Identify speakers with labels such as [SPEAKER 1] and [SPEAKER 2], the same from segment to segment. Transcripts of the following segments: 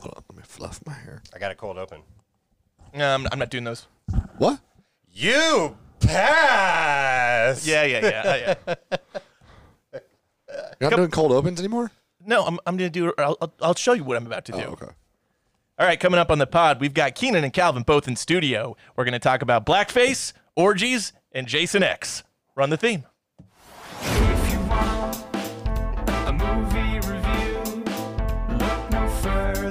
[SPEAKER 1] Hold on, let me fluff my hair.
[SPEAKER 2] I got a cold open.
[SPEAKER 3] Um, I'm not doing those.
[SPEAKER 1] What?
[SPEAKER 2] You pass.
[SPEAKER 3] Yeah, yeah, yeah, yeah.
[SPEAKER 1] You're not doing cold opens anymore?
[SPEAKER 3] No, I'm, I'm going to do, I'll, I'll- I'll show you what I'm about to do.
[SPEAKER 1] Oh, okay.
[SPEAKER 3] All right, coming up on the pod, we've got Keenan and Calvin both in studio. We're going to talk about blackface, orgies, and Jason X. Run the theme.
[SPEAKER 4] If you want a movie review, look no further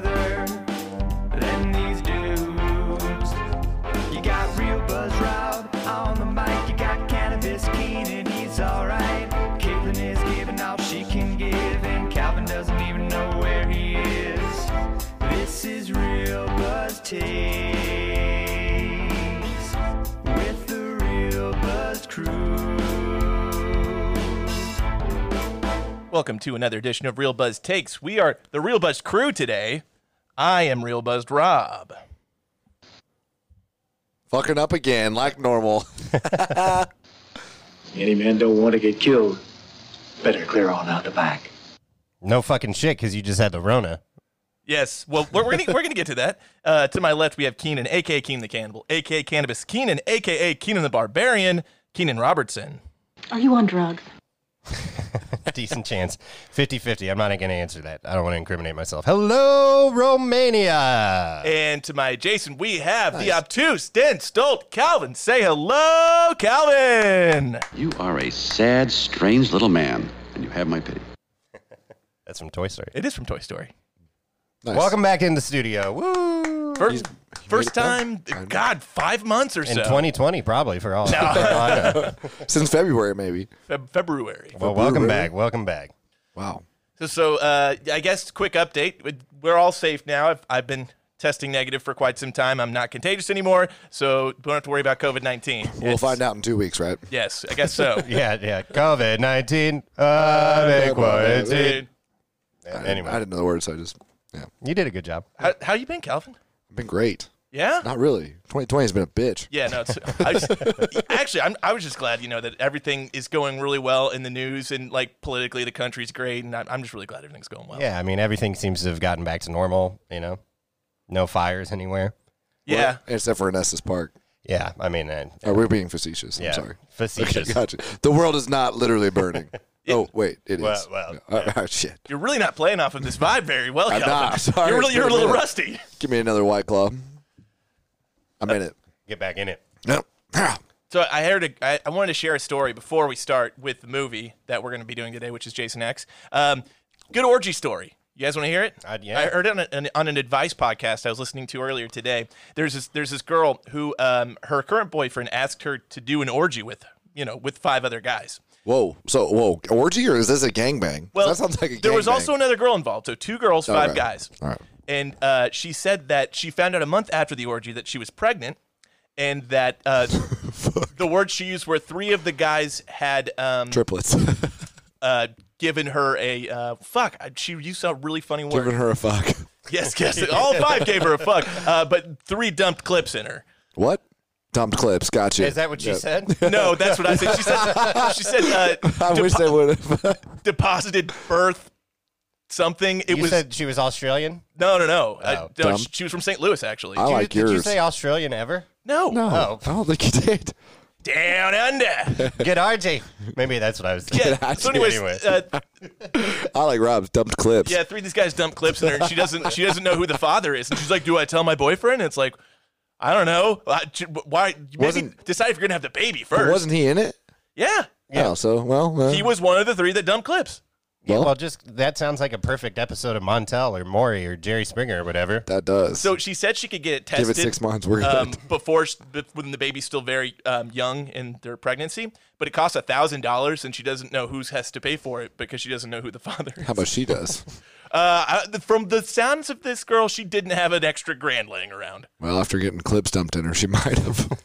[SPEAKER 4] than these dudes. You got real Buzz Rob on the mic, you got Cannabis Keenan, he's alright. Caitlin is giving all she can give, and Calvin doesn't even know where he is. This is Real Buzz Takes with the Real Buzz Crew.
[SPEAKER 3] Welcome to another edition of Real Buzz Takes. We are the Real Buzz crew today. I am Real Buzzed Rob.
[SPEAKER 1] Fucking up again, like normal.
[SPEAKER 5] Any man don't want to get killed, better clear on out the back.
[SPEAKER 2] No fucking shit, because you just had the Rona.
[SPEAKER 3] Yes. Well, we're, we're gonna we're gonna get to that. Uh, to my left, we have Keenan, aka Keenan the Cannibal, aka Cannabis Keenan, aka Keenan the Barbarian, Keenan Robertson.
[SPEAKER 6] Are you on drugs?
[SPEAKER 2] Decent chance. 50 50. I'm not going to answer that. I don't want to incriminate myself. Hello, Romania.
[SPEAKER 3] And to my Jason, we have the obtuse, dense, dolt Calvin. Say hello, Calvin.
[SPEAKER 7] You are a sad, strange little man, and you have my pity.
[SPEAKER 2] That's from Toy Story.
[SPEAKER 3] It is from Toy Story.
[SPEAKER 1] Nice.
[SPEAKER 2] Welcome back into the studio. Woo.
[SPEAKER 3] First,
[SPEAKER 1] he made
[SPEAKER 3] first
[SPEAKER 1] it back.
[SPEAKER 3] time,
[SPEAKER 1] I know.
[SPEAKER 3] God, five months or
[SPEAKER 2] In
[SPEAKER 3] so.
[SPEAKER 2] 2020, probably for all. I know.
[SPEAKER 1] Since February, maybe.
[SPEAKER 3] Feb- February.
[SPEAKER 2] well, welcome
[SPEAKER 1] February.
[SPEAKER 2] back. Welcome back.
[SPEAKER 1] Wow.
[SPEAKER 3] So, so uh, I guess quick update. We're all safe now. I've, I've been testing negative for quite some time. I'm not contagious anymore, so don't have to worry about COVID 19.
[SPEAKER 1] We'll find out in two weeks, right?
[SPEAKER 3] Yes, I guess so.
[SPEAKER 2] Yeah, yeah. COVID 19. I'm in quarantine.
[SPEAKER 3] Dude,
[SPEAKER 1] I
[SPEAKER 2] Anyway,
[SPEAKER 1] didn't know the word, so I just, yeah.
[SPEAKER 2] you did a good job.
[SPEAKER 3] how, how you been, Calvin?
[SPEAKER 1] I've been great.
[SPEAKER 3] Yeah.
[SPEAKER 1] Not really. 2020 has been a bitch.
[SPEAKER 3] Yeah, no. It's, I was- actually, I'm, I was just glad, you know, that everything is going really well in the news and like politically, the country's great, and I'm, I'm just really glad everything's going well.
[SPEAKER 8] Yeah, I mean everything seems to have gotten back to normal. You know, no fires anywhere.
[SPEAKER 3] yeah.
[SPEAKER 1] Except for Nessus Park.
[SPEAKER 8] Yeah, I mean, uh,
[SPEAKER 1] Oh, we're being facetious.
[SPEAKER 8] yeah,
[SPEAKER 1] I'm sorry.
[SPEAKER 8] facetious.
[SPEAKER 1] Gotcha. The world is not literally burning. Oh, wait, it is.
[SPEAKER 8] Well, well,
[SPEAKER 1] No. All right, shit.
[SPEAKER 3] You're really not playing off of this vibe very well,
[SPEAKER 1] I'm
[SPEAKER 3] Calvin.
[SPEAKER 1] not. Sorry.
[SPEAKER 3] You're really, you're a little
[SPEAKER 1] Wait a minute.
[SPEAKER 3] rusty.
[SPEAKER 1] Give me another white claw. I'm in it.
[SPEAKER 8] Get back in it.
[SPEAKER 1] No.
[SPEAKER 3] So I heard a, I, I wanted to share a story before we start with the movie that we're going to be doing today, which is Jason X. Um, good orgy story. You guys want to hear it?
[SPEAKER 8] I'd- yeah.
[SPEAKER 3] I heard it on, an on an advice podcast I was listening to earlier today. There's this there's this girl who um, her current boyfriend asked her to do an orgy with you know with five other guys.
[SPEAKER 1] Whoa. So, whoa. Orgy or is this a gangbang?
[SPEAKER 3] Well,
[SPEAKER 1] that sounds like a gangbang.
[SPEAKER 3] there was also another girl involved, so two girls, five
[SPEAKER 1] right.
[SPEAKER 3] guys.
[SPEAKER 1] All right.
[SPEAKER 3] And uh, she said that she found out a month after the orgy that she was pregnant, and that uh, the words she used were three of the guys had um,
[SPEAKER 1] triplets.
[SPEAKER 3] uh, given her a uh, fuck. I- She used a really funny word.
[SPEAKER 1] Giving her a fuck.
[SPEAKER 3] yes, yes. All five gave her a fuck, uh, but three dumped clips in her.
[SPEAKER 1] What? Dumped clips. Gotcha.
[SPEAKER 8] Is that what she
[SPEAKER 1] Yeah.
[SPEAKER 8] said?
[SPEAKER 3] No, that's what I said. She said. She said uh,
[SPEAKER 1] I wish they would have.
[SPEAKER 3] deposited birth something. It
[SPEAKER 8] you
[SPEAKER 3] was
[SPEAKER 8] said she was Australian.
[SPEAKER 3] no, no, no. Uh, no,
[SPEAKER 1] Oh. dumb.
[SPEAKER 3] she, she was from St. Louis, actually.
[SPEAKER 1] I
[SPEAKER 8] Did you-
[SPEAKER 1] like
[SPEAKER 8] did you
[SPEAKER 1] yours.
[SPEAKER 8] say Australian ever?
[SPEAKER 3] no,
[SPEAKER 8] Oh.
[SPEAKER 1] no, I don't think you did.
[SPEAKER 3] down under.
[SPEAKER 8] Get RJ. Maybe that's what I was thinking.
[SPEAKER 3] Yeah. So, anyways,
[SPEAKER 8] Anyway.
[SPEAKER 3] uh,
[SPEAKER 1] I like Rob's dumped clips.
[SPEAKER 3] yeah, three of these guys dump clips in her, and she doesn't. She doesn't know who the father is, and she's like, "Do I tell my boyfriend?" And it's like, I don't know. I- j- Why? Maybe
[SPEAKER 1] Wasn't-
[SPEAKER 3] decide if you're gonna have the baby
[SPEAKER 1] But
[SPEAKER 3] first.
[SPEAKER 1] wasn't he in it?
[SPEAKER 3] yeah,
[SPEAKER 1] Yeah. so well, uh,
[SPEAKER 3] he was one of the three that dumped clips.
[SPEAKER 1] Well,
[SPEAKER 2] well, just that sounds like a perfect episode of Montel or Maury or Jerry Springer or whatever.
[SPEAKER 1] that does.
[SPEAKER 3] So she said she could get it tested.
[SPEAKER 1] Give it six months, we're
[SPEAKER 3] um,
[SPEAKER 1] good.
[SPEAKER 3] before sh- bef- when the baby's still very um, young in their pregnancy, but it costs a thousand dollars, and she doesn't know who has to pay for it because she doesn't know who the father is.
[SPEAKER 1] How about she does?
[SPEAKER 3] Uh, I, the- from the sounds of this girl, she didn't have an extra grand laying around.
[SPEAKER 1] Well, after getting clips dumped in her, she might have.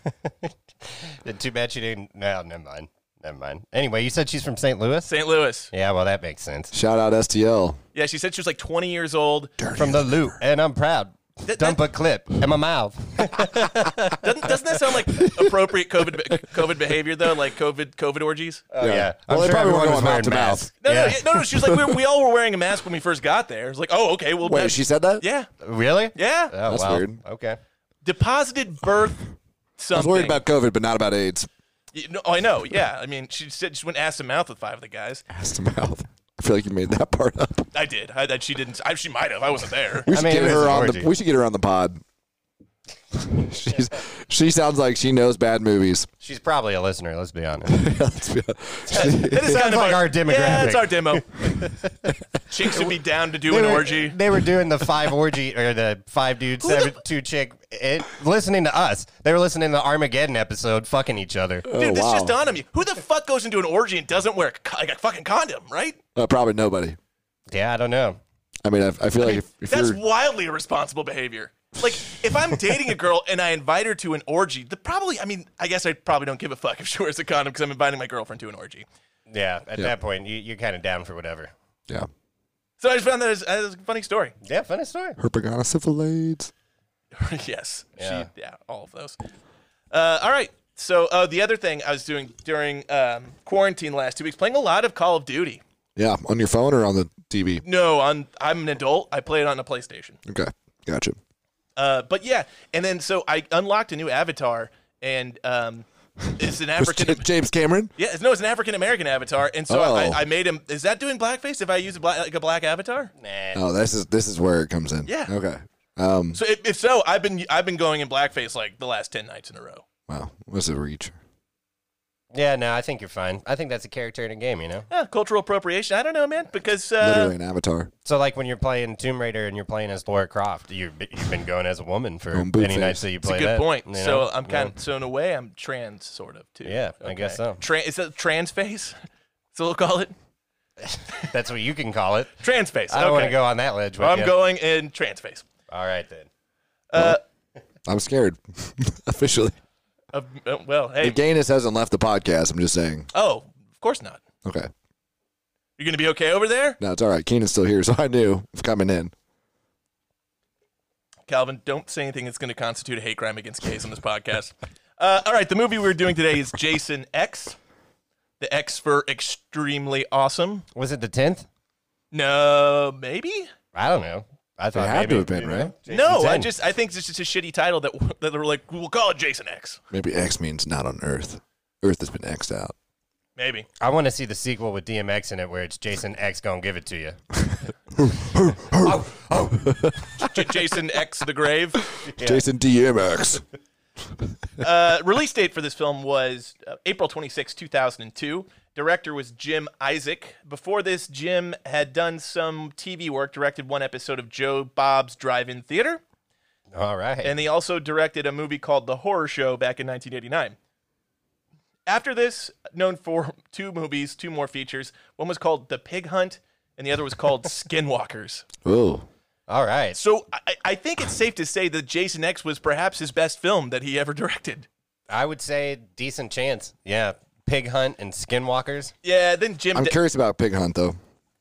[SPEAKER 2] Too bad she didn't. No, never mind. Never mind. Anyway, you said she's from St. Louis.
[SPEAKER 3] St. Louis.
[SPEAKER 2] Yeah, well, that makes sense.
[SPEAKER 1] Shout out STL.
[SPEAKER 3] Yeah, she said she was like 20 years old.
[SPEAKER 2] From the loot, and I'm proud.
[SPEAKER 3] That-
[SPEAKER 2] Dump a clip in my mouth.
[SPEAKER 3] Doesn't, doesn't that sound like appropriate COVID be- COVID behavior though? Like COVID COVID orgies?
[SPEAKER 2] Oh, yeah.
[SPEAKER 1] Well, they probably
[SPEAKER 2] everyone
[SPEAKER 1] weren't
[SPEAKER 2] was
[SPEAKER 1] going mouth
[SPEAKER 2] wearing
[SPEAKER 1] to mouth.
[SPEAKER 2] masks.
[SPEAKER 3] Uh, No, no,
[SPEAKER 2] Yeah.
[SPEAKER 3] yeah, no, no. She was like, we, we all were wearing a mask when we first got there. It's like, oh, okay, well,
[SPEAKER 1] Wait,
[SPEAKER 3] that-
[SPEAKER 1] she said that?
[SPEAKER 3] yeah,
[SPEAKER 2] Really?
[SPEAKER 3] yeah.
[SPEAKER 2] Oh,
[SPEAKER 1] That's
[SPEAKER 2] wow.
[SPEAKER 1] weird.
[SPEAKER 2] Okay.
[SPEAKER 3] Deposited birth.
[SPEAKER 1] I
[SPEAKER 3] Something.
[SPEAKER 1] was worried about COVID, but not about AIDS.
[SPEAKER 3] You know- oh, I know. Yeah, I mean, she said she went ass to mouth with five of the guys.
[SPEAKER 1] Ass to mouth. I feel like you made that part up.
[SPEAKER 3] I did. I, that she didn't. I, she might have. I wasn't there.
[SPEAKER 1] We should
[SPEAKER 2] mean,
[SPEAKER 1] get
[SPEAKER 2] it is
[SPEAKER 1] her
[SPEAKER 2] an
[SPEAKER 1] on the.
[SPEAKER 2] orgy.
[SPEAKER 1] We should get her on the pod. She's she sounds like she knows bad movies.
[SPEAKER 2] She's probably a listener, let's be honest.
[SPEAKER 1] Let's be-
[SPEAKER 3] That is kind of
[SPEAKER 2] like our demographic.
[SPEAKER 3] Yeah, that's our demo. Chicks would be down to do an orgy.
[SPEAKER 2] they were doing the five orgy or the five dudes, seven, two chick, it, listening to us. They were listening to the Armageddon episode, fucking each other.
[SPEAKER 3] Dude,
[SPEAKER 1] Oh,
[SPEAKER 3] this
[SPEAKER 1] wow.
[SPEAKER 3] just dawned on me. Who the fuck goes into an orgy and doesn't wear a, co- like a fucking condom, right?
[SPEAKER 1] uh, probably nobody.
[SPEAKER 2] Yeah, I don't know.
[SPEAKER 1] I mean, I, I feel like if, if
[SPEAKER 3] That's
[SPEAKER 1] you're
[SPEAKER 3] wildly irresponsible behavior. Like, if I'm dating a girl and I invite her to an orgy, the probably, I mean, I guess I probably don't give a fuck if she wears a condom because I'm inviting my girlfriend to an orgy.
[SPEAKER 2] Yeah, at that point, you, you're kind of down for whatever.
[SPEAKER 1] yeah,
[SPEAKER 3] So I just found that as, as a funny story.
[SPEAKER 2] Yeah, funny story.
[SPEAKER 1] herpagonisyphilades.
[SPEAKER 3] yes.
[SPEAKER 2] Yeah.
[SPEAKER 3] She, yeah, all of those. Uh, all right. So uh, the other thing I was doing during um, quarantine last two weeks, playing a lot of Call of Duty.
[SPEAKER 1] Yeah, on your phone or on the TV.
[SPEAKER 3] No, on, I'm an adult. I play it on a PlayStation.
[SPEAKER 1] Okay, gotcha.
[SPEAKER 3] Uh, but yeah, and then so I unlocked a new avatar, and um, it's an
[SPEAKER 1] Was
[SPEAKER 3] African.
[SPEAKER 1] J- James Cameron?
[SPEAKER 3] yeah, it's- no, it's an African American avatar, and so
[SPEAKER 1] Oh.
[SPEAKER 3] I, I made him. Is that doing blackface if I use a black, like a black avatar?
[SPEAKER 1] Oh, this is this is where it comes in.
[SPEAKER 3] Yeah.
[SPEAKER 1] Okay. Um.
[SPEAKER 3] So if, if so, I've been I've been going in blackface like the last ten nights in a row.
[SPEAKER 1] Wow. What's a reach?
[SPEAKER 2] Yeah, no, I think you're fine. I think that's a character in a game, you know?
[SPEAKER 3] Yeah, cultural appropriation. I don't know, man, because uh,
[SPEAKER 1] Literally an avatar.
[SPEAKER 2] So, like when you're playing Tomb Raider and you're playing as Laura Croft, you've, you've been going as a woman for
[SPEAKER 1] Going
[SPEAKER 2] any
[SPEAKER 1] boot face.
[SPEAKER 2] nights that you
[SPEAKER 3] it's
[SPEAKER 2] play
[SPEAKER 3] a good
[SPEAKER 2] that,
[SPEAKER 3] point.
[SPEAKER 2] you
[SPEAKER 3] So
[SPEAKER 2] know?
[SPEAKER 3] I'm kind of so in a way I'm trans sort of too.
[SPEAKER 2] Yeah, I guess so.
[SPEAKER 3] Tran is that trans face? So we'll call it
[SPEAKER 2] Yeah, that's what you can call it.
[SPEAKER 3] trans face.
[SPEAKER 2] I don't want
[SPEAKER 3] Okay.
[SPEAKER 2] to go on that ledge with
[SPEAKER 3] I'm
[SPEAKER 2] you.
[SPEAKER 3] going in trans face Uh,
[SPEAKER 2] All right, then.
[SPEAKER 1] I'm scared. Officially,
[SPEAKER 3] Of, uh, well, hey.
[SPEAKER 1] if Gaines hasn't left the podcast, I'm just saying.
[SPEAKER 3] Oh, of course not.
[SPEAKER 1] Okay.
[SPEAKER 3] You're gonna be okay over there,
[SPEAKER 1] No, it's all right. Keenan's still here, so I knew it's coming in.
[SPEAKER 3] Calvin. Don't say anything that's gonna constitute a hate crime against gays on this podcast. Uh, all right, the movie we're doing today is Jason X, the X for extremely awesome.
[SPEAKER 2] Was it the 10th?
[SPEAKER 3] No, maybe.
[SPEAKER 2] I don't know. I
[SPEAKER 1] It
[SPEAKER 2] thought
[SPEAKER 1] had
[SPEAKER 2] maybe,
[SPEAKER 1] to have been,
[SPEAKER 2] you know,
[SPEAKER 1] right?
[SPEAKER 2] Jason
[SPEAKER 3] no, I
[SPEAKER 2] 10.
[SPEAKER 3] just I think it's just a shitty title that that we're like we'll call it Jason X.
[SPEAKER 1] Maybe X means not on Earth. Earth has been X'd out.
[SPEAKER 3] Maybe.
[SPEAKER 2] I want to see the sequel with DMX in it where it's Jason X gonna give it to you. oh, oh.
[SPEAKER 3] J- Jason X the Grave.
[SPEAKER 1] Jason DMX.
[SPEAKER 3] Uh, release date for this film was uh, April 26, 2002. Director was Jim Isaac. Before this, Jim had done some TV work, directed one episode of Joe Bob's Drive In Theater,
[SPEAKER 2] All right.
[SPEAKER 3] and he also directed a movie called The Horror Show back in 1989. After this, known for two movies, two more features. One was called The Pig Hunt, and the other was called Skinwalkers.
[SPEAKER 1] Oh,
[SPEAKER 2] All right.
[SPEAKER 3] So I, I think it's safe to say that Jason X was perhaps his best film that he ever directed.
[SPEAKER 2] I would say decent chance. Yeah. Pig Hunt and Skinwalkers.
[SPEAKER 3] Yeah, then Jim.
[SPEAKER 1] I'm
[SPEAKER 3] d-
[SPEAKER 1] curious about Pig Hunt though.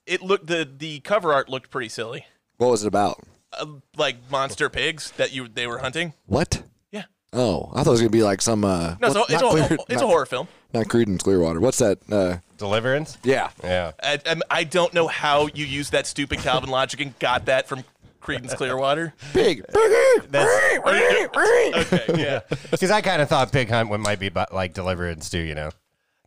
[SPEAKER 3] it looked the the cover art looked pretty silly,
[SPEAKER 1] What was it about?
[SPEAKER 3] uh, like monster pigs that you they were hunting.
[SPEAKER 1] What?
[SPEAKER 3] Yeah,
[SPEAKER 1] Oh, I thought it was gonna be like some. Uh,
[SPEAKER 3] no, it's,
[SPEAKER 1] what-
[SPEAKER 3] a, it's,
[SPEAKER 1] not
[SPEAKER 3] a,
[SPEAKER 1] Clear-
[SPEAKER 3] it's a
[SPEAKER 1] not-
[SPEAKER 3] horror film.
[SPEAKER 1] Not Creedence Clearwater. What's that? Uh,
[SPEAKER 2] Deliverance.
[SPEAKER 1] yeah,
[SPEAKER 2] Yeah.
[SPEAKER 3] I, I'm- I don't know how you used that stupid Calvin logic and got that from Creedence Clearwater.
[SPEAKER 1] pig.
[SPEAKER 3] Okay, yeah,
[SPEAKER 2] Because I kind of thought Pig Hunt would- might be bu- like Deliverance too. You know.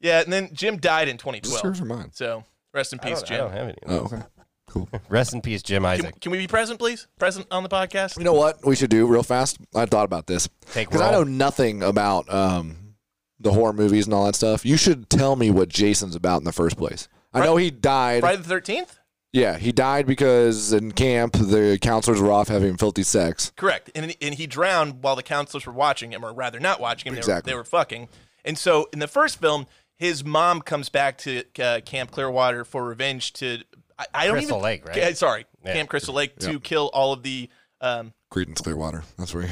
[SPEAKER 3] yeah. And then Jim died in
[SPEAKER 1] Just yours
[SPEAKER 3] 2012.
[SPEAKER 1] or mine?
[SPEAKER 3] So rest in peace,
[SPEAKER 2] I
[SPEAKER 3] Jim.
[SPEAKER 2] don't have any.
[SPEAKER 1] Oh, okay. Cool.
[SPEAKER 2] Rest in peace, Jim Isaac.
[SPEAKER 3] Can, can we be present, please? Present on the podcast.
[SPEAKER 1] You know what we should do real fast? I thought about this
[SPEAKER 2] Take
[SPEAKER 1] because I know
[SPEAKER 2] roll.
[SPEAKER 1] nothing about um, the horror movies and all that stuff. You should tell me what Jason's about in the first place. I know he died.
[SPEAKER 3] Friday the Thirteenth.
[SPEAKER 1] Yeah, he died because in camp the counselors were off having filthy sex.
[SPEAKER 3] Correct. And and he drowned while the counselors were watching him, or rather, not watching him.
[SPEAKER 1] Exactly.
[SPEAKER 3] They, were, they were fucking. And so in the first film, his mom comes back to uh, Camp Clearwater for revenge to. I, I don't
[SPEAKER 2] Crystal
[SPEAKER 3] even.
[SPEAKER 2] Lake, right?
[SPEAKER 3] Ca- sorry,
[SPEAKER 2] Yeah.
[SPEAKER 3] Camp Crystal Lake to kill all of the. Um,
[SPEAKER 1] Creedence Clearwater. That's where.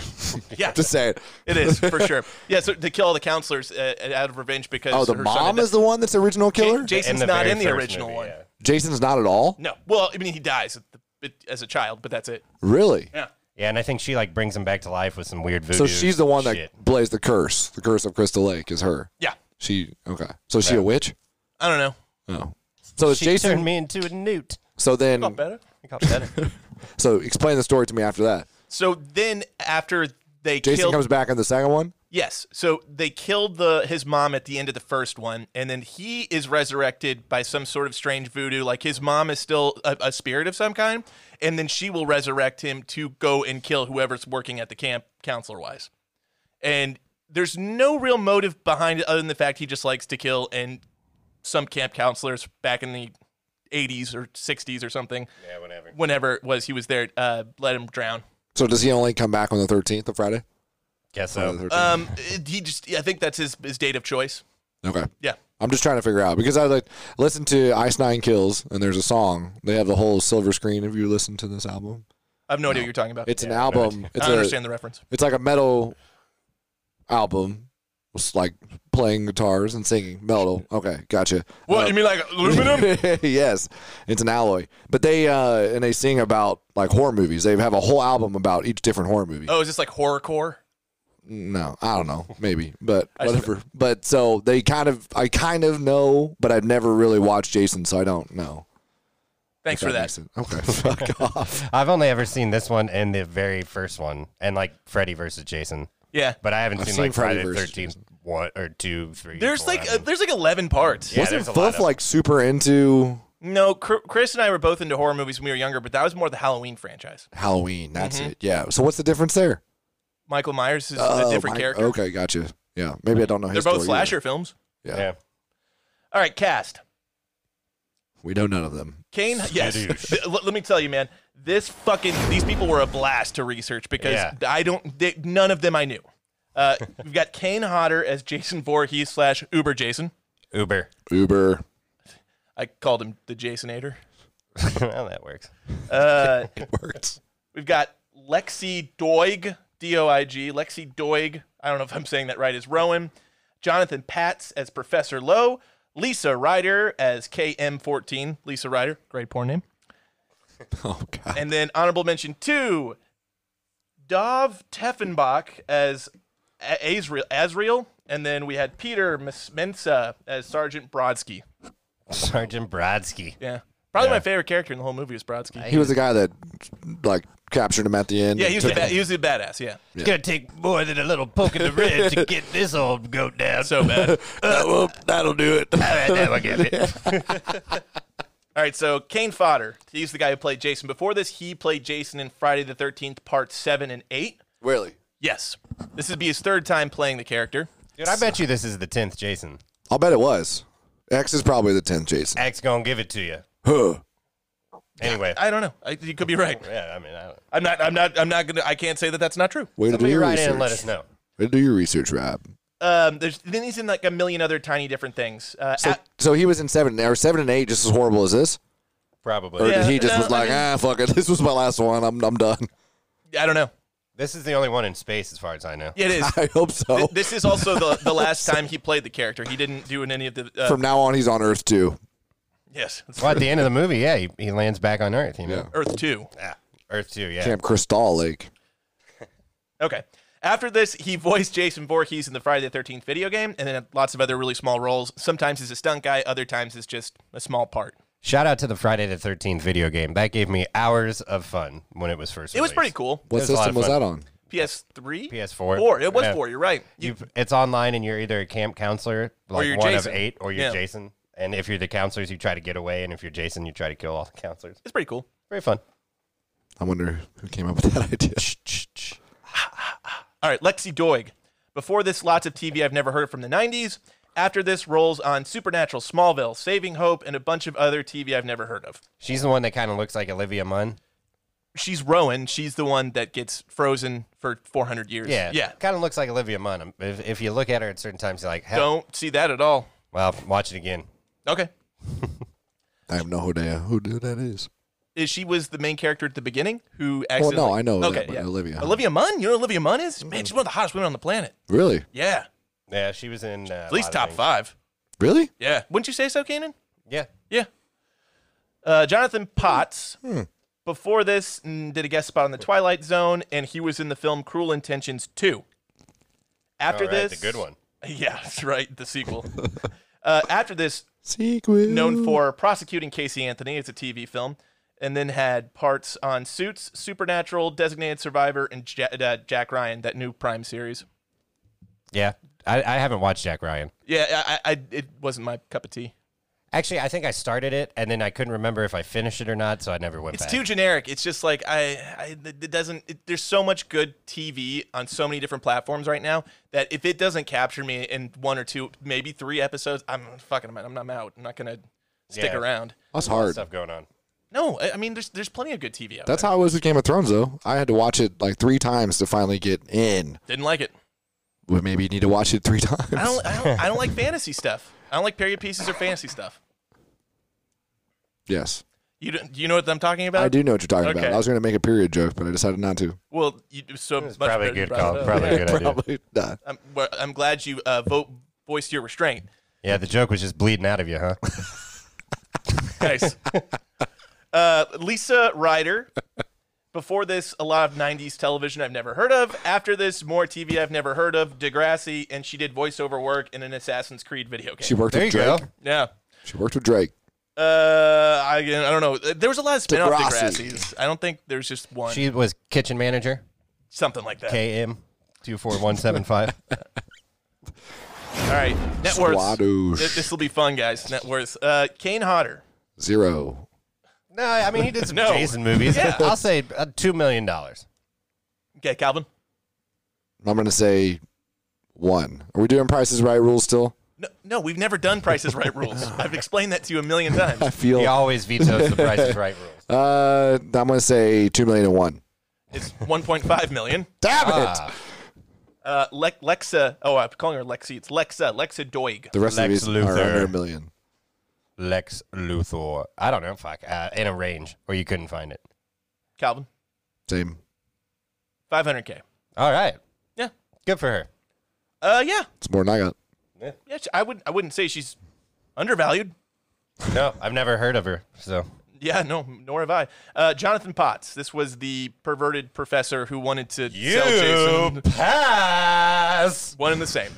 [SPEAKER 3] Yeah.
[SPEAKER 1] Just say it.
[SPEAKER 3] it is for sure. Yeah, so to kill all the counselors uh, out of revenge because
[SPEAKER 1] Oh, the
[SPEAKER 3] her son had
[SPEAKER 1] mom
[SPEAKER 3] di-
[SPEAKER 1] is the one that's the original killer.
[SPEAKER 3] Jason's
[SPEAKER 2] the
[SPEAKER 3] not
[SPEAKER 2] very
[SPEAKER 3] in the
[SPEAKER 2] first
[SPEAKER 3] original
[SPEAKER 2] movie,
[SPEAKER 3] one.
[SPEAKER 2] yeah.
[SPEAKER 1] Jason's not at all.
[SPEAKER 3] No. Well, I mean, he dies at the, it, as a child, but that's it.
[SPEAKER 1] Really?
[SPEAKER 3] Yeah.
[SPEAKER 2] Yeah, and I think she like brings him back to life with some weird voodoo.
[SPEAKER 1] So she's the one
[SPEAKER 2] shit.
[SPEAKER 1] that blazed the curse. The curse of Crystal Lake is her.
[SPEAKER 3] Yeah.
[SPEAKER 1] She okay. So is she a witch?
[SPEAKER 3] I don't know.
[SPEAKER 1] No. So it's
[SPEAKER 2] she
[SPEAKER 1] Jason.
[SPEAKER 2] turned me into a newt.
[SPEAKER 1] so
[SPEAKER 3] Not
[SPEAKER 1] then,
[SPEAKER 3] better.
[SPEAKER 2] Got better.
[SPEAKER 1] so explain the story to me after that.
[SPEAKER 3] So then after they
[SPEAKER 1] Jason
[SPEAKER 3] killed
[SPEAKER 1] comes back in the second one.
[SPEAKER 3] Yes. So they killed the his mom at the end of the first one, and then he is resurrected by some sort of strange voodoo. Like his mom is still a, a spirit of some kind, and then she will resurrect him to go and kill whoever's working at the camp, counselor wise. And there's no real motive behind it other than the fact he just likes to kill. And some camp counselors back in the 80s or 60s or something,
[SPEAKER 2] yeah, whatever.
[SPEAKER 3] whenever it was he was there, uh, let him drown.
[SPEAKER 1] So does he only come back on the thirteenth of Friday?
[SPEAKER 2] Guess
[SPEAKER 1] Friday
[SPEAKER 2] so.
[SPEAKER 1] the 13th?
[SPEAKER 3] Um, he just, I think that's his his date of choice.
[SPEAKER 1] okay.
[SPEAKER 3] Yeah.
[SPEAKER 1] I'm just trying to figure out because I like listen to Ice Nine Kills and there's a song. They have the whole silver screen. Have you listened to this album?
[SPEAKER 3] I have no, idea what you're talking about.
[SPEAKER 1] It's an album.
[SPEAKER 3] I
[SPEAKER 1] It's
[SPEAKER 3] don't
[SPEAKER 1] a,
[SPEAKER 3] understand the reference.
[SPEAKER 1] It's like a metal album. It's like playing guitars and singing metal. Okay, gotcha.
[SPEAKER 3] What
[SPEAKER 1] Uh,
[SPEAKER 3] you mean, like aluminum?
[SPEAKER 1] yes, it's an alloy. But they uh, and they sing about like horror movies. They have a whole album about each different horror movie.
[SPEAKER 3] oh, is this like horrorcore?
[SPEAKER 1] No, I don't know, maybe, but
[SPEAKER 3] just-
[SPEAKER 1] whatever. But so they kind of, I kind of know, but I've never really watched Jason, so I don't know.
[SPEAKER 3] Thanks for that.
[SPEAKER 1] makes sense. Okay, fuck off.
[SPEAKER 2] I've only ever seen this one and the very first one, and like Freddy versus Jason.
[SPEAKER 3] Yeah,
[SPEAKER 2] But I haven't
[SPEAKER 1] I've
[SPEAKER 2] seen,
[SPEAKER 1] seen
[SPEAKER 2] like
[SPEAKER 1] Freddy
[SPEAKER 2] Friday the
[SPEAKER 1] versus
[SPEAKER 2] Thirteenth one or two, three.
[SPEAKER 3] there's
[SPEAKER 2] four, I
[SPEAKER 3] like
[SPEAKER 2] don't
[SPEAKER 3] uh,
[SPEAKER 2] know.
[SPEAKER 3] there's like eleven parts.
[SPEAKER 2] Yeah,
[SPEAKER 1] Wasn't
[SPEAKER 2] there's a lot
[SPEAKER 1] Fluff
[SPEAKER 2] of-
[SPEAKER 1] like super into
[SPEAKER 3] No, Cr- Chris and I were both into horror movies when we were younger, but that was more the Halloween franchise.
[SPEAKER 1] Halloween? That's
[SPEAKER 3] Mm-hmm.
[SPEAKER 1] it. Yeah. So what's the difference there?
[SPEAKER 3] Michael Myers is
[SPEAKER 1] Oh,
[SPEAKER 3] a different
[SPEAKER 1] my-
[SPEAKER 3] character.
[SPEAKER 1] Okay, gotcha. Yeah, maybe I don't know.
[SPEAKER 3] They're
[SPEAKER 1] his
[SPEAKER 3] both
[SPEAKER 1] story either.
[SPEAKER 3] slasher films.
[SPEAKER 1] Yeah.
[SPEAKER 2] yeah.
[SPEAKER 3] All right, cast.
[SPEAKER 1] we know none of them.
[SPEAKER 3] Kane, yes.
[SPEAKER 2] Skadoosh.
[SPEAKER 3] Let- Let me tell you, man. This fucking these people were a blast to research because
[SPEAKER 2] Yeah.
[SPEAKER 3] I don't they, none of them I knew. Uh, we've got Kane Hodder as Jason Voorhees slash Uber Jason.
[SPEAKER 2] Uber.
[SPEAKER 1] Uber.
[SPEAKER 3] I called him the Jasonator.
[SPEAKER 2] well, that works.
[SPEAKER 3] Uh,
[SPEAKER 1] Words.
[SPEAKER 3] We've got Lexi Doig, D O I G. Lexi Doig, I don't know if I'm saying that right, is Rowan. Jonathan Patz as Professor Lowe. Lisa Ryder as KM14. Lisa Ryder, great porn name.
[SPEAKER 1] Oh god.
[SPEAKER 3] And then honorable mention two, Dov Teffenbach as A- Azriel. Azriel. And then we had Peter Mes- Mensa as Sergeant Brodsky.
[SPEAKER 2] Sergeant Brodsky.
[SPEAKER 3] Yeah. Probably my favorite character in the whole movie was Brodsky.
[SPEAKER 1] He was the guy that like captured him at the end.
[SPEAKER 3] yeah,
[SPEAKER 1] and
[SPEAKER 3] he was, the
[SPEAKER 1] took
[SPEAKER 3] ba-
[SPEAKER 1] him.
[SPEAKER 3] he was the badass. Yeah.
[SPEAKER 2] It's gonna take more than a little poke in the rib to get this old goat down. So bad.
[SPEAKER 1] That will, that'll do it.
[SPEAKER 2] All right, now I get it.
[SPEAKER 3] All right, so Kane Fodder, he's the guy who played Jason. Before this, he played Jason in Friday the 13th, Part 7 and 8.
[SPEAKER 1] really?
[SPEAKER 3] Yes. This would be his third time playing the character.
[SPEAKER 2] Dude, I bet you this is the tenth Jason.
[SPEAKER 1] I'll bet it was. X is probably the tenth Jason.
[SPEAKER 2] X gonna give it to you.
[SPEAKER 1] Huh.
[SPEAKER 2] Anyway.
[SPEAKER 3] I don't know. I, you could be right.
[SPEAKER 2] yeah, I mean, I don't.
[SPEAKER 3] I'm not, I'm not, I'm not gonna, I can't say that that's not true.
[SPEAKER 1] Way to do
[SPEAKER 2] Somebody
[SPEAKER 1] your
[SPEAKER 2] write
[SPEAKER 1] research.
[SPEAKER 2] in and let us know.
[SPEAKER 1] Way to do your research, Rob.
[SPEAKER 3] Um, there's, then he's in like a million other tiny different things. Uh,
[SPEAKER 1] So,
[SPEAKER 3] a-
[SPEAKER 1] so he was in seven or seven and eight, just as horrible as this, or
[SPEAKER 2] Probably.
[SPEAKER 3] Yeah,
[SPEAKER 1] did he just
[SPEAKER 3] no,
[SPEAKER 1] was
[SPEAKER 3] I
[SPEAKER 1] like,
[SPEAKER 3] mean-
[SPEAKER 1] ah, fuck it, this was my last one. I'm I'm done.
[SPEAKER 3] I don't know.
[SPEAKER 2] This is the only one in space, as far as I know.
[SPEAKER 3] Yeah, it is.
[SPEAKER 1] I
[SPEAKER 3] Th-
[SPEAKER 1] hope so.
[SPEAKER 3] This is also the, the last time he played the character. He didn't do in any of the. Uh,
[SPEAKER 1] From now on, he's on Earth too.
[SPEAKER 3] yes. it's
[SPEAKER 2] Well, at the end of the movie, yeah, he, he lands back on Earth. You know,
[SPEAKER 3] Earth 2.
[SPEAKER 2] Ah, Earth too. Yeah.
[SPEAKER 1] Camp Crystal Lake.
[SPEAKER 3] Okay. After this, he voiced Jason Voorhees in the Friday the 13th video game and then lots of other really small roles. Sometimes he's a stunt guy, other times it's just a small part.
[SPEAKER 2] Shout out to the Friday the Thirteenth video game. That gave me hours of fun when it was first.
[SPEAKER 3] It was pretty
[SPEAKER 2] released.
[SPEAKER 3] cool.
[SPEAKER 1] What
[SPEAKER 2] There's a lot
[SPEAKER 1] system
[SPEAKER 2] of
[SPEAKER 1] was
[SPEAKER 2] fun.
[SPEAKER 1] that on?
[SPEAKER 3] PS3?
[SPEAKER 2] PS4.
[SPEAKER 3] Four. It was
[SPEAKER 2] Yeah.
[SPEAKER 3] four. You're right. You,
[SPEAKER 2] You, it's online, and you're either a camp counselor, like
[SPEAKER 3] you're
[SPEAKER 2] one
[SPEAKER 3] Jason.
[SPEAKER 2] of eight, or you're
[SPEAKER 3] Yeah.
[SPEAKER 2] Jason. And if you're the counselors, you try to get away, and if you're Jason, you try to kill all the counselors.
[SPEAKER 3] it's pretty cool.
[SPEAKER 2] Very fun.
[SPEAKER 1] I wonder who came up with that idea.
[SPEAKER 3] All right, Lexi Doig. Before this, lots of TV I've never heard from the 90s. After this rolls on Supernatural, Smallville, Saving Hope, and a bunch of other TV I've never heard of.
[SPEAKER 2] She's the one that kind of looks like Olivia Munn.
[SPEAKER 3] She's Rowan. She's the one that gets frozen for 400 years.
[SPEAKER 2] Yeah,
[SPEAKER 3] Yeah.
[SPEAKER 2] Kind of looks like Olivia Munn. Um, If, if you look at her at certain times, you're like, hell.
[SPEAKER 3] Don't see that at all.
[SPEAKER 2] Well, watch it again.
[SPEAKER 3] Okay.
[SPEAKER 1] I have no idea who who that is.
[SPEAKER 3] Is she was the main character at the beginning who
[SPEAKER 1] Well,
[SPEAKER 3] accidentally.
[SPEAKER 1] Oh, no, I know
[SPEAKER 3] Okay.
[SPEAKER 1] that, but
[SPEAKER 3] yeah.
[SPEAKER 1] Olivia.
[SPEAKER 3] Olivia Munn? You know who Olivia Munn is? Man, she's one of the hottest women on the planet.
[SPEAKER 1] Really?
[SPEAKER 3] Yeah.
[SPEAKER 2] Yeah, she was in uh,
[SPEAKER 3] At least top five.
[SPEAKER 1] Really?
[SPEAKER 3] Yeah. Wouldn't you say so, Keenan?
[SPEAKER 2] Yeah,
[SPEAKER 3] Yeah. Uh, Jonathan Potts,
[SPEAKER 1] Hmm.
[SPEAKER 3] before this, mm, did a guest spot on The Twilight Zone, and he was in the film Cruel Intentions 2. After
[SPEAKER 2] All Oh, right,
[SPEAKER 3] this.
[SPEAKER 2] the good one.
[SPEAKER 3] Yeah, that's right, the sequel. uh, after this,
[SPEAKER 1] Sequel.
[SPEAKER 3] known for prosecuting Casey Anthony, it's a TV film, and then had parts on Suits, Supernatural, Designated Survivor, and ja- uh, Jack Ryan, that new Prime series.
[SPEAKER 2] Yeah, I, I haven't watched Jack Ryan.
[SPEAKER 3] Yeah, I, I, I- it wasn't my cup of tea.
[SPEAKER 2] Actually, I think I started it and then I couldn't remember if I finished it or not, so I never went
[SPEAKER 3] It's
[SPEAKER 2] back.
[SPEAKER 3] too generic. It's just like I, I it doesn't. It, there's so much good TV on so many different platforms right now that if it doesn't capture me in one or two, maybe three episodes, I'm fucking. I'm not I'm out. I'm not gonna stick
[SPEAKER 2] Yeah.
[SPEAKER 3] around.
[SPEAKER 1] That's hard.
[SPEAKER 2] stuff going on.
[SPEAKER 3] No, I, I mean there's there's plenty of good TV out
[SPEAKER 1] That's
[SPEAKER 3] there.
[SPEAKER 1] how I was with Game of Thrones, though. I had to watch it like three times to finally get in.
[SPEAKER 3] Didn't like it.
[SPEAKER 1] Well, maybe you need to watch it three times.
[SPEAKER 3] I don't, I don't. I don't like fantasy stuff. I don't like period pieces or fantasy stuff.
[SPEAKER 1] yes.
[SPEAKER 3] You don't. You know what I'm talking about?
[SPEAKER 1] I do know what you're talking
[SPEAKER 3] Okay.
[SPEAKER 1] about. I was going to make a period joke, but I decided not to.
[SPEAKER 3] Well, you do so much
[SPEAKER 2] Probably a
[SPEAKER 3] better
[SPEAKER 2] good
[SPEAKER 3] than Brian
[SPEAKER 2] call.
[SPEAKER 3] Doe.
[SPEAKER 2] Probably a good idea.
[SPEAKER 1] Probably not.
[SPEAKER 3] I'm, well, I'm glad you uh, vote voiced your restraint.
[SPEAKER 2] Yeah, the joke was just bleeding out of you, huh?
[SPEAKER 3] Nice. uh, Lisa Ryder. Before this, a lot of 90s television I've never heard of. After this, more TV I've never heard of. Degrassi, and she did voiceover work in an Assassin's Creed video game.
[SPEAKER 1] She worked
[SPEAKER 2] There you
[SPEAKER 1] with Drake.
[SPEAKER 2] go.
[SPEAKER 3] yeah.
[SPEAKER 1] She worked with Drake.
[SPEAKER 3] Uh, I, I don't know. There was a lot of spin off
[SPEAKER 1] Degrassi.
[SPEAKER 3] Degrassi's. I don't think there's just one.
[SPEAKER 2] She was kitchen manager,
[SPEAKER 3] Something like that.
[SPEAKER 2] KM two four one seven five.
[SPEAKER 3] All right. Net worth.
[SPEAKER 1] Squadoosh.
[SPEAKER 3] This will be fun, guys. Net worth. Uh, Kane Hodder.
[SPEAKER 1] Zero.
[SPEAKER 2] No, I mean he did some
[SPEAKER 3] No.
[SPEAKER 2] Jason movies. I'll say uh, two million dollars.
[SPEAKER 3] Okay, Calvin.
[SPEAKER 1] I'm going to say one. Are we doing prices right rules still?
[SPEAKER 3] No, no, we've never done Prices Right rules. I've explained that to you a million times.
[SPEAKER 1] I feel.
[SPEAKER 2] He always vetoes the Price is Right rules.
[SPEAKER 1] Uh, I'm going to say two million and one.
[SPEAKER 3] It's 1.5 million.
[SPEAKER 1] Damn it!
[SPEAKER 2] Ah,
[SPEAKER 3] Uh, Le- Lexa. Oh, I'm calling her Lexi. It's Lexa. Lexa Doig.
[SPEAKER 1] The rest
[SPEAKER 2] Lex
[SPEAKER 1] of these are
[SPEAKER 2] Luthor.
[SPEAKER 1] under a million.
[SPEAKER 2] Lex Luthor. I don't know. Fuck. Uh, in a range where you couldn't find it.
[SPEAKER 3] Calvin.
[SPEAKER 1] Same.
[SPEAKER 3] 500k.
[SPEAKER 2] All right.
[SPEAKER 3] Yeah.
[SPEAKER 2] Good for her.
[SPEAKER 3] Uh, yeah.
[SPEAKER 1] It's more than I got.
[SPEAKER 3] Yeah. she- I would. I wouldn't say she's undervalued.
[SPEAKER 2] No, I've never heard of her. So
[SPEAKER 3] Yeah. No. Nor have I. Uh, Jonathan Potts. This was the perverted professor who wanted to
[SPEAKER 2] you
[SPEAKER 3] sell Jason.
[SPEAKER 2] pass.
[SPEAKER 3] One and the same.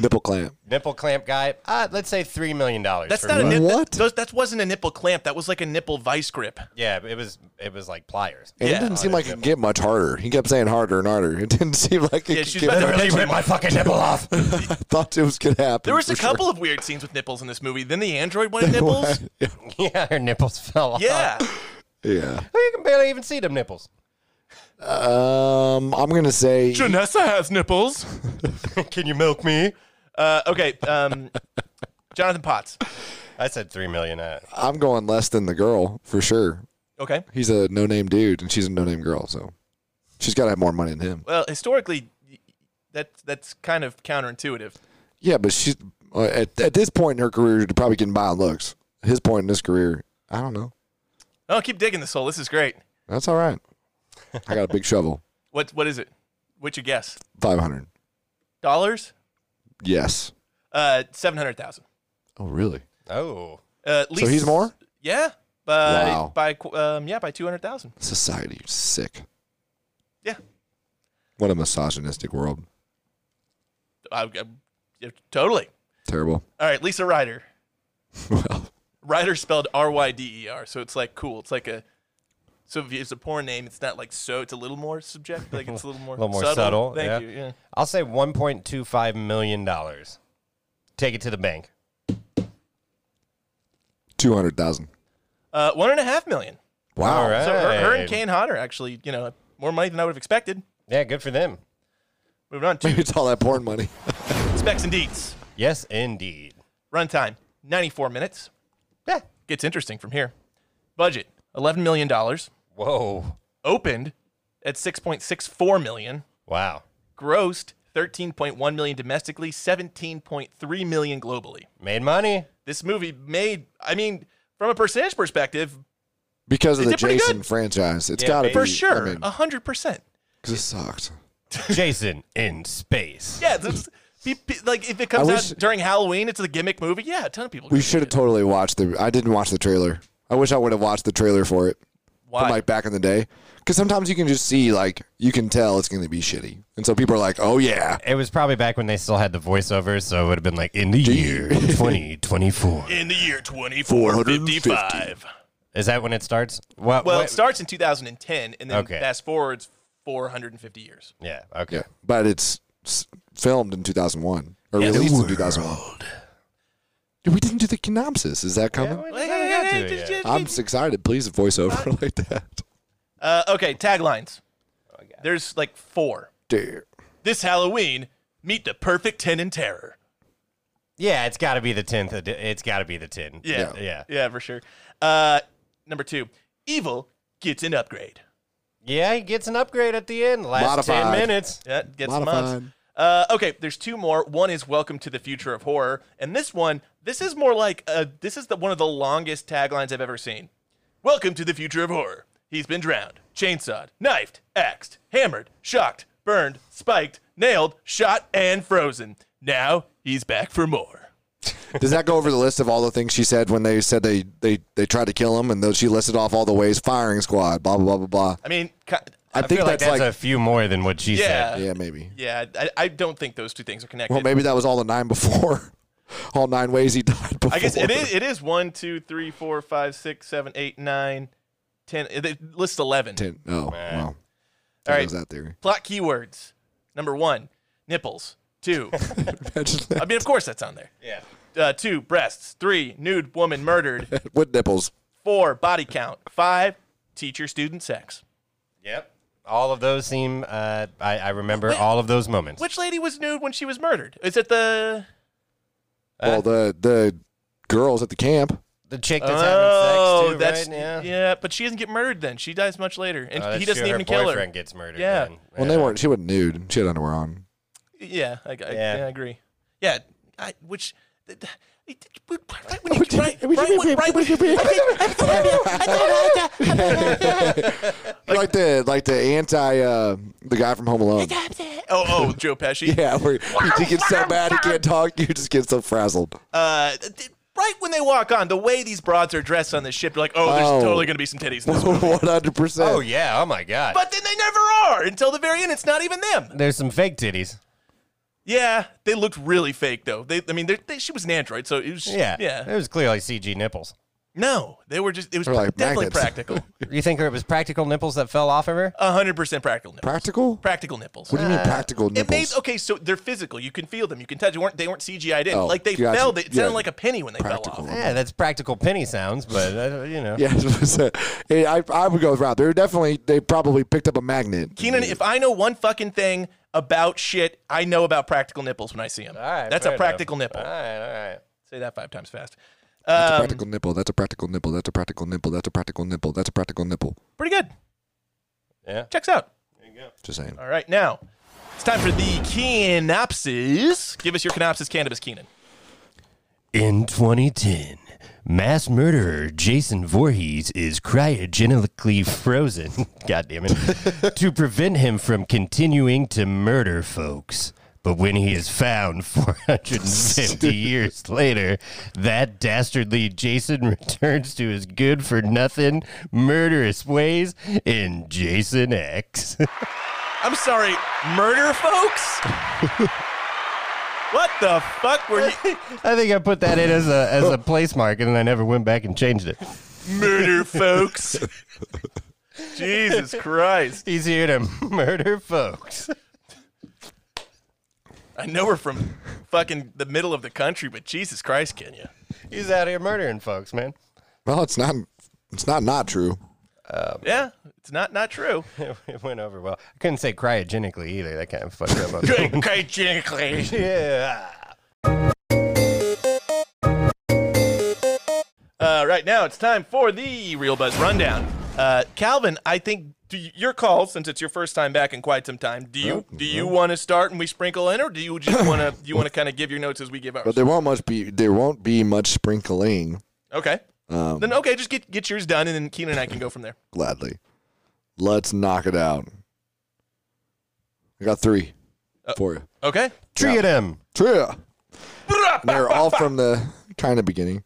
[SPEAKER 1] Nipple clamp.
[SPEAKER 2] Nipple clamp guy. Uh, let's say three million dollars.
[SPEAKER 3] That's
[SPEAKER 2] for
[SPEAKER 3] not a
[SPEAKER 2] one.
[SPEAKER 3] nipple.
[SPEAKER 1] What?
[SPEAKER 3] That, those- that wasn't a nipple clamp. That was like a nipple vice grip.
[SPEAKER 2] Yeah, it was. It was like pliers.
[SPEAKER 1] And
[SPEAKER 3] Yeah. Oh,
[SPEAKER 1] it didn't seem like it could get much harder. He kept saying harder and harder. It didn't seem like it
[SPEAKER 3] Yeah,
[SPEAKER 1] could
[SPEAKER 3] she's
[SPEAKER 1] get
[SPEAKER 3] about to
[SPEAKER 1] much-
[SPEAKER 3] really rip my
[SPEAKER 2] fucking nipple off.
[SPEAKER 1] I thought it was going to happen.
[SPEAKER 3] There was a
[SPEAKER 1] for sure.
[SPEAKER 3] couple of weird scenes with nipples in this movie. Then the android wanted nipples.
[SPEAKER 2] yeah, her nipples fell off.
[SPEAKER 3] yeah.
[SPEAKER 1] Yeah.
[SPEAKER 2] you can barely even see them nipples.
[SPEAKER 1] Um, I'm going to say
[SPEAKER 3] Janessa has nipples.
[SPEAKER 2] can you milk me?
[SPEAKER 3] Uh, okay. Um, Jonathan Potts.
[SPEAKER 2] I said three million. Uh,
[SPEAKER 1] I'm going less than the girl for sure.
[SPEAKER 3] Okay.
[SPEAKER 1] He's a no name dude and she's a no name girl, so she's got to have more money than him.
[SPEAKER 3] Well, historically, y- that that's kind of counterintuitive.
[SPEAKER 1] Yeah, but she's uh, at, at this point in her career, she's probably getting by on looks. His point in his career, I don't know.
[SPEAKER 3] Oh, keep digging this hole. This is great.
[SPEAKER 1] That's all right. I got a big shovel.
[SPEAKER 3] What what is it? What's your guess?
[SPEAKER 1] 500.
[SPEAKER 3] Dollars?
[SPEAKER 1] Yes.
[SPEAKER 3] Uh, seven hundred thousand.
[SPEAKER 1] Oh, really?
[SPEAKER 2] oh,
[SPEAKER 3] Uh,
[SPEAKER 1] So he's more?
[SPEAKER 3] Yeah. By
[SPEAKER 1] Wow.
[SPEAKER 3] by qu- um, yeah by two hundred thousand.
[SPEAKER 1] Society is sick.
[SPEAKER 3] Yeah.
[SPEAKER 1] What a misogynistic world.
[SPEAKER 3] I, I- yeah, totally.
[SPEAKER 1] Terrible.
[SPEAKER 3] All right, Lisa Ryder.
[SPEAKER 1] well,
[SPEAKER 3] Ryder spelled R Y D E R, so it's like cool. It's like a so if it's a porn name, it's not like so. It's a little more subjective. Like it's a little more
[SPEAKER 2] a little more
[SPEAKER 3] subtle.
[SPEAKER 2] subtle.
[SPEAKER 3] Thank
[SPEAKER 2] yeah.
[SPEAKER 3] you. Yeah.
[SPEAKER 2] I'll say one point two five million dollars. Take it to the bank.
[SPEAKER 1] 200,000.
[SPEAKER 3] Uh, one and a half million.
[SPEAKER 1] Wow.
[SPEAKER 2] All right.
[SPEAKER 3] So her, her and Kane Hodder actually, you know, more money than I would have expected.
[SPEAKER 2] Yeah, good for them.
[SPEAKER 3] Moving on to
[SPEAKER 1] Maybe it's all that porn money.
[SPEAKER 3] Specs and Deets.
[SPEAKER 2] Yes, indeed.
[SPEAKER 3] Runtime 94 minutes.
[SPEAKER 2] Yeah.
[SPEAKER 3] Gets interesting from here. Budget 11 million dollars.
[SPEAKER 2] Whoa.
[SPEAKER 3] Opened at 6.64 million.
[SPEAKER 2] Wow.
[SPEAKER 3] Grossed 13.1 million domestically, 17.3 million globally.
[SPEAKER 2] Made money.
[SPEAKER 3] This movie made. I mean, from a percentage perspective,
[SPEAKER 1] because of
[SPEAKER 3] They
[SPEAKER 1] the
[SPEAKER 3] did pretty
[SPEAKER 1] Jason
[SPEAKER 3] good.
[SPEAKER 1] franchise. It's
[SPEAKER 9] Yeah,
[SPEAKER 1] got to be
[SPEAKER 3] for
[SPEAKER 1] I
[SPEAKER 3] sure,
[SPEAKER 1] mean,
[SPEAKER 3] a hundred percent.
[SPEAKER 1] 'cause it sucked.
[SPEAKER 2] Jason in space.
[SPEAKER 3] Yeah, this, pe- pe- like if it comes
[SPEAKER 1] I
[SPEAKER 3] out
[SPEAKER 1] wish-
[SPEAKER 3] during Halloween, it's a gimmick movie. Yeah, a ton of people.
[SPEAKER 1] We should have totally watched the. I didn't watch the trailer. I wish I would have watched the trailer for it
[SPEAKER 3] Why?
[SPEAKER 1] from like back in the day. Because sometimes you can just see like you can tell it's going to be shitty, and so people are like, "Oh yeah,
[SPEAKER 2] It was probably back when they still had the voiceovers, so it would have been like in the year 2024.
[SPEAKER 3] in the year 2455.
[SPEAKER 2] Is that when it starts? What,
[SPEAKER 3] Well,
[SPEAKER 2] what-
[SPEAKER 3] it starts in 2010, and then
[SPEAKER 2] Okay.
[SPEAKER 3] fast forwards 450 years.
[SPEAKER 2] Yeah. Okay.
[SPEAKER 1] yeah," but it's s- filmed in 2001 or
[SPEAKER 3] Yeah, the
[SPEAKER 1] released in 2001. Dude, we didn't do the synopsis. Is that coming? I'm s- excited. Please voiceover like that.
[SPEAKER 3] Uh, okay, taglines.
[SPEAKER 2] Oh,
[SPEAKER 3] There's like four.
[SPEAKER 1] Dude,
[SPEAKER 3] This Halloween, meet the perfect 10 in terror.
[SPEAKER 2] Yeah, it's got to be the tenth. It's got to be the ten.
[SPEAKER 3] Yeah.
[SPEAKER 2] yeah, yeah,
[SPEAKER 3] Yeah, for sure. Uh, number two, evil gets an upgrade.
[SPEAKER 2] Yeah, He gets an upgrade at the end. Last ten
[SPEAKER 1] Modified.
[SPEAKER 2] minutes.
[SPEAKER 3] Yeah, gets
[SPEAKER 1] Modified.
[SPEAKER 3] months. Uh, okay, there's two more. One is "Welcome to the Future of Horror," and this one, this is more like uh, this is the one of the longest taglines I've ever seen. "Welcome to the Future of Horror." He's been drowned, chainsawed, knifed, axed, hammered, shocked, burned, spiked, nailed, shot, and frozen. Now he's back for more.
[SPEAKER 1] Does that go over the list of all the things she said when they said they they, they tried to kill him and though she listed off all the ways firing squad blah blah blah blah blah.
[SPEAKER 3] I mean, ki-
[SPEAKER 1] I,
[SPEAKER 2] I
[SPEAKER 1] think
[SPEAKER 2] feel like
[SPEAKER 1] that's like,
[SPEAKER 2] that's a few more than what she
[SPEAKER 3] yeah,
[SPEAKER 2] said.
[SPEAKER 1] yeah maybe.
[SPEAKER 3] yeah. I, I don't think those two things are connected.
[SPEAKER 1] Well, maybe that was all the nine before, all nine ways he died before.
[SPEAKER 3] I guess it is. It is one, two, three, four, five, six, seven, eight, nine, ten. It it lists eleven.
[SPEAKER 1] Ten. Oh, wow.
[SPEAKER 3] All
[SPEAKER 1] All
[SPEAKER 3] right.
[SPEAKER 1] right. that theory.
[SPEAKER 3] Plot keywords. Number one, nipples. Two.
[SPEAKER 1] Imagine that.
[SPEAKER 3] I mean, of course that's on there.
[SPEAKER 2] Yeah.
[SPEAKER 3] Uh, two, breasts. Three, nude woman murdered.
[SPEAKER 1] With nipples.
[SPEAKER 3] Four, body count. Five, teacher student sex.
[SPEAKER 2] Yep. All of those seem. Uh, I, I remember all of those moments.
[SPEAKER 3] Which lady was nude when she was murdered? Is it the.
[SPEAKER 1] well, the the girls at the camp.
[SPEAKER 2] the chick that's
[SPEAKER 3] Oh,
[SPEAKER 2] having
[SPEAKER 3] that's.
[SPEAKER 2] sex too, right? Yeah.
[SPEAKER 3] but she doesn't get murdered then. She dies much later. And
[SPEAKER 2] Oh, that's
[SPEAKER 3] he doesn't
[SPEAKER 2] true.
[SPEAKER 3] even
[SPEAKER 2] her
[SPEAKER 3] kill her.
[SPEAKER 2] boyfriend gets murdered.
[SPEAKER 3] Yeah.
[SPEAKER 2] then.
[SPEAKER 1] Well, they weren't. She wasn't nude. She had underwear on.
[SPEAKER 3] Yeah, I, I, yeah.
[SPEAKER 2] Yeah.
[SPEAKER 3] I agree. Yeah, I, which. Right
[SPEAKER 1] Oh,
[SPEAKER 3] when you, right, right, when- right when-
[SPEAKER 1] Like, the like the anti uh, the guy from Home Alone.
[SPEAKER 3] oh, oh, Joe Pesci.
[SPEAKER 1] Yeah, where he gets so bad he can't talk. You just get so frazzled.
[SPEAKER 3] uh, th- right when they walk on, the way these broads are dressed on this ship, you're like, oh, there's
[SPEAKER 1] Oh.
[SPEAKER 3] totally going to be some titties. In this movie.
[SPEAKER 1] One hundred percent.
[SPEAKER 2] Oh yeah. Oh my god.
[SPEAKER 3] but then they never are until the very end. It's not even them.
[SPEAKER 2] There's some fake titties.
[SPEAKER 3] Yeah, they looked really fake though. They, I mean, they're- they, she was an android, so it was
[SPEAKER 2] Yeah. It
[SPEAKER 3] yeah.
[SPEAKER 2] was clearly CG nipples.
[SPEAKER 3] No, they were just it was
[SPEAKER 1] They're like
[SPEAKER 3] definitely
[SPEAKER 1] magnets.
[SPEAKER 3] practical.
[SPEAKER 2] You think it was practical nipples that fell off of her?
[SPEAKER 3] hundred percent practical nipples.
[SPEAKER 1] Practical?
[SPEAKER 3] Practical nipples.
[SPEAKER 1] What do you mean practical
[SPEAKER 3] Uh, It made
[SPEAKER 1] nipples?
[SPEAKER 3] okay, so they're physical. You can feel them. You can touch. They weren't they weren't CGI'd in.
[SPEAKER 1] Oh,
[SPEAKER 3] like they
[SPEAKER 1] gotcha.
[SPEAKER 3] fell. They, it sounded
[SPEAKER 1] Yeah.
[SPEAKER 3] like a penny when they
[SPEAKER 1] Practical.
[SPEAKER 3] fell off.
[SPEAKER 2] Yeah, that's practical penny sounds, but uh, you know.
[SPEAKER 1] Yeah, it was, uh, it- I, I would go with Rob. They're definitely they probably picked up a magnet.
[SPEAKER 3] Keenan, if I know one fucking thing about shit, I know about practical nipples when I see them.
[SPEAKER 2] All right,
[SPEAKER 3] That's
[SPEAKER 2] fair
[SPEAKER 3] a
[SPEAKER 2] enough.
[SPEAKER 3] practical nipple.
[SPEAKER 2] All right, all right.
[SPEAKER 3] Say that five times fast.
[SPEAKER 1] That's a
[SPEAKER 3] Um,
[SPEAKER 1] practical nipple. That's a practical nipple. That's a practical nipple. That's a practical nipple. That's a practical nipple.
[SPEAKER 3] pretty good.
[SPEAKER 2] Yeah.
[SPEAKER 3] Checks out.
[SPEAKER 1] Just saying.
[SPEAKER 3] All right, now it's time for the Canopsis. Give us your Canopsis cannabis, Keenan.
[SPEAKER 2] In 2010, mass murderer Jason Voorhees is cryogenically frozen. God damn it. to prevent him from continuing to murder folks. But when he is found 450 years later, that dastardly Jason returns to his good for nothing, murderous ways in Jason X.
[SPEAKER 3] I'm sorry, murder folks? what the fuck were you?
[SPEAKER 2] I think I put that in as a, as a place mark and then I never went back and changed it.
[SPEAKER 3] Murder folks? Jesus Christ.
[SPEAKER 2] He's here to murder folks.
[SPEAKER 3] I know we're from fucking the middle of the country, but Jesus Christ, Kenya.
[SPEAKER 2] He's out here murdering folks, man.
[SPEAKER 1] Well, it's not. It's not not true.
[SPEAKER 3] Yeah, it's not not true.
[SPEAKER 2] it went over well. I couldn't say cryogenically either. That kind of fucked up.
[SPEAKER 3] Cryogenically.
[SPEAKER 2] yeah.
[SPEAKER 3] Uh, right now, it's time for the Real Buzz Rundown. Uh, Calvin, I think do y- your call since it's your first time back in quite some time. Do you do you want to start and we sprinkle in, or do you just want to you want to kind of give your notes as we give
[SPEAKER 1] But
[SPEAKER 3] ours?
[SPEAKER 1] there won't much be there won't be much sprinkling
[SPEAKER 3] Okay. then okay, just get get yours done, and then Keenan and I can go from there.
[SPEAKER 1] gladly. Let's knock it out. I got three
[SPEAKER 3] Uh,
[SPEAKER 1] for you.
[SPEAKER 3] Okay.
[SPEAKER 2] Tree at him.
[SPEAKER 1] Three. And they're all from the kind of beginning.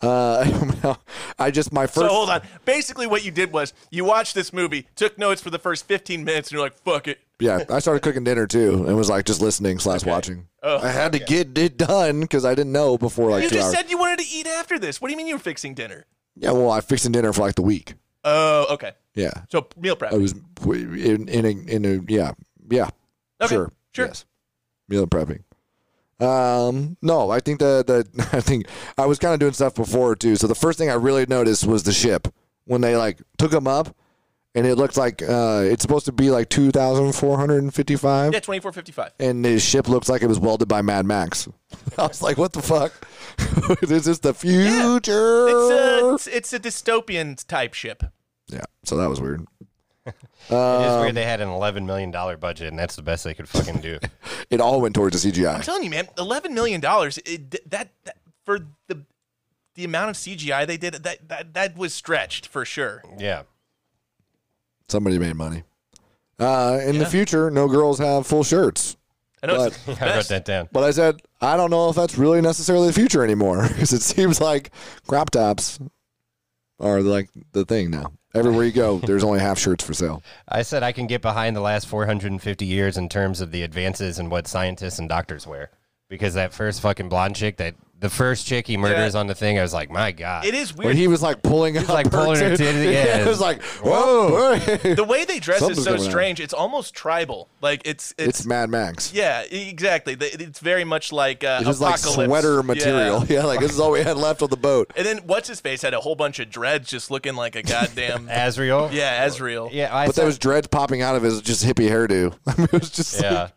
[SPEAKER 1] Uh, I just my first.
[SPEAKER 3] So hold on. Basically, what you did was you watched this movie, took notes for the first 15 minutes, and you're like, "Fuck it."
[SPEAKER 1] Yeah, I started cooking dinner too, and was like just listening slash watching. I had to get it done because I didn't know before like
[SPEAKER 3] Oh, You
[SPEAKER 1] two
[SPEAKER 3] just
[SPEAKER 1] hours.
[SPEAKER 3] said you wanted to eat after this. What do you mean you were fixing dinner?
[SPEAKER 1] yeah, well, I fixed dinner for like the week.
[SPEAKER 3] Oh, okay.
[SPEAKER 1] Yeah,
[SPEAKER 3] So meal prep.
[SPEAKER 1] I was in in a, in a yeah yeah
[SPEAKER 3] Okay,
[SPEAKER 1] sure
[SPEAKER 3] sure.
[SPEAKER 1] yes meal prepping. Um, no, I think the the I think I was kind of doing stuff before too. So the first thing I really noticed was the ship when they like took them up, and it looked like uh it's supposed to be like two thousand four hundred and fifty five.
[SPEAKER 3] Yeah, 24.55.
[SPEAKER 1] and his ship looks like it was welded by Mad Max. I was like, what the fuck? this is the future.
[SPEAKER 3] It's uh, a it's, it's a dystopian type ship.
[SPEAKER 1] yeah, so that was weird. Um,
[SPEAKER 2] it is weird they had an $11 million budget, and that's the best they could fucking do.
[SPEAKER 1] It all went towards the
[SPEAKER 3] I'm
[SPEAKER 1] CGI.
[SPEAKER 3] telling you, man, 11 million dollars. That, that for the the amount of CGI they did, that that that was stretched for sure.
[SPEAKER 2] yeah.
[SPEAKER 1] Somebody made money. Uh, in the future, no girls have full shirts.
[SPEAKER 3] I know.
[SPEAKER 1] But
[SPEAKER 3] it's the
[SPEAKER 2] I wrote
[SPEAKER 3] best.
[SPEAKER 2] that down.
[SPEAKER 1] but I said, I don't know if that's really necessarily the future anymore because it seems like crop tops are like the thing now. Everywhere you go, there's only half shirts for sale.
[SPEAKER 2] I said I can get behind the last 450 years in terms of the advances in what scientists and doctors wear. Because that first fucking blonde chick, that the first chick he murders on the thing, I was like, my God.
[SPEAKER 3] It is
[SPEAKER 1] When
[SPEAKER 3] weird.
[SPEAKER 1] he was like pulling up,
[SPEAKER 2] like, pulling her
[SPEAKER 1] tit-
[SPEAKER 2] titty, yeah.
[SPEAKER 1] it was like, whoa,
[SPEAKER 3] the way they dress
[SPEAKER 1] Something's
[SPEAKER 3] is so
[SPEAKER 1] going on.
[SPEAKER 3] strange. It's almost tribal. Like it's it's,
[SPEAKER 1] it's Mad Max.
[SPEAKER 3] yeah, e- exactly. They- It's very much like uh,
[SPEAKER 1] It was like
[SPEAKER 3] apocalypse.
[SPEAKER 1] sweater
[SPEAKER 3] Yeah.
[SPEAKER 1] material. Yeah. like this is all we had left on the boat.
[SPEAKER 3] And then what's his face had a whole bunch of dreads, just looking like a goddamn
[SPEAKER 2] Asriel?
[SPEAKER 3] yeah, Ezreal.
[SPEAKER 2] Yeah. I
[SPEAKER 1] But
[SPEAKER 2] said-
[SPEAKER 1] that was dreads popping out of his just hippie hairdo. I mean, it was just like-
[SPEAKER 2] Yeah.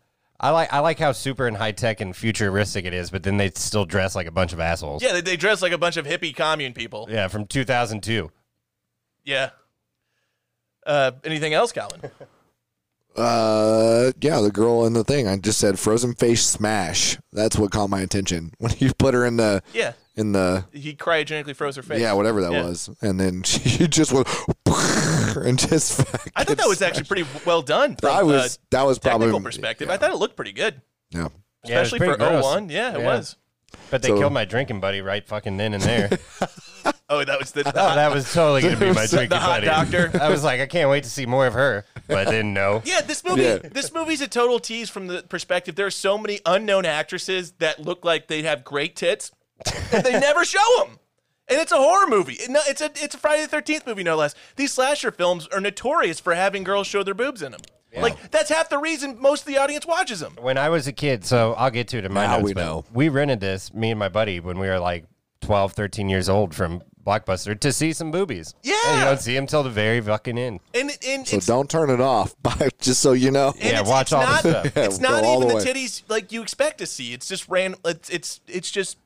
[SPEAKER 2] I like I like how super and high tech and futuristic it is, but then they still dress like a bunch of assholes.
[SPEAKER 3] Yeah, they, they dress like a bunch of hippie commune people.
[SPEAKER 2] Yeah, from 2002.
[SPEAKER 3] Yeah. Uh, anything else, Colin?
[SPEAKER 1] uh, yeah, the girl in the thing. I just said frozen face smash. That's what caught my attention when he put her in the
[SPEAKER 3] Yeah.
[SPEAKER 1] in the
[SPEAKER 3] He cryogenically froze her face.
[SPEAKER 1] yeah whatever that
[SPEAKER 3] Yeah.
[SPEAKER 1] was, and then she just went and just.
[SPEAKER 3] I thought that was actually pretty well done from
[SPEAKER 1] That was
[SPEAKER 3] a
[SPEAKER 1] that was
[SPEAKER 3] technical
[SPEAKER 1] probably
[SPEAKER 3] perspective. I thought it looked pretty good,
[SPEAKER 1] Yeah.
[SPEAKER 2] Yeah, it was
[SPEAKER 3] especially
[SPEAKER 2] pretty
[SPEAKER 3] for
[SPEAKER 2] gross.
[SPEAKER 3] 01. Yeah, it
[SPEAKER 2] Yeah.
[SPEAKER 3] was.
[SPEAKER 2] But they
[SPEAKER 1] So-
[SPEAKER 2] killed my drinking buddy right fucking then and there.
[SPEAKER 3] Oh, that was the, the
[SPEAKER 2] oh,
[SPEAKER 3] hot,
[SPEAKER 2] that was totally gonna be my drinking
[SPEAKER 3] hot
[SPEAKER 2] buddy.
[SPEAKER 3] doctor.
[SPEAKER 2] I was like, I can't wait to see more of her, but then no.
[SPEAKER 3] Yeah, this movie
[SPEAKER 1] Yeah.
[SPEAKER 3] this movie's a total tease from the perspective. There are so many unknown actresses that look like they have great tits, and they never show them. And it's a horror movie. And No, it's a it's a Friday the Thirteenth movie, no less. These slasher films are notorious for having girls show their boobs in them. Like that's half the reason most of the audience watches them.
[SPEAKER 2] When I was a kid, so I'll get to it in my
[SPEAKER 1] Now
[SPEAKER 2] notes,
[SPEAKER 1] we
[SPEAKER 2] but
[SPEAKER 1] know.
[SPEAKER 2] We rented this, me and my buddy, when we were like 12, 13 years old from Blockbuster to see some boobies.
[SPEAKER 3] Yeah.
[SPEAKER 2] And you don't see them till the very fucking end.
[SPEAKER 3] And and
[SPEAKER 1] So
[SPEAKER 3] it's
[SPEAKER 1] don't turn it off, but just so you know.
[SPEAKER 3] and
[SPEAKER 2] Yeah,
[SPEAKER 3] it's,
[SPEAKER 2] watch
[SPEAKER 3] it's
[SPEAKER 2] all the
[SPEAKER 3] not,
[SPEAKER 2] stuff.
[SPEAKER 1] Yeah,
[SPEAKER 3] It's
[SPEAKER 1] go
[SPEAKER 3] not
[SPEAKER 1] all
[SPEAKER 3] even
[SPEAKER 1] the
[SPEAKER 3] the,
[SPEAKER 1] way.
[SPEAKER 3] titties like you expect to see. It's just ran. It's it's, it's just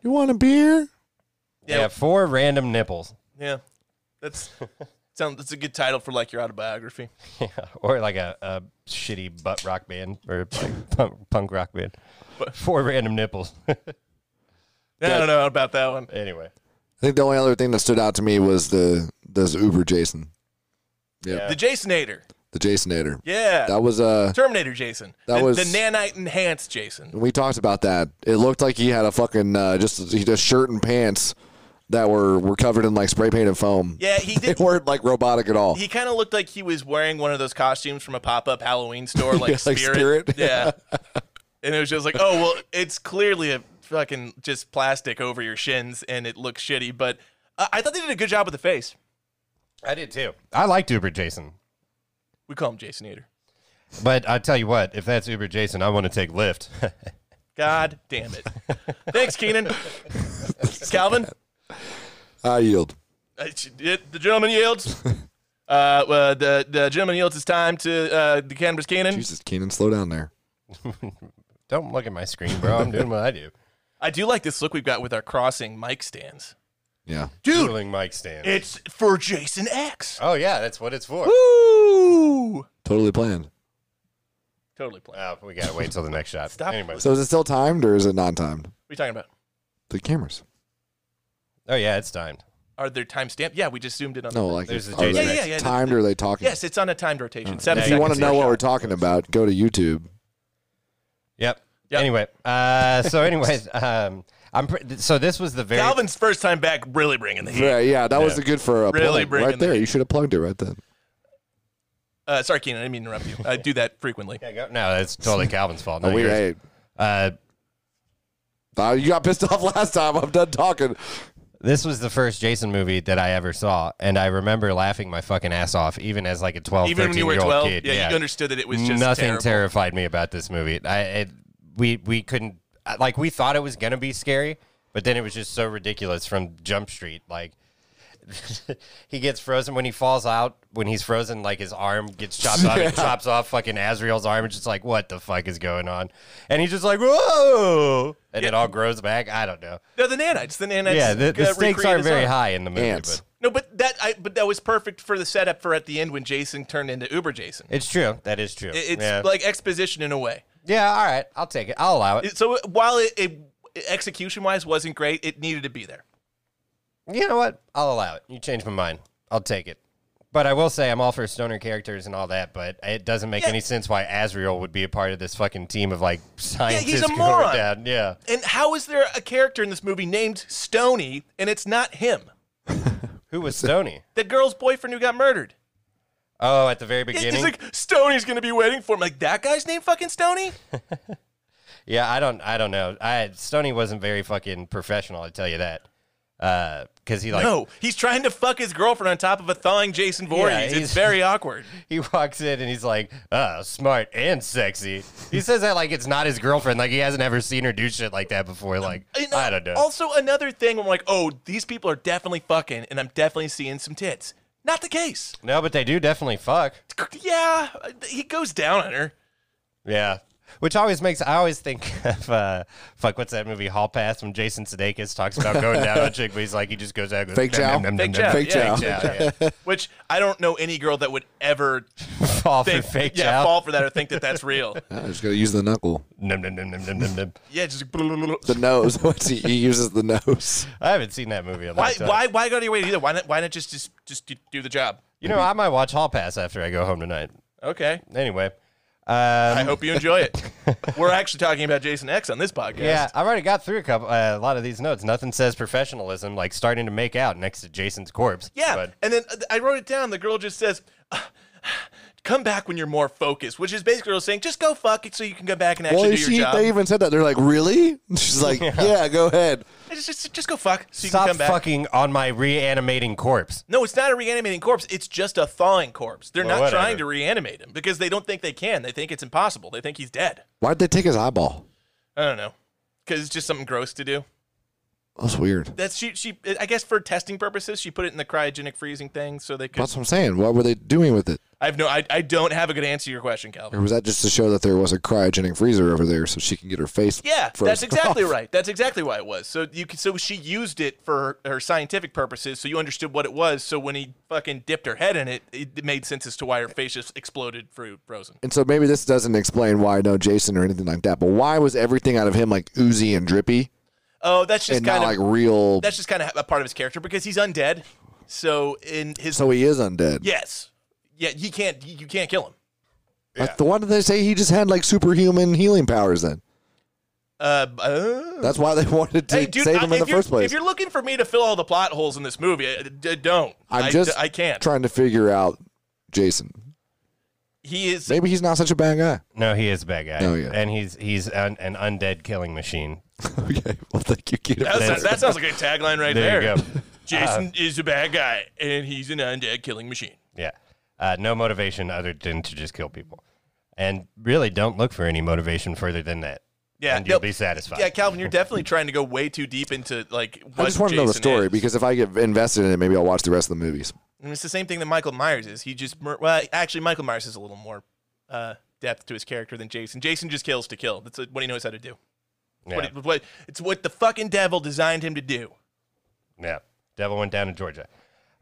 [SPEAKER 1] You want a beer?
[SPEAKER 3] Yeah.
[SPEAKER 2] Yeah, four random nipples.
[SPEAKER 3] yeah. That's sound. That's a good title for like your autobiography.
[SPEAKER 2] Yeah, or like a, a shitty butt rock band or like punk, punk rock band. Four random nipples.
[SPEAKER 3] I don't know about that one.
[SPEAKER 2] anyway,
[SPEAKER 1] I think the only other thing that stood out to me was the this Uber Jason,
[SPEAKER 3] The Jasonator.
[SPEAKER 1] the Jasonator.
[SPEAKER 3] Yeah.
[SPEAKER 1] That was uh
[SPEAKER 3] Terminator Jason.
[SPEAKER 1] That
[SPEAKER 3] the,
[SPEAKER 1] was-
[SPEAKER 3] the nanite enhanced Jason.
[SPEAKER 1] we talked about that. It looked like he had a fucking uh, just he just shirt and pants that were were covered in like spray paint and foam.
[SPEAKER 3] Yeah, he
[SPEAKER 1] They
[SPEAKER 3] did.
[SPEAKER 1] weren't like robotic at all.
[SPEAKER 3] He kind of looked like he was wearing one of those costumes from a pop-up Halloween store, like,
[SPEAKER 1] Yeah, like
[SPEAKER 3] Spirit.
[SPEAKER 1] Spirit.
[SPEAKER 3] Yeah. and it was just like, oh well, it's clearly a fucking just plastic over your shins, and it looks shitty. But uh, I thought they did a good job with the face.
[SPEAKER 2] I did too. I liked Uber Jason,
[SPEAKER 3] We call him Jasonator.
[SPEAKER 2] but I tell you what, if that's Uber Jason, I want to take Lyft.
[SPEAKER 3] God damn it! Thanks, Keenan. Calvin,
[SPEAKER 1] I yield.
[SPEAKER 3] Uh, it- the gentleman yields. Uh, uh, the the gentleman yields. It's time to uh, the canvas Keenan.
[SPEAKER 1] Jesus, Keenan, slow down there.
[SPEAKER 2] Don't look at my screen, bro. I'm doing what I do.
[SPEAKER 3] I do like this look we've got with our crossing mic stands.
[SPEAKER 1] Yeah.
[SPEAKER 3] Dude,
[SPEAKER 2] Dueling mic stand.
[SPEAKER 3] it's for Jason X.
[SPEAKER 2] oh yeah, that's what it's for.
[SPEAKER 3] Woo!
[SPEAKER 1] Totally planned.
[SPEAKER 3] Totally playing.
[SPEAKER 2] Oh, we gotta wait till the next shot.
[SPEAKER 3] Stop.
[SPEAKER 2] Anyways.
[SPEAKER 1] So is it still timed or is it non
[SPEAKER 3] What
[SPEAKER 1] timed?
[SPEAKER 3] are you talking about?
[SPEAKER 1] The cameras.
[SPEAKER 2] Oh yeah, it's timed.
[SPEAKER 3] Are there timestamp? Yeah, we just zoomed in on.
[SPEAKER 1] No, like
[SPEAKER 2] There's the
[SPEAKER 1] are
[SPEAKER 2] Jason
[SPEAKER 1] they
[SPEAKER 3] X. Yeah, yeah, yeah.
[SPEAKER 1] timed or are they talking?
[SPEAKER 3] Yes, it's on a timed
[SPEAKER 2] Oh,
[SPEAKER 3] rotation. Seven
[SPEAKER 1] If you want to
[SPEAKER 3] seconds
[SPEAKER 1] know
[SPEAKER 3] per
[SPEAKER 1] what
[SPEAKER 3] shot.
[SPEAKER 1] we're talking about, go to YouTube.
[SPEAKER 2] Yep.
[SPEAKER 3] Yep.
[SPEAKER 2] Anyway, uh, so anyways, um, I'm pr- th- so this was the very
[SPEAKER 3] Calvin's first time back, really bringing the heat.
[SPEAKER 1] Yeah, yeah, that was good for a
[SPEAKER 3] Really
[SPEAKER 1] plug
[SPEAKER 3] bringing
[SPEAKER 1] right there.
[SPEAKER 3] the-
[SPEAKER 1] You should have plugged it right then.
[SPEAKER 3] Uh, sorry, Keenan, I didn't mean to interrupt you. I do that frequently.
[SPEAKER 2] Yeah, go- no, that's totally Calvin's fault.
[SPEAKER 1] Oh,
[SPEAKER 2] not
[SPEAKER 1] wait,
[SPEAKER 2] yours.
[SPEAKER 1] hey,
[SPEAKER 2] Uh,
[SPEAKER 1] uh, you got pissed off last time. I'm done talking.
[SPEAKER 2] this was the first Jason movie that I ever saw, and I remember laughing my fucking ass off, even as like a 12,
[SPEAKER 3] Even when you were
[SPEAKER 2] 13 year old
[SPEAKER 3] 12,
[SPEAKER 2] kid.
[SPEAKER 3] yeah, you understood that it was just
[SPEAKER 2] nothing
[SPEAKER 3] terrible.
[SPEAKER 2] terrified me about this movie. I it, we we couldn't I- like we thought it was gonna be scary, but then it was just so ridiculous from Jump Street. Like he gets frozen when he falls out. When he's frozen, like his arm gets chopped off. It chops off fucking Azrael's arm. It's just like what the fuck is going on? And he's just like whoa, and it all grows back. I don't know.
[SPEAKER 3] No, the nanites, the nanites.
[SPEAKER 2] yeah, the, the
[SPEAKER 3] uh,
[SPEAKER 2] stakes
[SPEAKER 3] recreate
[SPEAKER 2] aren't
[SPEAKER 3] his
[SPEAKER 2] very
[SPEAKER 3] own.
[SPEAKER 2] high in the movie,
[SPEAKER 1] Ants.
[SPEAKER 2] but
[SPEAKER 3] No, but that I but that was perfect for the setup for at the end when Jason turned into Uber Jason. It,
[SPEAKER 2] it's true. That is true.
[SPEAKER 3] it's
[SPEAKER 2] yeah.
[SPEAKER 3] like exposition in a way.
[SPEAKER 2] yeah, all right, I'll take it. I'll allow it.
[SPEAKER 3] It- so while it, it execution wise wasn't great, it needed to be there.
[SPEAKER 2] you know what? I'll allow it. You changed my mind. I'll take it. But I will say I'm all for stoner characters and all that, but it doesn't make
[SPEAKER 3] Yeah.
[SPEAKER 2] any sense why Azrael would be a part of this fucking team of like scientists
[SPEAKER 3] he's a
[SPEAKER 2] going
[SPEAKER 3] moron.
[SPEAKER 2] down. Yeah.
[SPEAKER 3] And how is there a character in this movie named Stony and it's not him?
[SPEAKER 2] Who was Stony?
[SPEAKER 3] The girl's boyfriend who got murdered.
[SPEAKER 2] Oh, at the very
[SPEAKER 3] Yeah,
[SPEAKER 2] beginning.
[SPEAKER 3] He's like Stony's gonna be waiting for him. Like that guy's name fucking Stony.
[SPEAKER 2] yeah, I don't I don't know. I Stony wasn't very fucking professional, I tell you that. Uh, cuz he like
[SPEAKER 3] no, he's trying to fuck his girlfriend on top of a thawing Jason Voorhees.
[SPEAKER 2] he's-
[SPEAKER 3] it's very awkward.
[SPEAKER 2] he walks in and he's like, "Uh, smart and sexy." He says that like it's not his girlfriend, like he hasn't ever seen her do shit like that before like
[SPEAKER 3] And, uh,
[SPEAKER 2] I don't know.
[SPEAKER 3] Also, another thing, I'm like, oh, these people are definitely fucking, and I'm definitely seeing some tits. Not the case.
[SPEAKER 2] no, but they do definitely fuck.
[SPEAKER 3] Yeah, uh, he goes down on her.
[SPEAKER 2] Yeah. Which always makes I always think of uh, fuck what's that movie Hall Pass when Jason Sudeikis talks about going down on a chick, but he's like he just goes out and goes,
[SPEAKER 1] Fake
[SPEAKER 2] "Nom,
[SPEAKER 1] chow?
[SPEAKER 2] nom,
[SPEAKER 3] Fake
[SPEAKER 2] nom, nom,
[SPEAKER 3] chow,
[SPEAKER 2] nom."
[SPEAKER 1] Fake
[SPEAKER 3] yeah,
[SPEAKER 1] chow.
[SPEAKER 2] Yeah, yeah.
[SPEAKER 3] Which I don't know any girl that would ever
[SPEAKER 2] fall for
[SPEAKER 3] think,
[SPEAKER 2] fake
[SPEAKER 3] yeah,
[SPEAKER 2] chow.
[SPEAKER 3] fall for that or think that that's real.
[SPEAKER 1] I just got to use the knuckle.
[SPEAKER 2] Nom, nom, nom, nom, nom, nom, nom.
[SPEAKER 3] Yeah, just why,
[SPEAKER 1] The nose. What's he, he uses the nose.
[SPEAKER 2] I haven't seen that movie. in A long time.
[SPEAKER 3] why, why go to your way either? Why not? Why not just just just do the job?
[SPEAKER 2] You know, I might watch Hall Pass after I go home tonight.
[SPEAKER 3] Okay,
[SPEAKER 2] Anyway, um,
[SPEAKER 3] I hope you enjoy it. We're actually talking about Jason X on this podcast.
[SPEAKER 2] yeah, I've already got through a couple uh, a lot of these notes. Nothing says professionalism like starting to make out next to Jason's corpse.
[SPEAKER 3] Yeah,
[SPEAKER 2] but
[SPEAKER 3] and then uh, I wrote it down. The girl just says, "Ah, "Come back when you're more focused," which is basically her saying, "Just go fuck it, so you can go back and actually
[SPEAKER 1] Well,
[SPEAKER 3] do
[SPEAKER 1] she,
[SPEAKER 3] your job."
[SPEAKER 1] they even said that. They're like, really? She's like, yeah, go ahead.
[SPEAKER 3] Just, just, just go fuck, so you
[SPEAKER 2] stop
[SPEAKER 3] can come back.
[SPEAKER 2] fucking on my reanimating corpse.
[SPEAKER 3] No, it's not a reanimating corpse. It's just a thawing corpse. They're
[SPEAKER 2] Well,
[SPEAKER 3] not
[SPEAKER 2] whatever.
[SPEAKER 3] trying to reanimate him because they don't think they can. They think it's impossible. They think he's dead.
[SPEAKER 1] Why'd they take his eyeball?
[SPEAKER 3] I don't know, because it's just something gross to do.
[SPEAKER 1] That's weird.
[SPEAKER 3] That's she. She. I guess for testing purposes, she put it in the cryogenic freezing thing so they could.
[SPEAKER 1] That's what I'm saying. What were they doing with it?
[SPEAKER 3] I have no. I, I. don't have a good answer to your question, Calvin.
[SPEAKER 1] Or was that just to show that there was a cryogenic freezer over there so she can get her face?
[SPEAKER 3] Yeah,
[SPEAKER 1] frozen
[SPEAKER 3] that's exactly
[SPEAKER 1] off?
[SPEAKER 3] right. That's exactly why it was. So you could, so she used it for her, her scientific purposes. So you understood what it was. So when he fucking dipped her head in it, it made sense as to why her face just exploded through frozen.
[SPEAKER 1] And so maybe this doesn't explain why no Jason or anything like that, but why was everything out of him like oozy and drippy
[SPEAKER 3] Oh, that's just
[SPEAKER 1] and not
[SPEAKER 3] kind of
[SPEAKER 1] like real?
[SPEAKER 3] that's just kind of a part of his character because he's undead. So in his
[SPEAKER 1] So he is undead.
[SPEAKER 3] yes, yeah, he can't you can't kill him.
[SPEAKER 1] Like, the one that they say he just had like superhuman healing powers then.
[SPEAKER 3] Uh, b- uh,
[SPEAKER 1] That's why they wanted to
[SPEAKER 3] hey, dude,
[SPEAKER 1] save
[SPEAKER 3] I-
[SPEAKER 1] him in the
[SPEAKER 3] if you're-
[SPEAKER 1] first place.
[SPEAKER 3] If you're looking for me to fill all the plot holes in this movie, I, d- don't.
[SPEAKER 1] I'm
[SPEAKER 3] I-
[SPEAKER 1] just
[SPEAKER 3] I can't.
[SPEAKER 1] trying to figure out Jason.
[SPEAKER 3] He is
[SPEAKER 1] Maybe he's not such a bad guy.
[SPEAKER 2] No, he is a bad guy.
[SPEAKER 1] Oh, yeah.
[SPEAKER 2] And he's he's an, an undead killing machine.
[SPEAKER 1] okay. Well, thank you, Keaton.
[SPEAKER 3] That sounds, that sounds like a tagline right
[SPEAKER 2] There
[SPEAKER 3] there.
[SPEAKER 2] you go. Uh-huh.
[SPEAKER 3] Jason is a bad guy, and he's an undead killing machine.
[SPEAKER 2] Yeah. Uh, no motivation other than to just kill people. And really don't look for any motivation further than that.
[SPEAKER 3] Yeah,
[SPEAKER 2] And you'll
[SPEAKER 3] no-
[SPEAKER 2] be satisfied.
[SPEAKER 3] Yeah, Calvin, you're definitely trying to go way too deep into like. What
[SPEAKER 1] I just want to know the
[SPEAKER 3] Jason
[SPEAKER 1] story
[SPEAKER 3] is.
[SPEAKER 1] because if I get invested in it, maybe I'll watch the rest of the movies.
[SPEAKER 3] And it's the same thing that Michael Myers is. He just mur- well, actually, Michael Myers is a little more uh, depth to his character than Jason. Jason just kills to kill. That's uh, what he knows how to do.
[SPEAKER 2] Yeah.
[SPEAKER 3] What, it- what- it's what the fucking devil designed him to do.
[SPEAKER 2] yeah. Devil went down to Georgia.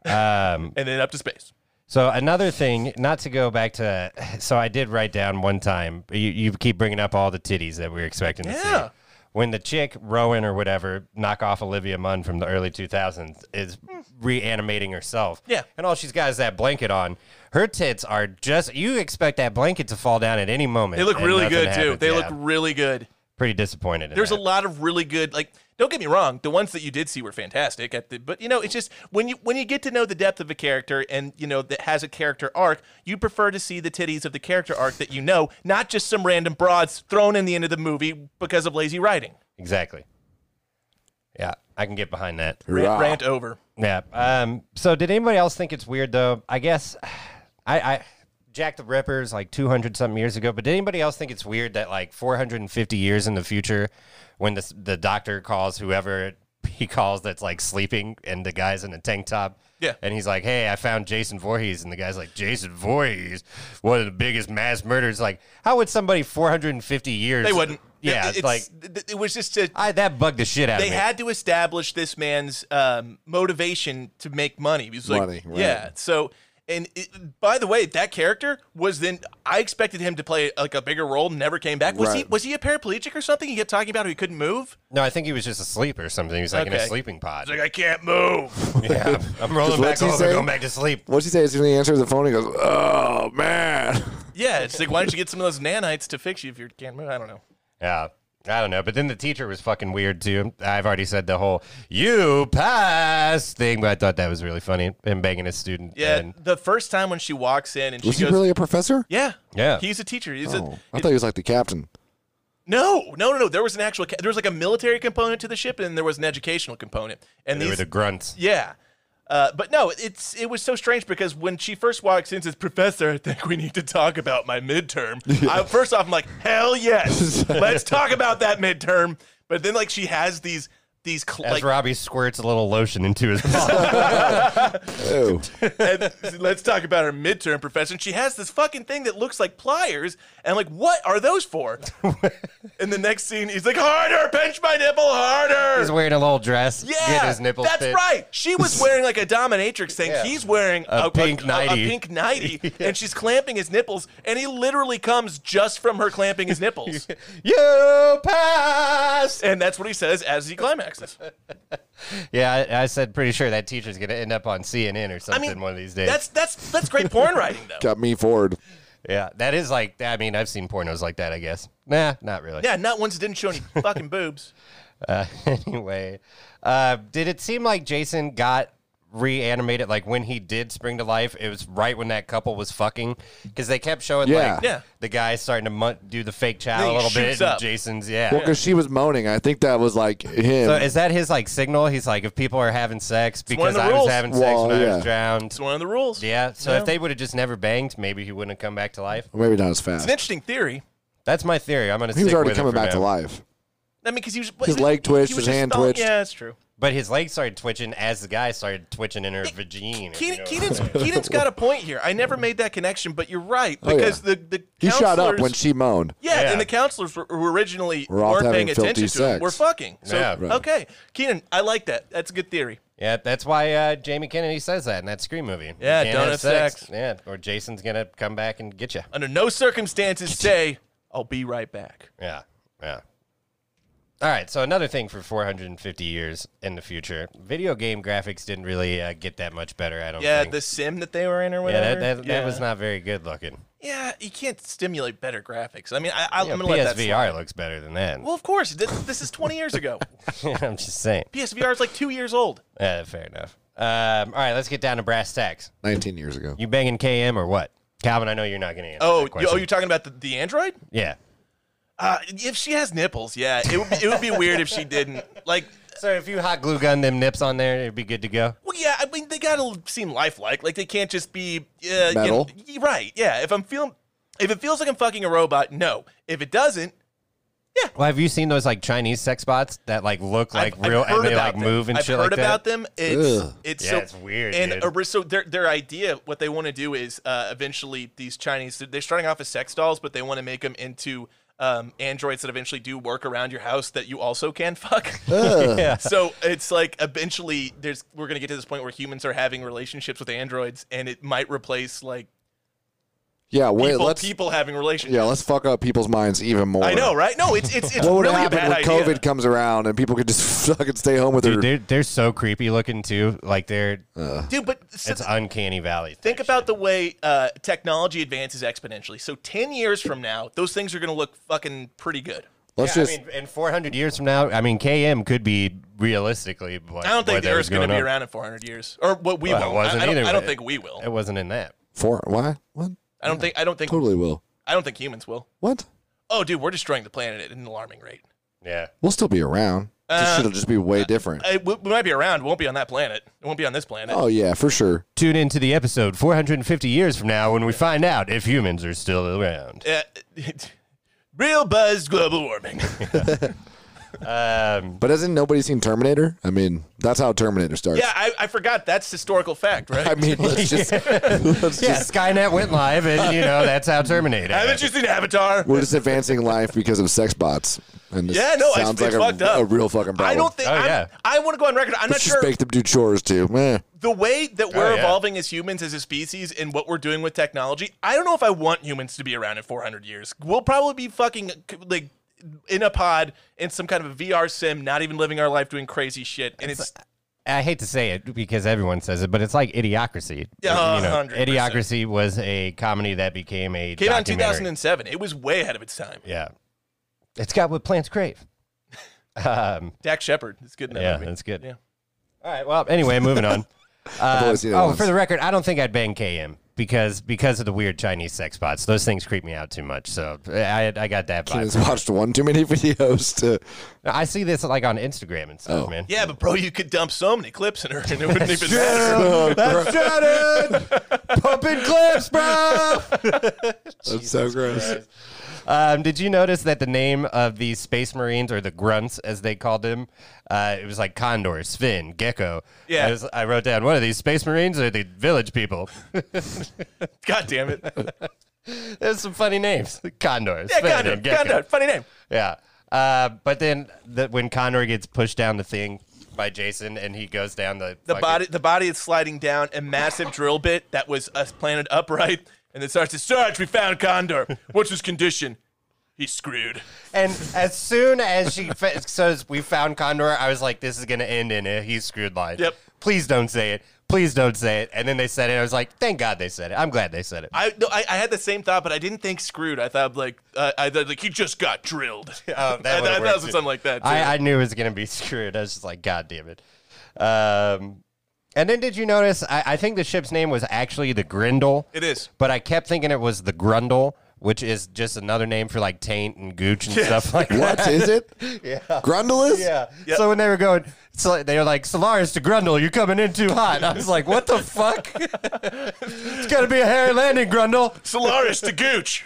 [SPEAKER 2] Um,
[SPEAKER 3] and then up to space.
[SPEAKER 2] so another thing, not to go back to, so I did write down one time. You, you keep bringing up all the titties that we were expecting to
[SPEAKER 3] Yeah.
[SPEAKER 2] see. When the chick Rowan or whatever knock off Olivia Munn from the early 2000s is reanimating herself,
[SPEAKER 3] Yeah.
[SPEAKER 2] and all she's got is that blanket on. Her tits are just you expect that blanket to fall down at any moment.
[SPEAKER 3] They look
[SPEAKER 2] and
[SPEAKER 3] really
[SPEAKER 2] nothing
[SPEAKER 3] good too.
[SPEAKER 2] happens.
[SPEAKER 3] They
[SPEAKER 2] Yeah.
[SPEAKER 3] look really good.
[SPEAKER 2] pretty disappointed. in
[SPEAKER 3] There's a
[SPEAKER 2] that.
[SPEAKER 3] lot of really good like don't get me wrong, the ones that you did see were fantastic at the but you know, it's just when you when you get to know the depth of a character and you know that has a character arc, you prefer to see the titties of the character arc that you know, not just some random broads thrown in the end of the movie because of lazy writing.
[SPEAKER 2] exactly. Yeah, I can get behind that.
[SPEAKER 3] Rant,
[SPEAKER 1] Rah.
[SPEAKER 3] rant over.
[SPEAKER 2] Yeah. Um, so did anybody else think it's weird though? I guess I, I Jack the Ripper's like 200 something years ago, but did anybody else think it's weird that like 450 years in the future when the the doctor calls whoever he calls that's like sleeping and the guy's in a tank top
[SPEAKER 3] Yeah.
[SPEAKER 2] and he's like, "Hey, I found Jason Voorhees," and the guy's like, "Jason Voorhees, one of the biggest mass murders." Like, how would somebody 450 years?
[SPEAKER 3] They wouldn't.
[SPEAKER 2] Yeah,
[SPEAKER 3] It- it's,
[SPEAKER 2] like
[SPEAKER 3] it was just a,
[SPEAKER 2] I that bugged the shit out
[SPEAKER 3] they
[SPEAKER 2] of me.
[SPEAKER 3] had to establish this man's um, motivation to make money. He was like,
[SPEAKER 1] Money, right.
[SPEAKER 3] yeah. So, and it, by the way, that character was then. I expected him to play like a bigger role. Never came back. Was he
[SPEAKER 1] Right.
[SPEAKER 3] was he a paraplegic or something? He kept talking about how he couldn't move.
[SPEAKER 2] no, I think he was just asleep or something. He was like in a
[SPEAKER 3] Okay.
[SPEAKER 2] sleeping pod.
[SPEAKER 3] Like I can't move.
[SPEAKER 2] Yeah, I'm rolling
[SPEAKER 1] what's
[SPEAKER 2] back
[SPEAKER 1] he
[SPEAKER 2] over,
[SPEAKER 1] saying?
[SPEAKER 2] going back to sleep.
[SPEAKER 1] What'd she say? As soon as he answers the phone, he goes, "Oh man."
[SPEAKER 3] yeah, it's like why don't you get some of those nanites to fix you if you can't move? I don't know.
[SPEAKER 2] Yeah, I don't know. But then the teacher was fucking weird too. I've already said the whole "you pass" thing, but I thought that was really funny. Him banging his student.
[SPEAKER 3] Yeah,
[SPEAKER 2] and-
[SPEAKER 3] the first time when she walks in and
[SPEAKER 1] Was
[SPEAKER 3] she
[SPEAKER 1] he
[SPEAKER 3] goes,
[SPEAKER 1] really a professor?
[SPEAKER 3] yeah,
[SPEAKER 2] Yeah.
[SPEAKER 3] he's a teacher. He's
[SPEAKER 1] Oh,
[SPEAKER 3] a,
[SPEAKER 1] I thought he was like the captain.
[SPEAKER 3] No, no, no, no. There was an actual. Ca- there was like a military component to the ship, and there was an educational component. And
[SPEAKER 2] they were
[SPEAKER 3] these,
[SPEAKER 2] the grunts.
[SPEAKER 3] yeah, uh, but no, it's it was so strange because when she first walks in, says, "Professor, I think we need to talk about my midterm." I, first off, I'm like, "Hell yes, let's talk about that midterm." But then, like, she has these these cl-
[SPEAKER 2] As
[SPEAKER 3] like,
[SPEAKER 2] Robbie squirts a little lotion into his mouth.
[SPEAKER 1] Oh,
[SPEAKER 3] and let's talk about her midterm professor. And she has this fucking thing that looks like pliers. And I'm like, what are those for? and the next scene, he's like, harder, pinch my nipple harder.
[SPEAKER 2] He's wearing a little dress.
[SPEAKER 3] Yeah,
[SPEAKER 2] get his nipples.
[SPEAKER 3] That's
[SPEAKER 2] fit.
[SPEAKER 3] right. She was wearing like a dominatrix thing. He's wearing
[SPEAKER 2] A pink
[SPEAKER 3] a,
[SPEAKER 2] nightie.
[SPEAKER 3] pink nightie, and she's clamping his nipples. And he literally comes just from her clamping his nipples,
[SPEAKER 2] You pass.
[SPEAKER 3] and that's what he says as he climaxes.
[SPEAKER 2] Yeah, I, I said pretty sure that teacher's gonna end up on CNN or
[SPEAKER 3] I
[SPEAKER 2] something
[SPEAKER 3] mean,
[SPEAKER 2] one of these days.
[SPEAKER 3] that's that's that's great porn writing though.
[SPEAKER 1] got me forward.
[SPEAKER 2] yeah, that is like. I mean, I've seen pornos like that. I guess. Nah, not really.
[SPEAKER 3] Yeah, not once it didn't show any fucking boobs.
[SPEAKER 2] Uh, anyway, uh, did it seem like Jason got reanimated? Like when he did spring to life, it was right when that couple was fucking because they kept showing
[SPEAKER 1] Yeah.
[SPEAKER 2] like
[SPEAKER 3] Yeah.
[SPEAKER 2] the guy starting to mun- do the fake
[SPEAKER 3] Then
[SPEAKER 2] chow a
[SPEAKER 3] he
[SPEAKER 2] little
[SPEAKER 3] shoots
[SPEAKER 2] bit.
[SPEAKER 3] up.
[SPEAKER 2] And Jason's yeah.
[SPEAKER 1] Well, because she was moaning. I think that was like him.
[SPEAKER 2] So is that his like signal? He's like, if people are having sex
[SPEAKER 3] one of
[SPEAKER 2] because
[SPEAKER 3] the
[SPEAKER 2] I was
[SPEAKER 3] rules.
[SPEAKER 2] having sex
[SPEAKER 1] Well,
[SPEAKER 2] when I
[SPEAKER 1] yeah.
[SPEAKER 2] was drowned.
[SPEAKER 3] It's one of the rules.
[SPEAKER 2] Yeah. So if they would have just never banged, maybe he wouldn't have come back to life.
[SPEAKER 1] Maybe not as fast.
[SPEAKER 3] It's an interesting theory.
[SPEAKER 2] That's my theory. I'm gonna.
[SPEAKER 1] He was
[SPEAKER 2] stick
[SPEAKER 1] already
[SPEAKER 2] with it
[SPEAKER 1] coming
[SPEAKER 2] for
[SPEAKER 1] back to
[SPEAKER 2] now.
[SPEAKER 1] life.
[SPEAKER 3] I mean, because he was
[SPEAKER 1] His
[SPEAKER 3] he-
[SPEAKER 1] leg twitched,
[SPEAKER 3] he
[SPEAKER 1] his
[SPEAKER 3] was just
[SPEAKER 1] hand
[SPEAKER 3] thong-
[SPEAKER 1] twitched.
[SPEAKER 3] Yeah, that's true.
[SPEAKER 2] But his legs started twitching as the guy started twitching in her vagina. if you
[SPEAKER 3] Keenan,
[SPEAKER 2] know what I'm
[SPEAKER 3] Keenan's,
[SPEAKER 2] saying.
[SPEAKER 3] Keenan's got a point here. I never made that connection, but you're right
[SPEAKER 1] Oh, yeah.
[SPEAKER 3] because the the
[SPEAKER 1] He shot up
[SPEAKER 3] counselors-
[SPEAKER 1] when she moaned.
[SPEAKER 3] Yeah,
[SPEAKER 2] Yeah.
[SPEAKER 3] and the counselors were, who originally
[SPEAKER 1] We're all
[SPEAKER 3] weren't
[SPEAKER 1] having
[SPEAKER 3] paying attention
[SPEAKER 1] filthy
[SPEAKER 3] to him.
[SPEAKER 1] sex.
[SPEAKER 3] We're fucking. So,
[SPEAKER 2] Yeah. Right.
[SPEAKER 3] okay. Keenan, I like that. That's a good theory.
[SPEAKER 2] Yeah, that's why uh, Jamie Kennedy says that in that Scream movie. You
[SPEAKER 3] Yeah,
[SPEAKER 2] can't
[SPEAKER 3] don't have sex.
[SPEAKER 2] Yeah, or Jason's gonna come back and get you.
[SPEAKER 3] Under no circumstances say, I'll be right back.
[SPEAKER 2] Yeah, yeah. All right, so another thing for 450 years in the future, video game graphics didn't really uh, get that much better. I don't.
[SPEAKER 3] Yeah,
[SPEAKER 2] think.
[SPEAKER 3] the sim that they were in or
[SPEAKER 2] yeah,
[SPEAKER 3] whatever.
[SPEAKER 2] that, that,
[SPEAKER 3] yeah.
[SPEAKER 2] that was not very good looking.
[SPEAKER 3] Yeah, you can't stimulate better graphics. I mean, I, I,
[SPEAKER 2] Yeah,
[SPEAKER 3] I'm going to let that slide.
[SPEAKER 2] PSVR looks better than that.
[SPEAKER 3] Well, of course. This, this is 20 years ago.
[SPEAKER 2] I'm just saying.
[SPEAKER 3] PSVR is like two years old.
[SPEAKER 2] Yeah, fair enough. Um, all right, let's get down to brass tacks.
[SPEAKER 1] 19 years ago.
[SPEAKER 2] You banging KM or what, Calvin? I know you're not gonna answer.
[SPEAKER 3] Oh,
[SPEAKER 2] that
[SPEAKER 3] you-
[SPEAKER 2] question.
[SPEAKER 3] oh, you're talking about the, the Android?
[SPEAKER 2] yeah.
[SPEAKER 3] Uh, if she has nipples, yeah, it would be, it would be weird if she didn't. Like,
[SPEAKER 2] So if you hot glue gun them nips on there, it'd be good to go.
[SPEAKER 3] well, yeah, I mean, they gotta seem lifelike. Like, they can't just be uh,
[SPEAKER 1] Metal?
[SPEAKER 3] You know, right? Yeah. If I'm feeling, if it feels like I'm fucking a robot, no. If it doesn't,
[SPEAKER 2] Well, have you seen those like Chinese sex bots that like look like
[SPEAKER 3] I've, I've
[SPEAKER 2] real
[SPEAKER 3] heard
[SPEAKER 2] and they
[SPEAKER 3] about
[SPEAKER 2] like
[SPEAKER 3] them.
[SPEAKER 2] move and
[SPEAKER 3] I've
[SPEAKER 2] shit
[SPEAKER 3] heard
[SPEAKER 2] like
[SPEAKER 3] about
[SPEAKER 2] that?
[SPEAKER 3] them. It's
[SPEAKER 1] Ugh.
[SPEAKER 3] it's
[SPEAKER 2] Yeah,
[SPEAKER 3] so
[SPEAKER 2] it's weird,
[SPEAKER 3] And
[SPEAKER 2] dude.
[SPEAKER 3] uh, so their their idea, what they want to do is uh, eventually these Chinese, they're starting off as sex dolls, but they want to make them into um, androids that eventually do work around your house that you also can fuck. So it's like eventually there's we're gonna get to this point where humans are having relationships with androids, and it might replace like
[SPEAKER 1] Yeah, wait,
[SPEAKER 3] people,
[SPEAKER 1] let's
[SPEAKER 3] people having relationships.
[SPEAKER 1] yeah, let's fuck up people's minds even more.
[SPEAKER 3] I know, right? No, it's it's it's
[SPEAKER 1] What would
[SPEAKER 3] really a
[SPEAKER 1] happen
[SPEAKER 3] bad
[SPEAKER 1] when
[SPEAKER 3] idea.
[SPEAKER 1] COVID comes around and people could just fucking stay home with
[SPEAKER 2] Dude,
[SPEAKER 1] their
[SPEAKER 2] they're, they're so creepy looking too. Like they're
[SPEAKER 3] Dude, but so-
[SPEAKER 2] it's uncanny valley.
[SPEAKER 3] think about the way uh, technology advances exponentially. So ten years from now, those things are gonna look fucking pretty good.
[SPEAKER 1] Let's
[SPEAKER 2] Yeah,
[SPEAKER 1] just
[SPEAKER 2] I mean, in 400 years from now, I mean, KM could be realistically. What,
[SPEAKER 3] I don't think
[SPEAKER 2] what
[SPEAKER 3] the
[SPEAKER 2] that
[SPEAKER 3] Earth's
[SPEAKER 2] was
[SPEAKER 3] going to be
[SPEAKER 2] on.
[SPEAKER 3] around in 400 years, or what we
[SPEAKER 2] Well,
[SPEAKER 3] will.
[SPEAKER 2] it wasn't
[SPEAKER 3] I, I don't,
[SPEAKER 2] either.
[SPEAKER 3] I don't
[SPEAKER 2] It-
[SPEAKER 3] think we will.
[SPEAKER 2] It wasn't in that.
[SPEAKER 1] for why? What?
[SPEAKER 3] I don't think. I don't think.
[SPEAKER 1] Totally will.
[SPEAKER 3] I don't think humans will.
[SPEAKER 1] What?
[SPEAKER 3] Oh, dude, we're destroying the planet at an alarming rate.
[SPEAKER 2] Yeah.
[SPEAKER 1] We'll still be around.
[SPEAKER 3] Uh,
[SPEAKER 1] This shit'll just be way different.
[SPEAKER 3] I, we, we might be around. We won't be on that planet. It won't be on this planet.
[SPEAKER 1] oh yeah, for sure.
[SPEAKER 2] Tune into the episode 450 years from now when we find out if humans are still around.
[SPEAKER 3] Uh, real buzz global warming.
[SPEAKER 2] Um,
[SPEAKER 1] But hasn't nobody seen Terminator? I mean, that's how Terminator starts.
[SPEAKER 3] yeah, I, I forgot. That's historical fact, right?
[SPEAKER 1] I mean, let's just let's
[SPEAKER 2] yeah,
[SPEAKER 1] just
[SPEAKER 2] Skynet went live, and you know that's how Terminated.
[SPEAKER 3] Haven't you seen Avatar?
[SPEAKER 1] we're just advancing life because of sex bots. And this
[SPEAKER 3] Yeah, no, it's-
[SPEAKER 1] sounds
[SPEAKER 3] it's
[SPEAKER 1] like
[SPEAKER 3] fucked
[SPEAKER 1] a,
[SPEAKER 3] up.
[SPEAKER 1] a real fucking problem.
[SPEAKER 3] I don't think.
[SPEAKER 2] Oh,
[SPEAKER 3] I'm-
[SPEAKER 2] yeah.
[SPEAKER 3] I want to go on record. I'm not
[SPEAKER 1] let's
[SPEAKER 3] sure
[SPEAKER 1] just make them do chores too. Meh.
[SPEAKER 3] the way that we're
[SPEAKER 2] Oh, yeah.
[SPEAKER 3] evolving as humans, as a species, and what we're doing with technology. I don't know if I want humans to be around in 400 years. We'll probably be fucking like in a pod in some kind of a VR sim, not even living our life, doing crazy shit, and it's
[SPEAKER 2] I hate to say it because everyone says it, but it's like Idiocracy.
[SPEAKER 3] Yeah,
[SPEAKER 2] you
[SPEAKER 3] 100%.
[SPEAKER 2] know, Idiocracy was a comedy that became a
[SPEAKER 3] came out in
[SPEAKER 2] documentary.
[SPEAKER 3] 2007. It was way ahead of its time.
[SPEAKER 2] Yeah, it's got what plants crave. Um,
[SPEAKER 3] Dak Shepard is good in that
[SPEAKER 2] yeah,
[SPEAKER 3] movie.
[SPEAKER 2] that's good.
[SPEAKER 3] Yeah.
[SPEAKER 2] All right. Well, anyway, moving on. Uh,
[SPEAKER 1] only seen it
[SPEAKER 2] oh,
[SPEAKER 1] once.
[SPEAKER 2] for the record, I don't think I'd bang KM because because of the weird Chinese sex spots. Those things creep me out too much. So I I got that
[SPEAKER 1] I
[SPEAKER 2] vibe.
[SPEAKER 1] just watched one too many videos to
[SPEAKER 2] I see this like on Instagram and stuff,
[SPEAKER 1] Oh.
[SPEAKER 2] man.
[SPEAKER 3] Yeah, but bro, you could dump so many clips in her, and it wouldn't even matter.
[SPEAKER 1] Oh, gross.
[SPEAKER 2] Shannon, pumping clips, bro.
[SPEAKER 1] That's so gross.
[SPEAKER 2] Um, did you notice that the name of these space marines, or the grunts as they called them, uh, it was like Condor, Sven, Gecko.
[SPEAKER 3] Yeah.
[SPEAKER 2] I, was- I wrote down one of these space marines are the village people.
[SPEAKER 3] God damn it!
[SPEAKER 2] There's some funny names. Condor,
[SPEAKER 3] Yeah,
[SPEAKER 2] Sven,
[SPEAKER 3] Condor,
[SPEAKER 2] and Gecko.
[SPEAKER 3] Condor, funny name.
[SPEAKER 2] Yeah. Uh, but then the, when Condor gets pushed down the thing by Jason and he goes down the
[SPEAKER 3] The
[SPEAKER 2] fucking-
[SPEAKER 3] body, the body is sliding down a massive drill bit that was us planted upright, and it starts to Sarge. We found Condor. What's his condition? He's screwed.
[SPEAKER 2] and as soon as she fa- says we found Condor, I was like, this is gonna end in a he's screwed line.
[SPEAKER 3] Yep.
[SPEAKER 2] Please don't say it. Please don't say it. And then they said it. I was like, thank God they said it. I'm glad they said it.
[SPEAKER 3] I, no, I I had the same thought, but I didn't think screwed. I thought like uh, I thought like he just got drilled.
[SPEAKER 2] Oh, that
[SPEAKER 3] I,
[SPEAKER 2] would've
[SPEAKER 3] I thought
[SPEAKER 2] worked, too.
[SPEAKER 3] something like that. Too.
[SPEAKER 2] I, I knew it was gonna be screwed. I was just like, God damn it. Um, and then did you notice? I, I think the ship's name was actually the Grindle.
[SPEAKER 3] it is.
[SPEAKER 2] but I kept thinking it was the Grundle, which is just another name for like taint and gooch and stuff like that.
[SPEAKER 1] What is it? Yeah. Grundulus?
[SPEAKER 2] Yeah. So when they were going, so they were like, Solaris to Grundle, you're coming in too hot. I was like, what the fuck? it's got to be a hairy landing, Grundle.
[SPEAKER 3] Solaris to Gooch.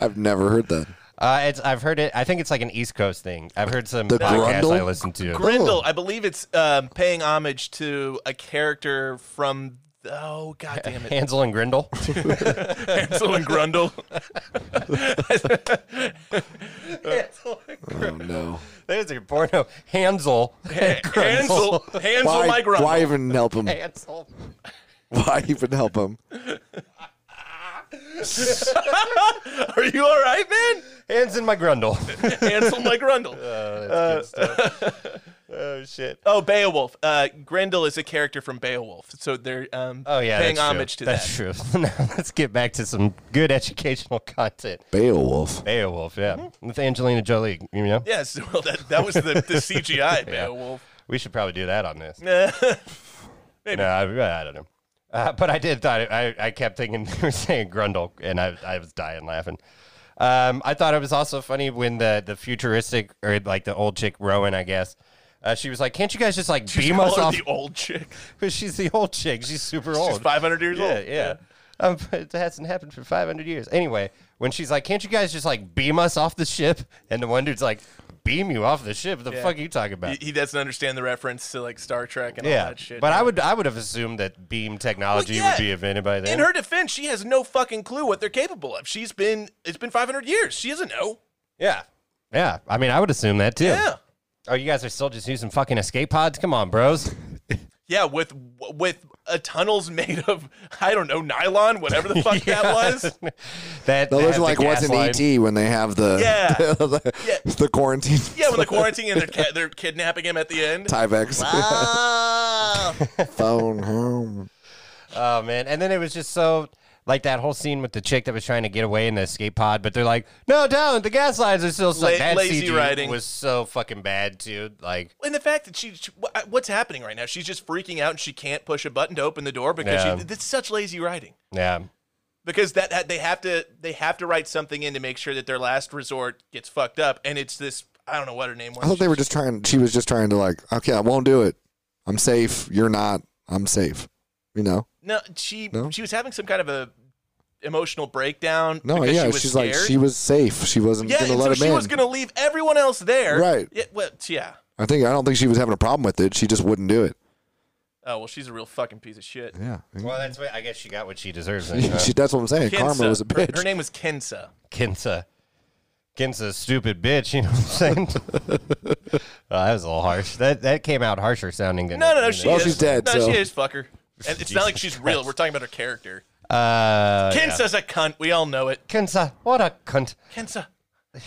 [SPEAKER 1] I've never heard that.
[SPEAKER 2] Uh, it's, I've heard it. I think it's like an East Coast thing. I've heard some
[SPEAKER 1] The
[SPEAKER 2] podcasts
[SPEAKER 1] Grundle?
[SPEAKER 2] I listen to.
[SPEAKER 3] Grindel, I believe it's um, paying homage to a character from. Oh god damn it!
[SPEAKER 2] Hansel and Grindle.
[SPEAKER 3] Hansel and Grundle.
[SPEAKER 2] Hansel and
[SPEAKER 1] Oh no.
[SPEAKER 2] There's a porno. Hansel. and Grundle.
[SPEAKER 3] Hansel, Hansel,
[SPEAKER 1] Why,
[SPEAKER 3] my Grundle.
[SPEAKER 1] why even help him?
[SPEAKER 2] Hansel.
[SPEAKER 1] Why even help him?
[SPEAKER 3] Are you all right, man?
[SPEAKER 2] Hands in my Grundle.
[SPEAKER 3] Hansel, my Grundle.
[SPEAKER 2] oh, shit.
[SPEAKER 3] Oh, Beowulf. Uh, Grendel is a character from Beowulf, so they're um,
[SPEAKER 2] Oh yeah,
[SPEAKER 3] paying
[SPEAKER 2] that's
[SPEAKER 3] homage
[SPEAKER 2] true.
[SPEAKER 3] to
[SPEAKER 2] that's
[SPEAKER 3] that.
[SPEAKER 2] true. now let's get back to some good educational content.
[SPEAKER 1] Beowulf.
[SPEAKER 2] Beowulf, yeah,
[SPEAKER 3] Mm-hmm.
[SPEAKER 2] with Angelina Jolie. You know,
[SPEAKER 3] Yes, well, that, that was the, the CGI Beowulf.
[SPEAKER 2] we should probably do that on this.
[SPEAKER 3] Maybe.
[SPEAKER 2] No, I, I don't know. Uh, but I did thought it, I I kept thinking they were saying Grundle, and I I was dying laughing. Um, I thought it was also funny when the the futuristic or like the old chick Rowan, I guess. Uh, she was like, "Can't you guys just like beam us
[SPEAKER 3] Call her
[SPEAKER 2] off?"
[SPEAKER 3] the old chick.
[SPEAKER 2] She's the old chick. She's super
[SPEAKER 3] She's
[SPEAKER 2] old.
[SPEAKER 3] 500 years
[SPEAKER 2] yeah,
[SPEAKER 3] old.
[SPEAKER 2] yeah. Um, but it hasn't happened for 500 years. Anyway, when she's like, can't you guys just like beam us off the ship? And the one dude's like, beam you off the ship. The fuck are you talking about?
[SPEAKER 3] He, he doesn't understand the reference to like Star Trek and all
[SPEAKER 2] yeah,
[SPEAKER 3] that shit.
[SPEAKER 2] but I would I would have assumed that beam technology
[SPEAKER 3] Well, yeah.
[SPEAKER 2] would be invented by then.
[SPEAKER 3] In her defense, she has no fucking clue what they're capable of. She's been it's been 500 years. She doesn't know.
[SPEAKER 2] yeah, yeah. I mean, I would assume that too.
[SPEAKER 3] Yeah.
[SPEAKER 2] Oh, you guys are still just using fucking escape pods? Come on, bros.
[SPEAKER 3] Yeah, with with a tunnels made of I don't know nylon, whatever the fuck that was.
[SPEAKER 2] that
[SPEAKER 1] No,
[SPEAKER 2] that
[SPEAKER 1] those
[SPEAKER 2] had
[SPEAKER 1] are
[SPEAKER 2] the
[SPEAKER 1] like what's
[SPEAKER 2] gas
[SPEAKER 1] in E
[SPEAKER 2] line.
[SPEAKER 1] ET when they have the
[SPEAKER 3] Yeah.
[SPEAKER 1] the,
[SPEAKER 3] Yeah.
[SPEAKER 1] the quarantine
[SPEAKER 3] Yeah, when the quarantine and they're ca- they're kidnapping him at the end.
[SPEAKER 1] Tyvex
[SPEAKER 3] Ah.
[SPEAKER 1] phone home.
[SPEAKER 2] Oh man, and then it was just so like that whole scene with the chick that was trying to get away in the escape pod, but they're like, "No, down! The gas lines are still stuck."
[SPEAKER 3] La-
[SPEAKER 2] that
[SPEAKER 3] lazy
[SPEAKER 2] CG
[SPEAKER 3] writing.
[SPEAKER 2] was so fucking bad, too. Like,
[SPEAKER 3] And the fact that she, she wh- what's happening right now? She's just freaking out and she can't push a button to open the door because
[SPEAKER 2] Yeah.
[SPEAKER 3] she, it's such lazy writing.
[SPEAKER 2] yeah,
[SPEAKER 3] Because that, that they have to they have to write something in to make sure that their last resort gets fucked up, and it's this I don't know what her name was.
[SPEAKER 1] I thought they were just trying. She was just trying to like, okay, I won't do it. I'm safe. You're not. I'm safe. You know?
[SPEAKER 3] No, she
[SPEAKER 1] No?
[SPEAKER 3] she was having some kind of a emotional breakdown.
[SPEAKER 1] No,
[SPEAKER 3] because
[SPEAKER 1] yeah.
[SPEAKER 3] she was
[SPEAKER 1] she's
[SPEAKER 3] scared.
[SPEAKER 1] like, she was safe. She wasn't
[SPEAKER 3] yeah,
[SPEAKER 1] gonna
[SPEAKER 3] and
[SPEAKER 1] let
[SPEAKER 3] so
[SPEAKER 1] him
[SPEAKER 3] she
[SPEAKER 1] in.
[SPEAKER 3] was gonna leave everyone else there.
[SPEAKER 1] Right.
[SPEAKER 3] Yeah, well, yeah.
[SPEAKER 1] I think I don't think she was having a problem with it. She just wouldn't do it.
[SPEAKER 3] Oh well, she's a real fucking piece of shit.
[SPEAKER 1] Yeah.
[SPEAKER 2] well, that's what I guess she got what she deserves. Then, huh?
[SPEAKER 1] she, that's what I'm saying. Karma
[SPEAKER 3] Kinsa.
[SPEAKER 1] was a
[SPEAKER 3] Her-
[SPEAKER 1] bitch.
[SPEAKER 3] Her, name was Kensa.
[SPEAKER 2] Kinsa, Kinsa, stupid bitch. You know what I'm saying? oh, that was a little harsh. That that came out harsher sounding than
[SPEAKER 3] No, no,
[SPEAKER 2] you know.
[SPEAKER 3] no. She
[SPEAKER 1] Well,
[SPEAKER 3] is.
[SPEAKER 1] she's dead,
[SPEAKER 3] No,
[SPEAKER 1] so-
[SPEAKER 3] she is. Fuck her. And it's not like she's real. We're talking about her character.
[SPEAKER 1] Oh,
[SPEAKER 2] Uh, yeah.
[SPEAKER 3] Kensa's a cunt. We all know it.
[SPEAKER 2] Kinsa, what a cunt!
[SPEAKER 3] Kensa,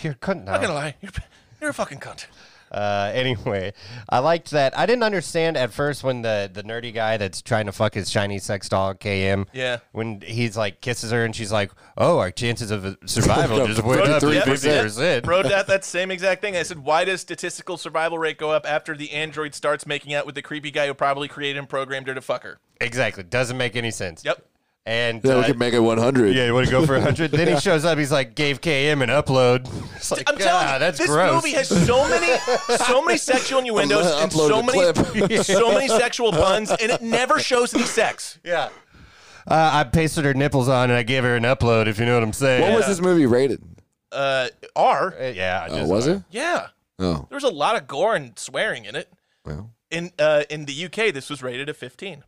[SPEAKER 2] You're a cunt
[SPEAKER 1] Oh.
[SPEAKER 2] now.
[SPEAKER 3] I'm not gonna lie. You're, you're a fucking cunt.
[SPEAKER 2] Uh, anyway, I liked that. I didn't understand at first when the, the nerdy guy that's trying to fuck his shiny sex doll KM.
[SPEAKER 3] Yeah.
[SPEAKER 2] When he's like kisses her and she's like, "Oh, our chances of survival just went up
[SPEAKER 3] Yeah,
[SPEAKER 2] fifty
[SPEAKER 1] 53%.
[SPEAKER 2] percent."
[SPEAKER 3] Bro, that that same exact thing. I said, why does statistical survival rate go up after the android starts making out with the creepy guy who probably created and programmed her to fuck her?
[SPEAKER 2] Exactly. Doesn't make any sense.
[SPEAKER 3] Yep.
[SPEAKER 2] And
[SPEAKER 1] yeah,
[SPEAKER 2] uh,
[SPEAKER 1] we could make it 100.
[SPEAKER 2] yeah, you want to go for hundred? then he shows up. He's like, "Gave KM an upload." It's like,
[SPEAKER 3] I'm
[SPEAKER 2] "God,
[SPEAKER 3] telling you,
[SPEAKER 2] that's
[SPEAKER 3] this
[SPEAKER 2] gross.
[SPEAKER 3] movie has so many, so many sexual innuendos
[SPEAKER 1] gonna
[SPEAKER 3] and
[SPEAKER 1] upload
[SPEAKER 3] so
[SPEAKER 1] the
[SPEAKER 3] many, so many sexual puns, and it never shows any sex.
[SPEAKER 2] yeah. Uh, I pasted her nipples on and I gave her an upload. If you know what I'm saying.
[SPEAKER 1] What was this movie rated?
[SPEAKER 3] Uh, R,
[SPEAKER 2] Uh, Yeah. I
[SPEAKER 1] Oh,
[SPEAKER 2] just-
[SPEAKER 1] was it?
[SPEAKER 3] yeah,
[SPEAKER 1] Oh,
[SPEAKER 3] there was a lot of gore and swearing in it.
[SPEAKER 1] well,
[SPEAKER 3] In uh, in the UK, this was rated a 15,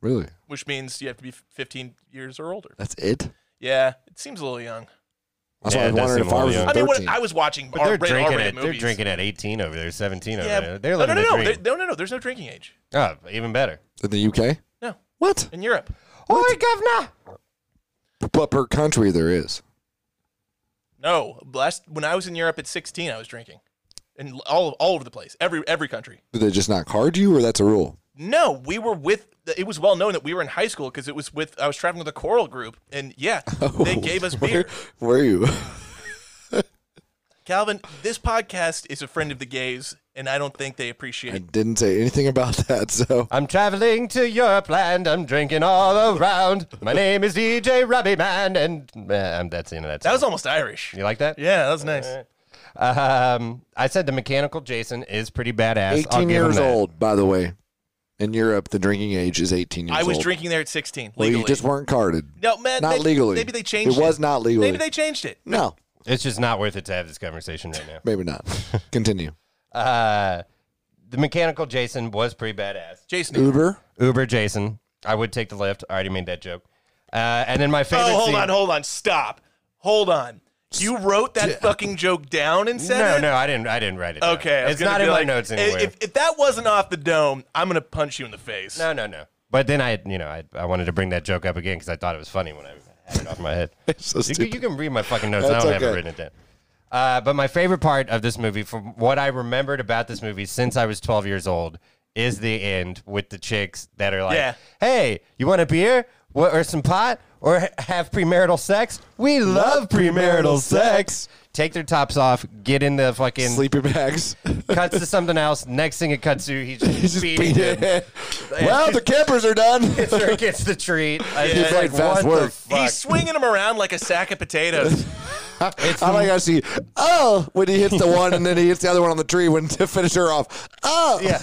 [SPEAKER 1] really?
[SPEAKER 3] which means you have to be 15 years or older.
[SPEAKER 1] That's it?
[SPEAKER 3] Yeah, it seems a little young.
[SPEAKER 1] That's
[SPEAKER 2] Yeah,
[SPEAKER 1] why I
[SPEAKER 2] it
[SPEAKER 1] was
[SPEAKER 2] does
[SPEAKER 1] wondering
[SPEAKER 2] seem
[SPEAKER 1] if I
[SPEAKER 2] all
[SPEAKER 1] was
[SPEAKER 2] young.
[SPEAKER 3] I mean,
[SPEAKER 1] 13.
[SPEAKER 3] when I was watching
[SPEAKER 2] But they're
[SPEAKER 3] R-rated,
[SPEAKER 2] drinking
[SPEAKER 3] R-rated
[SPEAKER 2] at they're
[SPEAKER 3] movies.
[SPEAKER 2] drinking at 18 over there,
[SPEAKER 3] Yeah,
[SPEAKER 2] 17 over there. They're
[SPEAKER 3] no, no, no,
[SPEAKER 2] living the
[SPEAKER 3] no,
[SPEAKER 2] dream.
[SPEAKER 3] They- no, no, no. There's no drinking age.
[SPEAKER 2] Oh, even better.
[SPEAKER 1] In the UK?
[SPEAKER 3] No,
[SPEAKER 1] What?
[SPEAKER 3] in Europe.
[SPEAKER 2] Oi, governor!
[SPEAKER 1] But per country, there is.
[SPEAKER 3] No, last when I was in Europe at 16, I was drinking, and all all over the place, every every country.
[SPEAKER 1] Did they just not card you, or that's a rule?
[SPEAKER 3] No, we were with. It was well known that we were in high school because it was with. I was traveling with a choral group, and yeah,
[SPEAKER 2] Oh,
[SPEAKER 3] they gave us beer.
[SPEAKER 1] Where, where are you?
[SPEAKER 3] Calvin, this podcast is a friend of the gays, and I don't think they appreciate.
[SPEAKER 1] I
[SPEAKER 3] it.
[SPEAKER 1] didn't say anything about that, so
[SPEAKER 2] I'm traveling to Europe land. I'm drinking all around. My name is DJ Robbie Man, and uh, I'm- that's the end of that.
[SPEAKER 3] That was
[SPEAKER 2] song.
[SPEAKER 3] almost Irish.
[SPEAKER 2] you like that?
[SPEAKER 3] Yeah, that was nice.
[SPEAKER 2] Um, I said the mechanical Jason is pretty badass. I'll
[SPEAKER 1] 18
[SPEAKER 2] give him
[SPEAKER 1] years
[SPEAKER 2] that.
[SPEAKER 1] old, by the way. In Europe, the drinking age is 18 years
[SPEAKER 3] I was
[SPEAKER 1] old.
[SPEAKER 3] drinking there at 16
[SPEAKER 1] Well,
[SPEAKER 3] legally.
[SPEAKER 1] you just weren't carded.
[SPEAKER 3] no, man,
[SPEAKER 1] not
[SPEAKER 3] they-
[SPEAKER 1] legally.
[SPEAKER 3] Maybe they changed.
[SPEAKER 1] It was not legally.
[SPEAKER 3] Maybe they changed it.
[SPEAKER 1] No,
[SPEAKER 2] It's just not worth it to have this conversation right now.
[SPEAKER 1] maybe not. Continue.
[SPEAKER 2] Uh, the mechanical Jason was pretty badass.
[SPEAKER 3] Jason,
[SPEAKER 1] Uber.
[SPEAKER 2] Uber Jason. I would take the lift. I already made that joke. Uh, and then my favorite.
[SPEAKER 3] Oh, hold
[SPEAKER 2] scene-
[SPEAKER 3] on, hold on, stop, hold on. You wrote that fucking joke down and said
[SPEAKER 2] No,
[SPEAKER 3] it.
[SPEAKER 2] no, I didn't. I didn't write it. down.
[SPEAKER 3] Okay, I was
[SPEAKER 2] it's
[SPEAKER 3] gonna
[SPEAKER 2] not
[SPEAKER 3] be
[SPEAKER 2] in
[SPEAKER 3] like,
[SPEAKER 2] my notes
[SPEAKER 3] i-
[SPEAKER 2] anywhere.
[SPEAKER 3] If, if that wasn't off the dome, I'm gonna punch you in the face.
[SPEAKER 2] no, no, no. But then I, you know, I, I wanted to bring that joke up again because I thought it was funny when I had it off my head.
[SPEAKER 1] So
[SPEAKER 2] You, can-
[SPEAKER 1] stupid.
[SPEAKER 2] you can read my fucking notes. I
[SPEAKER 1] That's
[SPEAKER 2] don't have it
[SPEAKER 1] okay.
[SPEAKER 2] written it down. Uh, but my favorite part of this movie, from what I remembered about this movie since I was 12 years old, is the end with the chicks that are like,
[SPEAKER 3] Yeah.
[SPEAKER 2] "Hey, you want a beer what, or some pot or h- have premarital sex? We love premarital sex." Take their tops off, get in the fucking
[SPEAKER 1] Sleepy bags.
[SPEAKER 2] cuts to something else. Next thing it cuts to, he's just,
[SPEAKER 1] He's just
[SPEAKER 2] beating
[SPEAKER 1] beating
[SPEAKER 2] him.
[SPEAKER 1] it. well, the campers are done.
[SPEAKER 2] Sure gets the treat. I-
[SPEAKER 1] He
[SPEAKER 2] it's
[SPEAKER 1] played
[SPEAKER 2] like,
[SPEAKER 1] fast
[SPEAKER 2] what the
[SPEAKER 1] work.
[SPEAKER 2] fuck?
[SPEAKER 3] He's swinging him around like a sack of potatoes.
[SPEAKER 1] I like how she, oh, when he hits the one and then he hits the other one on the tree when to finish her off. Oh, yeah.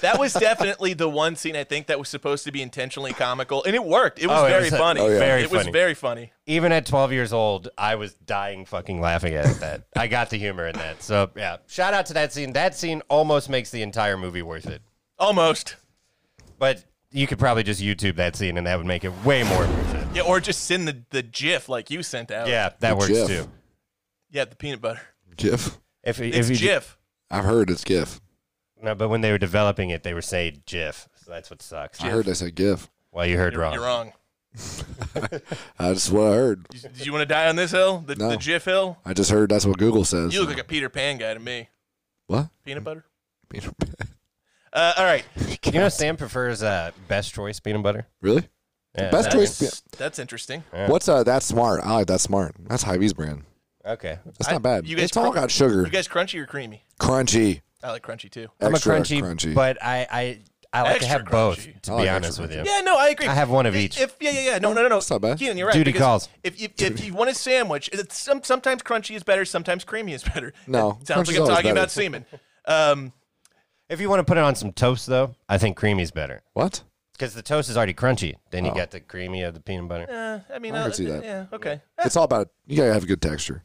[SPEAKER 3] That was definitely the one scene I think that was supposed to be intentionally comical, and it worked. It was
[SPEAKER 2] Oh, it
[SPEAKER 3] very
[SPEAKER 2] was, uh,
[SPEAKER 3] funny.
[SPEAKER 2] oh, yeah. Very
[SPEAKER 3] it was
[SPEAKER 2] funny.
[SPEAKER 3] very funny.
[SPEAKER 2] Even at 12 years old, I was dying fucking laughing at that. I got the humor in that. So, yeah. Shout out to that scene. That scene almost makes the entire movie worth it.
[SPEAKER 3] Almost.
[SPEAKER 2] But you could probably just YouTube that scene and that would make it way more worth it.
[SPEAKER 3] Yeah, or just send the, the GIF like you sent out.
[SPEAKER 2] Yeah, that works
[SPEAKER 1] GIF.
[SPEAKER 2] too.
[SPEAKER 3] Yeah, the peanut butter.
[SPEAKER 1] GIF.
[SPEAKER 2] If,
[SPEAKER 3] It's
[SPEAKER 2] if you
[SPEAKER 3] GIF.
[SPEAKER 1] I've heard it's GIF.
[SPEAKER 2] No, but when they were developing it, they were saying GIF. So that's what sucks.
[SPEAKER 1] I heard they said GIF. Uh,
[SPEAKER 2] Well, you heard wrong.
[SPEAKER 3] You're wrong.
[SPEAKER 1] That's what I heard.
[SPEAKER 3] You- Did you want to die on this hill? The,
[SPEAKER 1] No.
[SPEAKER 3] the GIF hill?
[SPEAKER 1] I just heard that's what Google says.
[SPEAKER 3] You look like a Peter Pan guy to me.
[SPEAKER 1] what?
[SPEAKER 3] Peanut butter?
[SPEAKER 1] Peter Pan.
[SPEAKER 3] Uh, all right.
[SPEAKER 2] You know, Sam prefers uh, best choice peanut butter.
[SPEAKER 1] Really?
[SPEAKER 2] Yeah,
[SPEAKER 1] Best
[SPEAKER 2] that-
[SPEAKER 1] choice.
[SPEAKER 3] That's, that's interesting.
[SPEAKER 1] What's uh? That's smart. I like that smart. That's Hy-Vee's brand.
[SPEAKER 2] Okay.
[SPEAKER 1] That's
[SPEAKER 3] I-
[SPEAKER 1] not bad.
[SPEAKER 3] you guys
[SPEAKER 1] it's all
[SPEAKER 3] pro-
[SPEAKER 1] got sugar.
[SPEAKER 3] You guys crunchy or creamy?
[SPEAKER 1] crunchy.
[SPEAKER 3] I like crunchy too.
[SPEAKER 2] I'm a
[SPEAKER 1] Extra
[SPEAKER 2] crunchy, but I, I, I like
[SPEAKER 3] Extra
[SPEAKER 2] to have both,
[SPEAKER 3] crunchy.
[SPEAKER 2] to
[SPEAKER 1] I
[SPEAKER 2] be
[SPEAKER 1] like
[SPEAKER 2] honest
[SPEAKER 1] extra
[SPEAKER 2] with you.
[SPEAKER 3] Yeah, no, I agree.
[SPEAKER 2] I have one of
[SPEAKER 3] I-
[SPEAKER 2] each.
[SPEAKER 3] If yeah, yeah, yeah. No, no, no, no.
[SPEAKER 1] That's not bad.
[SPEAKER 3] Keenan, you're right.
[SPEAKER 2] Duty
[SPEAKER 3] because
[SPEAKER 2] calls.
[SPEAKER 3] If you, if you want a sandwich, it's some, sometimes crunchy is better, sometimes creamy is better.
[SPEAKER 1] No,
[SPEAKER 3] It sounds
[SPEAKER 1] crunchy's
[SPEAKER 3] like I'm
[SPEAKER 1] always
[SPEAKER 3] talking
[SPEAKER 1] better.
[SPEAKER 3] about semen. Um,
[SPEAKER 2] If you want to put it on some toast, though, I think creamy's better
[SPEAKER 1] what?
[SPEAKER 2] because the toast is already crunchy. Then
[SPEAKER 1] Oh.
[SPEAKER 2] you got the creamy of the peanut butter.
[SPEAKER 3] uh, I mean,
[SPEAKER 1] I can
[SPEAKER 3] I'll-
[SPEAKER 1] see that.
[SPEAKER 3] Yeah, okay.
[SPEAKER 1] It's all about. You gotta have good texture.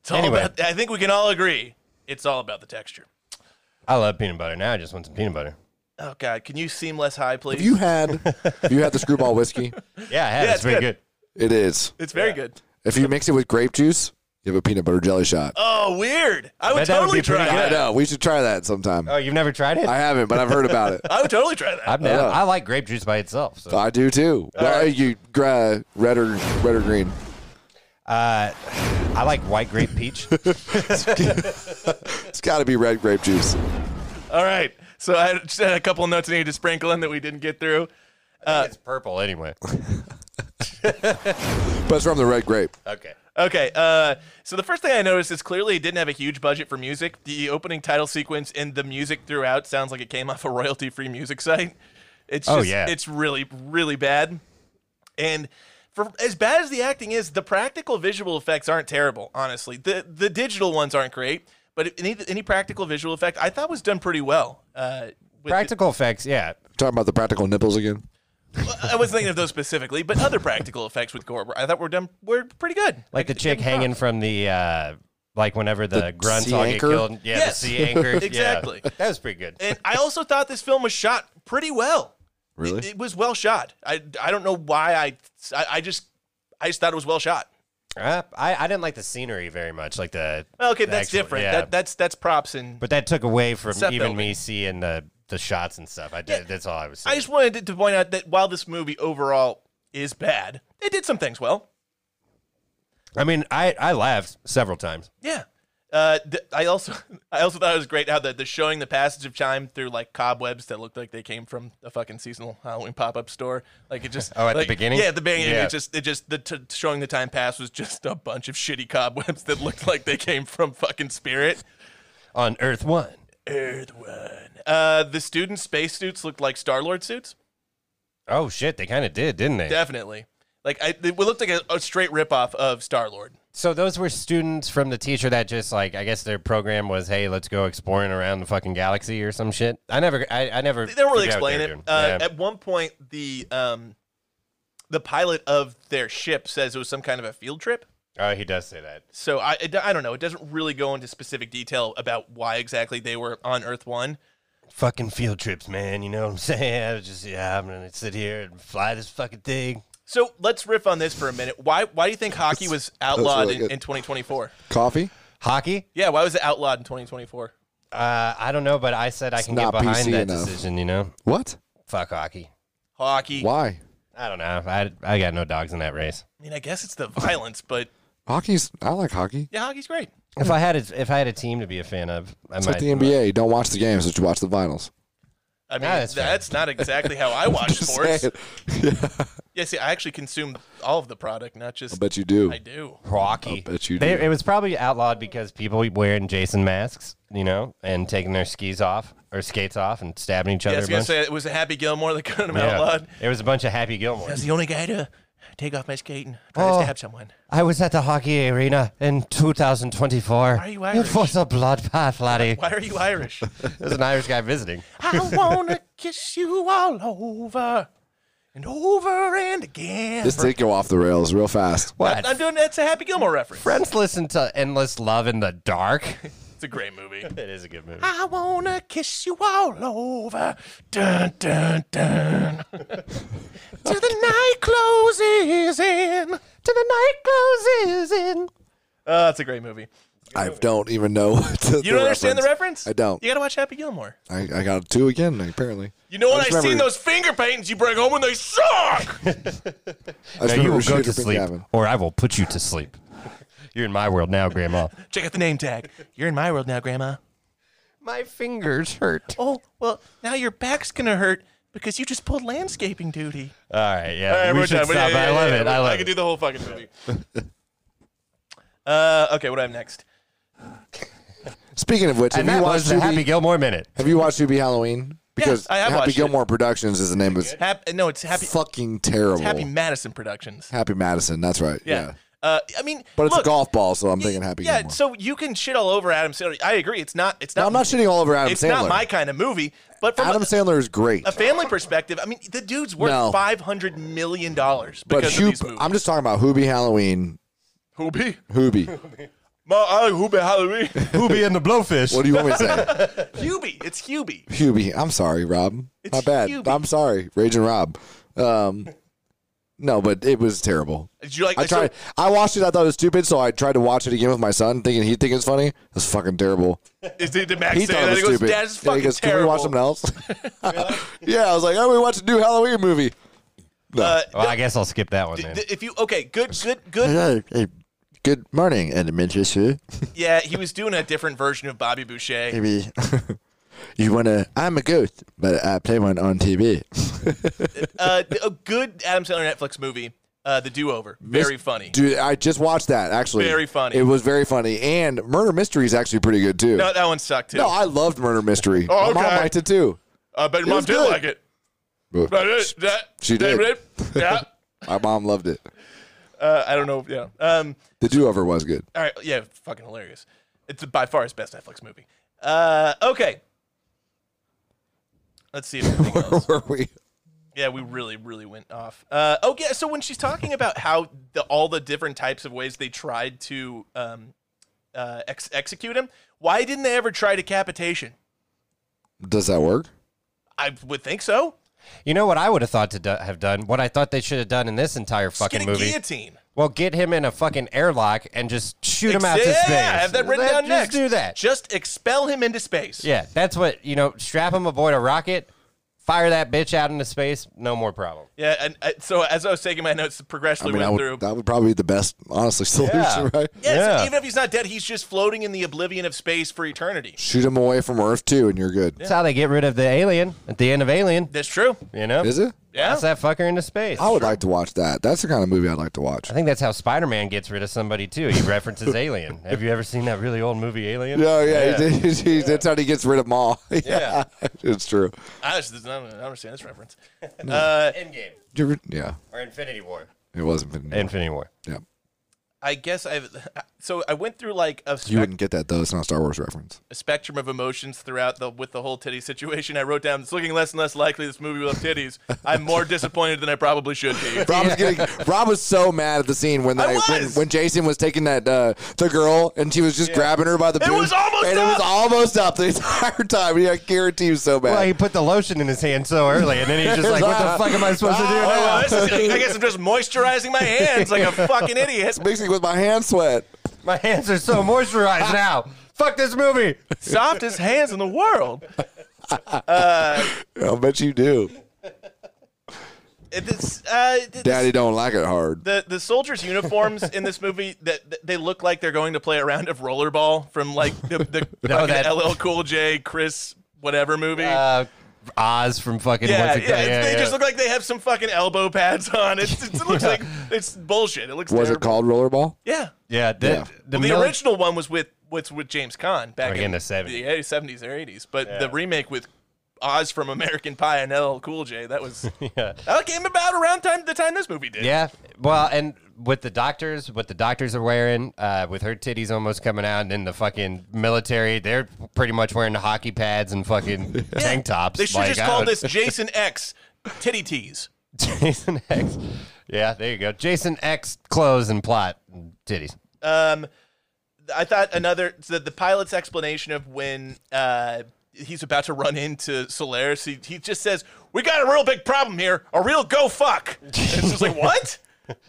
[SPEAKER 3] It's all
[SPEAKER 2] Anyway.
[SPEAKER 3] about, I think we can all agree it's all about the texture.
[SPEAKER 2] I love peanut butter. Now I just want some peanut butter.
[SPEAKER 3] Oh God, can you seem less high, please?
[SPEAKER 1] If you had, if you had the screwball whiskey,
[SPEAKER 2] Yeah, I had
[SPEAKER 3] Yeah,
[SPEAKER 2] it.
[SPEAKER 3] it's
[SPEAKER 2] It's pretty
[SPEAKER 3] good.
[SPEAKER 2] good.
[SPEAKER 1] it is.
[SPEAKER 3] it's very good.
[SPEAKER 1] If you mix it with grape juice, you have a peanut butter jelly shot.
[SPEAKER 3] Oh, weird. I would
[SPEAKER 2] bet that would
[SPEAKER 3] totally
[SPEAKER 2] be pretty
[SPEAKER 3] try
[SPEAKER 2] good.
[SPEAKER 1] I
[SPEAKER 3] that.
[SPEAKER 1] know. We should try that sometime.
[SPEAKER 2] Oh, you've never tried it?
[SPEAKER 1] I uh, haven't, but I've heard about it.
[SPEAKER 3] I would totally try that.
[SPEAKER 2] I've never. I like grape juice by itself. So.
[SPEAKER 1] I do too. Well,
[SPEAKER 3] right.
[SPEAKER 1] You gra- red or red or green?
[SPEAKER 2] Uh, I like white grape peach.
[SPEAKER 1] It's got to be red grape juice.
[SPEAKER 3] all right. So I just had a couple of notes I needed to sprinkle in that we didn't get through.
[SPEAKER 2] it's purple anyway.
[SPEAKER 1] But it's from the red grape.
[SPEAKER 2] Okay.
[SPEAKER 3] Okay, uh, so the first thing I noticed is clearly it didn't have a huge budget for music. The opening title sequence and the music throughout sounds like it came off a royalty-free music site. It's just,
[SPEAKER 2] Oh, yeah.
[SPEAKER 3] it's really really bad. And for as bad as the acting is, the practical visual effects aren't terrible. Honestly, the the digital ones aren't great, but any any practical visual effect I thought was done pretty well. Uh, with
[SPEAKER 2] Practical effects. Yeah.
[SPEAKER 1] Talking about the practical nipples again.
[SPEAKER 3] I was thinking of those specifically, but other practical effects with Gore, I thought were done were pretty good.
[SPEAKER 2] like the chick hanging from the uh like whenever the, grunts
[SPEAKER 1] sea
[SPEAKER 2] all get
[SPEAKER 1] anchor?
[SPEAKER 2] killed. Yeah,
[SPEAKER 3] Yes.
[SPEAKER 2] the sea anchor. Yeah.
[SPEAKER 3] Exactly.
[SPEAKER 2] That was pretty good.
[SPEAKER 3] And I also thought this film was shot pretty well.
[SPEAKER 1] Really?
[SPEAKER 3] It, it was well shot. I, I don't know why I, I I just I just thought it was well shot.
[SPEAKER 2] Uh, I, I didn't like the scenery very much, like the
[SPEAKER 3] Okay,
[SPEAKER 2] the
[SPEAKER 3] that's
[SPEAKER 2] actual-
[SPEAKER 3] different.
[SPEAKER 2] yeah.
[SPEAKER 3] That that's that's props and
[SPEAKER 2] but that took away from
[SPEAKER 3] Set
[SPEAKER 2] even
[SPEAKER 3] building.
[SPEAKER 2] me seeing the the shots and stuff. I did
[SPEAKER 3] Yeah.
[SPEAKER 2] that's all I was
[SPEAKER 3] I
[SPEAKER 2] saying.
[SPEAKER 3] just wanted to, to point out that while this movie overall is bad, it did some things well.
[SPEAKER 2] I, mean, I I laughed several times.
[SPEAKER 3] Yeah. Uh, th- I also I also thought it was great how the, the showing the passage of time through like cobwebs that looked like they came from a fucking seasonal Halloween pop up store. Like it just
[SPEAKER 2] Oh, at the
[SPEAKER 3] like-
[SPEAKER 2] beginning?
[SPEAKER 3] Yeah, at the beginning
[SPEAKER 2] Yeah.
[SPEAKER 3] it just it just the t- showing the time pass was just a bunch of shitty cobwebs that looked like they came from fucking Spirit.
[SPEAKER 2] On Earth One.
[SPEAKER 3] Earth one. Uh, the student spacesuits looked like Star Lord suits.
[SPEAKER 2] Oh shit, they kinda did, didn't they?
[SPEAKER 3] Definitely. Like I, it looked like a, a straight ripoff of Star Lord.
[SPEAKER 2] so those were students from the teacher that just like I guess their program was, hey, let's go exploring around the fucking galaxy or some shit. I never I, I never
[SPEAKER 3] they don't really
[SPEAKER 2] figured out what
[SPEAKER 3] explain
[SPEAKER 2] they
[SPEAKER 3] it.
[SPEAKER 2] were
[SPEAKER 3] Uh,
[SPEAKER 2] doing. Yeah.
[SPEAKER 3] At one point, the um, the pilot of their ship says it was some kind of a field trip.
[SPEAKER 2] Oh, he does say that.
[SPEAKER 3] So I, it- I don't know. It doesn't really go into specific detail about why exactly they were on Earth One.
[SPEAKER 2] fucking field trips, man. You know what I'm saying? I was just, yeah, I'm gonna sit here and fly this fucking thing.
[SPEAKER 3] So let's riff on this for a minute. Why why do you think hockey was outlawed
[SPEAKER 1] really
[SPEAKER 3] in,
[SPEAKER 1] good.
[SPEAKER 3] in 2024?
[SPEAKER 1] Coffee?
[SPEAKER 2] Hockey?
[SPEAKER 3] Yeah, why was it outlawed in 2024?
[SPEAKER 2] Uh, I don't know, but I said I can get
[SPEAKER 1] not
[SPEAKER 2] behind
[SPEAKER 1] PC
[SPEAKER 2] that
[SPEAKER 1] enough.
[SPEAKER 2] decision. You know,
[SPEAKER 1] What?
[SPEAKER 2] fuck hockey.
[SPEAKER 3] Hockey.
[SPEAKER 1] Why?
[SPEAKER 2] I don't know. I I got no dogs in that race.
[SPEAKER 3] I mean, I guess it's the violence, but
[SPEAKER 1] Hockey's. I like hockey.
[SPEAKER 3] yeah, hockey's great.
[SPEAKER 2] If I had a, if I had a team to be a fan of, I
[SPEAKER 1] It's
[SPEAKER 2] might.
[SPEAKER 1] like the NBA. Don't watch the games, just watch the finals.
[SPEAKER 3] I mean,
[SPEAKER 2] Yeah,
[SPEAKER 3] that's,
[SPEAKER 2] that's fair.
[SPEAKER 3] not exactly how I watch
[SPEAKER 1] Just
[SPEAKER 3] sports.
[SPEAKER 1] saying.
[SPEAKER 3] Yeah, see, I actually consume all of the product, not just.
[SPEAKER 1] I bet you do.
[SPEAKER 3] I do.
[SPEAKER 2] Hockey.
[SPEAKER 1] I'll bet you
[SPEAKER 2] They-
[SPEAKER 1] do.
[SPEAKER 2] it was probably outlawed because people wearing Jason masks, you know, and taking their skis off or skates off and stabbing each
[SPEAKER 3] Yeah, I
[SPEAKER 2] other.
[SPEAKER 3] was
[SPEAKER 2] a
[SPEAKER 3] gonna
[SPEAKER 2] bunch.
[SPEAKER 3] say it was a Happy Gilmore that cut him
[SPEAKER 2] Yeah.
[SPEAKER 3] out loud.
[SPEAKER 2] It was a bunch of Happy Gilmore.
[SPEAKER 3] the only guy to Take off my skate and try
[SPEAKER 2] Oh.
[SPEAKER 3] to stab someone.
[SPEAKER 2] I was at the hockey arena in 2024.
[SPEAKER 3] are you Irish?
[SPEAKER 2] It was a bloodbath, laddie.
[SPEAKER 3] Why are you Irish?
[SPEAKER 2] There's an Irish guy visiting.
[SPEAKER 3] I wanna kiss you all over and over and again.
[SPEAKER 1] This did go off the rails real fast.
[SPEAKER 2] What?
[SPEAKER 3] I'm doing that's a Happy Gilmore reference.
[SPEAKER 2] Friends listen to Endless Love in the Dark.
[SPEAKER 3] It's a great movie.
[SPEAKER 2] It is a good movie.
[SPEAKER 3] I wanna kiss you all over. Dun dun dun. Till the night closes in. Till the night closes in. Oh, that's a great movie.
[SPEAKER 1] I don't even know. What to,
[SPEAKER 3] You don't understand the reference?
[SPEAKER 1] I don't.
[SPEAKER 3] You gotta watch Happy Gilmore.
[SPEAKER 1] I, I got two again apparently.
[SPEAKER 3] You know
[SPEAKER 1] I
[SPEAKER 3] what? I've
[SPEAKER 1] just
[SPEAKER 3] seen
[SPEAKER 1] remember-
[SPEAKER 3] those finger paintings you bring home and they suck.
[SPEAKER 1] I just
[SPEAKER 2] Now you
[SPEAKER 1] remember
[SPEAKER 2] will go
[SPEAKER 1] Shooter
[SPEAKER 2] to
[SPEAKER 1] Pink
[SPEAKER 2] sleep,
[SPEAKER 1] Gavin.
[SPEAKER 2] or I will put you to sleep. You're in my world now, Grandma.
[SPEAKER 3] Check out the name tag. You're in my world now, Grandma.
[SPEAKER 2] My fingers hurt. All
[SPEAKER 3] Oh, well, now your back's gonna hurt because you just pulled landscaping duty.
[SPEAKER 2] right, yeah, we should stop. I love it. I love
[SPEAKER 3] can
[SPEAKER 2] it.
[SPEAKER 3] do the whole fucking movie. uh, okay, what do I have next?
[SPEAKER 1] Speaking of which, have
[SPEAKER 2] and
[SPEAKER 1] you
[SPEAKER 2] that
[SPEAKER 1] watched
[SPEAKER 2] was the Happy
[SPEAKER 1] Hubie?
[SPEAKER 2] Gilmore minute.
[SPEAKER 1] Have you watched Hubie Halloween? Because
[SPEAKER 3] I have
[SPEAKER 1] Happy
[SPEAKER 3] watched it.
[SPEAKER 1] Gilmore Productions is the name. It's
[SPEAKER 3] Happy, no, it's Happy
[SPEAKER 1] fucking terrible.
[SPEAKER 3] Happy Madison Productions.
[SPEAKER 1] Happy Madison. That's right. Yeah.
[SPEAKER 3] Yeah. Uh, I mean,
[SPEAKER 1] But it's
[SPEAKER 3] look,
[SPEAKER 1] a golf ball, so I'm
[SPEAKER 3] y-
[SPEAKER 1] thinking Happy
[SPEAKER 3] Yeah,
[SPEAKER 1] Gilmore.
[SPEAKER 3] so you can shit all over Adam Sandler. I agree. It's not. It's not.
[SPEAKER 1] Now, I'm not shitting all over Adam
[SPEAKER 3] it's
[SPEAKER 1] Sandler.
[SPEAKER 3] not my kind of movie. But from
[SPEAKER 1] Adam
[SPEAKER 3] a,
[SPEAKER 1] Sandler is great.
[SPEAKER 3] a family perspective, I mean, the dude's worth
[SPEAKER 1] No.
[SPEAKER 3] five hundred million dollars
[SPEAKER 1] But
[SPEAKER 3] because of these
[SPEAKER 1] Hoop,
[SPEAKER 3] movies.
[SPEAKER 1] I'm just talking about Hubie Halloween.
[SPEAKER 3] who be?
[SPEAKER 1] Hubie.
[SPEAKER 3] Ma, I like Hubie Halloween.
[SPEAKER 2] Hubie and the Blowfish.
[SPEAKER 1] what do you want me to say?
[SPEAKER 3] Hubie. It's Hubie.
[SPEAKER 1] Hubie. I'm sorry, Rob.
[SPEAKER 3] It's
[SPEAKER 1] Not bad.
[SPEAKER 3] Hubie.
[SPEAKER 1] I'm sorry, Raging Rob. Um, no, but it was terrible.
[SPEAKER 3] Did you like?
[SPEAKER 1] I
[SPEAKER 3] so-
[SPEAKER 1] tried. I watched it. I thought it was stupid, so I tried to watch it again with my son, thinking he'd think it's funny. It's fucking terrible.
[SPEAKER 3] Is it, did Max
[SPEAKER 1] He
[SPEAKER 3] say
[SPEAKER 1] thought
[SPEAKER 3] that?
[SPEAKER 1] it was
[SPEAKER 3] he goes,
[SPEAKER 1] stupid.
[SPEAKER 3] Dad, this is
[SPEAKER 1] Yeah, he
[SPEAKER 3] fucking
[SPEAKER 1] goes, "Can we
[SPEAKER 3] terrible.
[SPEAKER 1] watch something else?" yeah, I was like, "Oh, we watched a new Halloween movie." No.
[SPEAKER 3] Uh,
[SPEAKER 2] Well, I guess I'll skip that one
[SPEAKER 3] d-
[SPEAKER 2] then.
[SPEAKER 3] d- if you okay, good, good, good.
[SPEAKER 1] Hello, uh, Good morning, Elementary.
[SPEAKER 3] Yeah, he was doing a different version of Bobby Boucher.
[SPEAKER 1] Maybe you wanna. I'm a ghost, but I play one on TV.
[SPEAKER 3] Uh, d- a good Adam Sandler Netflix movie, uh, The Do Over. Very funny.
[SPEAKER 1] Dude, I just watched that actually.
[SPEAKER 3] Very funny.
[SPEAKER 1] It was very funny, and Murder Mystery is actually pretty good too.
[SPEAKER 3] no, that one sucked too.
[SPEAKER 1] No, I loved Murder Mystery.
[SPEAKER 3] Oh,
[SPEAKER 1] My mom
[SPEAKER 3] okay.
[SPEAKER 1] liked it too.
[SPEAKER 3] I bet your
[SPEAKER 1] It
[SPEAKER 3] mom
[SPEAKER 1] was
[SPEAKER 3] did
[SPEAKER 1] good.
[SPEAKER 3] like it.
[SPEAKER 1] But
[SPEAKER 3] But it- that-
[SPEAKER 1] She
[SPEAKER 3] that-
[SPEAKER 1] did.
[SPEAKER 3] that- Yeah.
[SPEAKER 1] My mom loved it.
[SPEAKER 3] Uh, I don't know. Yeah. Um.
[SPEAKER 1] The do over was good.
[SPEAKER 3] All right. Yeah. Fucking hilarious. It's by far his best Netflix movie. Uh. Okay. Let's see if anything else.
[SPEAKER 1] Were we?
[SPEAKER 3] Yeah, we really, really went off. Uh, oh yeah, so when she's talking about how the, all the different types of ways they tried to um, uh, ex- execute him, why didn't they ever try decapitation?
[SPEAKER 1] Does that work?
[SPEAKER 3] I would think so.
[SPEAKER 2] You know what I would have thought to do- have done? What I thought they should have done in this entire
[SPEAKER 3] Just get
[SPEAKER 2] fucking
[SPEAKER 3] a
[SPEAKER 2] movie?
[SPEAKER 3] guillotine.
[SPEAKER 2] Well, get him in a fucking airlock and just shoot him out
[SPEAKER 3] Ex-
[SPEAKER 2] to
[SPEAKER 3] yeah,
[SPEAKER 2] space.
[SPEAKER 3] yeah, have that written
[SPEAKER 2] Let-
[SPEAKER 3] down
[SPEAKER 2] just
[SPEAKER 3] next.
[SPEAKER 2] do that.
[SPEAKER 3] Just expel him into space.
[SPEAKER 2] yeah, that's what you know. Strap him aboard a rocket, fire that bitch out into space. No more problem.
[SPEAKER 3] Yeah, and uh, so as I was taking my notes, progressively
[SPEAKER 1] I
[SPEAKER 3] went
[SPEAKER 1] would,
[SPEAKER 3] through.
[SPEAKER 1] that would probably be the best, honestly, solution,
[SPEAKER 2] Yeah.
[SPEAKER 1] right?
[SPEAKER 3] yeah, so
[SPEAKER 2] yeah.
[SPEAKER 3] even if he's not dead, he's just floating in the oblivion of space for eternity.
[SPEAKER 1] Shoot him away from Earth too, and you're good.
[SPEAKER 2] That's how they get rid of the alien at the end of Alien.
[SPEAKER 3] That's true.
[SPEAKER 2] You know,
[SPEAKER 1] Is it?
[SPEAKER 3] Yeah.
[SPEAKER 2] Blast that fucker into space.
[SPEAKER 1] I would like to watch that. That's the kind of movie I'd like to watch.
[SPEAKER 2] I think that's how Spider-Man gets rid of somebody too. He references Alien. Have you ever seen that really old movie Alien?
[SPEAKER 1] No, Oh, yeah, He did, he- that's how he gets rid of Maul. yeah, it's true.
[SPEAKER 3] I, just, I don't understand this reference. Uh,
[SPEAKER 2] Endgame
[SPEAKER 1] You ever- Yeah,
[SPEAKER 2] or Infinity War?
[SPEAKER 1] it wasn't. Been,
[SPEAKER 2] Infinity War.
[SPEAKER 1] yeah,
[SPEAKER 3] I guess I've so I went through like a, spec-
[SPEAKER 1] you wouldn't get that though. It's not a Star Wars reference.
[SPEAKER 3] a spectrum of emotions throughout the with the whole titty situation. I wrote down it's looking less and less likely this movie will have titties. I'm more disappointed than I probably should be.
[SPEAKER 1] Rob was getting. Rob was so mad at the scene when
[SPEAKER 3] I
[SPEAKER 1] they, when,
[SPEAKER 3] was.
[SPEAKER 1] when Jason was taking that uh, the girl and she was just grabbing her by the. boob,
[SPEAKER 3] was almost
[SPEAKER 1] and it was
[SPEAKER 3] up!
[SPEAKER 1] almost up the entire time. Yeah, I guarantee you, so bad.
[SPEAKER 2] Well, he put the lotion in his hand so early, and then he's just like, "What the fuck am I supposed to do?" now?"
[SPEAKER 3] Oh, this is- I guess I'm just moisturizing my hands like a fucking idiot.
[SPEAKER 1] Mixing with my hand sweat.
[SPEAKER 2] My hands are so moisturized now. Fuck this movie.
[SPEAKER 3] Softest hands in the world.
[SPEAKER 1] I bet you do.
[SPEAKER 3] It- This, uh, this-
[SPEAKER 1] Daddy don't like it hard.
[SPEAKER 3] The, the soldiers' uniforms in this movie that that they look like they're going to play a round of rollerball from like the, the fucking
[SPEAKER 2] that-
[SPEAKER 3] LL Cool J Chris whatever movie.
[SPEAKER 2] Uh, Oz from fucking
[SPEAKER 3] Yeah,
[SPEAKER 2] Once
[SPEAKER 3] yeah,
[SPEAKER 2] Upon-
[SPEAKER 3] it's- they
[SPEAKER 2] yeah.
[SPEAKER 3] just look like they have some fucking elbow pads on. It's, it's, it looks like it's bullshit. It looks.
[SPEAKER 1] Was it
[SPEAKER 3] terrible.
[SPEAKER 1] called rollerball?
[SPEAKER 3] Yeah,
[SPEAKER 2] Yeah, the,
[SPEAKER 1] Yeah.
[SPEAKER 2] the
[SPEAKER 3] the
[SPEAKER 2] mil-
[SPEAKER 3] original one was with was with James Caan back
[SPEAKER 2] Like in the 70s.
[SPEAKER 3] yeah, seventies or eighties. But the remake with Oz from American Pie and LL Cool J. That was that came about around time the time this movie did.
[SPEAKER 2] Yeah. Well, and with the doctors, what the doctors are wearing, uh, with her titties almost coming out, and then the fucking military, they're pretty much wearing hockey pads and fucking tank tops.
[SPEAKER 3] They should
[SPEAKER 2] Like,
[SPEAKER 3] just
[SPEAKER 2] I
[SPEAKER 3] call
[SPEAKER 2] don't-
[SPEAKER 3] this Jason X Titty Tease.
[SPEAKER 2] Jason X. Yeah, there you go. Jason X clothes and plot and titties.
[SPEAKER 3] Um, I thought another the, the pilot's explanation of when uh, he's about to run into Solaris, he, he just says, "We got a real big problem here. A real go fuck." And it's just like what?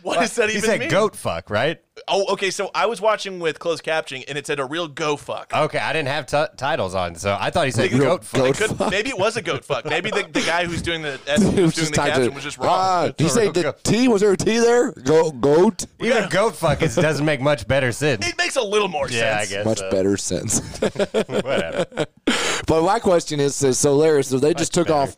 [SPEAKER 3] What does that
[SPEAKER 2] he
[SPEAKER 3] even
[SPEAKER 2] said
[SPEAKER 3] mean?
[SPEAKER 2] goat fuck, right?
[SPEAKER 3] Oh, okay. So I was watching with closed captioning, and it said a real go fuck.
[SPEAKER 2] Okay, I didn't have t- titles on, so I thought he said
[SPEAKER 1] Real
[SPEAKER 2] goat fuck.
[SPEAKER 1] goat
[SPEAKER 3] Could,
[SPEAKER 1] fuck.
[SPEAKER 3] maybe it was a goat fuck. Maybe the, the guy who's doing the doing the
[SPEAKER 1] typed
[SPEAKER 3] caption
[SPEAKER 1] it.
[SPEAKER 3] was just wrong.
[SPEAKER 1] Ah, he said the T. Was there a T there? Go goat.
[SPEAKER 2] Even goat fuck is, doesn't make much better sense.
[SPEAKER 3] it makes a little more
[SPEAKER 2] yeah, I
[SPEAKER 3] sense.
[SPEAKER 2] guess.
[SPEAKER 1] Much
[SPEAKER 2] so.
[SPEAKER 1] better Um, sense.
[SPEAKER 2] Whatever.
[SPEAKER 1] But my question is, is Solaris, so they just took off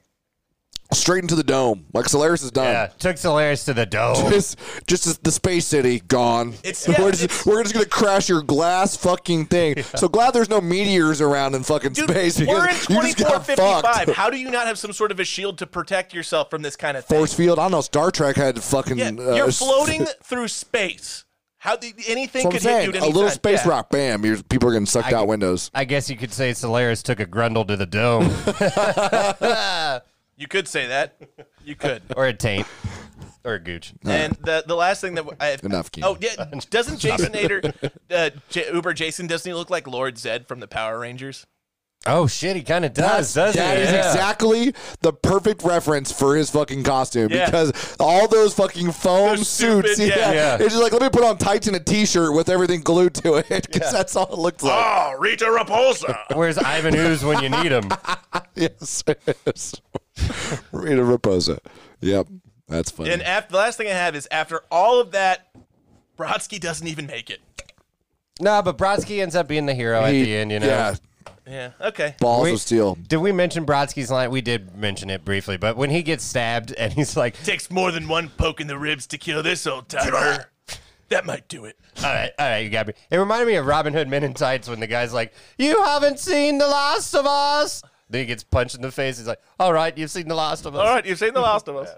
[SPEAKER 1] straight into the dome. Like Solaris is
[SPEAKER 2] Yeah,
[SPEAKER 1] done.
[SPEAKER 2] took Solaris to the dome.
[SPEAKER 1] Just, just the space city gone.
[SPEAKER 3] It's- yeah,
[SPEAKER 1] we're, just,
[SPEAKER 3] it's-
[SPEAKER 1] we're just gonna crash your glass fucking thing. So glad there's no meteors around in fucking
[SPEAKER 3] Dude,
[SPEAKER 1] space
[SPEAKER 3] we're in
[SPEAKER 1] because you just got
[SPEAKER 3] 2455.
[SPEAKER 1] fucked.
[SPEAKER 3] How do you not have some sort of a shield to protect yourself from this kind of thing?
[SPEAKER 1] Force field. I don't know. Star Trek had fucking.
[SPEAKER 3] Yeah,
[SPEAKER 1] uh,
[SPEAKER 3] you're floating through space. How the, anything
[SPEAKER 1] So I'm
[SPEAKER 3] could
[SPEAKER 1] saying,
[SPEAKER 3] hit you at
[SPEAKER 1] a
[SPEAKER 3] any
[SPEAKER 1] little
[SPEAKER 3] time.
[SPEAKER 1] space
[SPEAKER 3] Yeah.
[SPEAKER 1] rock, bam! You're, people are getting sucked out windows.
[SPEAKER 2] I guess you could say Solaris took a grundle to the dome
[SPEAKER 3] You could say that. You could.
[SPEAKER 2] or a taint or a gooch.
[SPEAKER 3] and the the last thing that I
[SPEAKER 1] Enough, Keenan.
[SPEAKER 3] Oh yeah, doesn't Jason Ader, uh, J- Uber Jason, doesn't he look like Lord Zed from the Power Rangers?
[SPEAKER 2] Oh shit, he kind of does, doesn't
[SPEAKER 1] That
[SPEAKER 2] he?
[SPEAKER 1] is
[SPEAKER 2] Yeah.
[SPEAKER 1] exactly the perfect reference for his fucking costume
[SPEAKER 3] Yeah.
[SPEAKER 1] because all those fucking foam
[SPEAKER 3] Those stupid-
[SPEAKER 1] suits.
[SPEAKER 3] yeah.
[SPEAKER 2] Yeah.
[SPEAKER 1] It's just like, let me put on tights and a t shirt with everything glued to it because that's all it looked like.
[SPEAKER 3] Oh, Rita Repulsa.
[SPEAKER 2] Where's Ivan Ooze when you need him?
[SPEAKER 1] Yes. yes. Rita Raposa. Yep. That's funny.
[SPEAKER 3] and after the last thing I have is after all of that, Brodsky doesn't even make it.
[SPEAKER 2] no, but Brodsky ends up being the hero
[SPEAKER 1] He-
[SPEAKER 2] at the end, you know.
[SPEAKER 1] Yeah.
[SPEAKER 3] Yeah. Okay.
[SPEAKER 1] Balls
[SPEAKER 2] We-
[SPEAKER 1] of steel.
[SPEAKER 2] Did we mention Brodsky's line? We did mention it briefly, but when he gets stabbed and he's like,
[SPEAKER 3] Takes more than one poke in the ribs to kill this old timer. that might do it.
[SPEAKER 2] "All right, all right, you got me." It reminded me of Robin Hood Men in Tights when the guy's like, "You haven't seen The Last of Us." Then he gets punched in the face. He's like, "All right, you've seen The Last of Us."
[SPEAKER 3] All right, you've seen The Last of Us.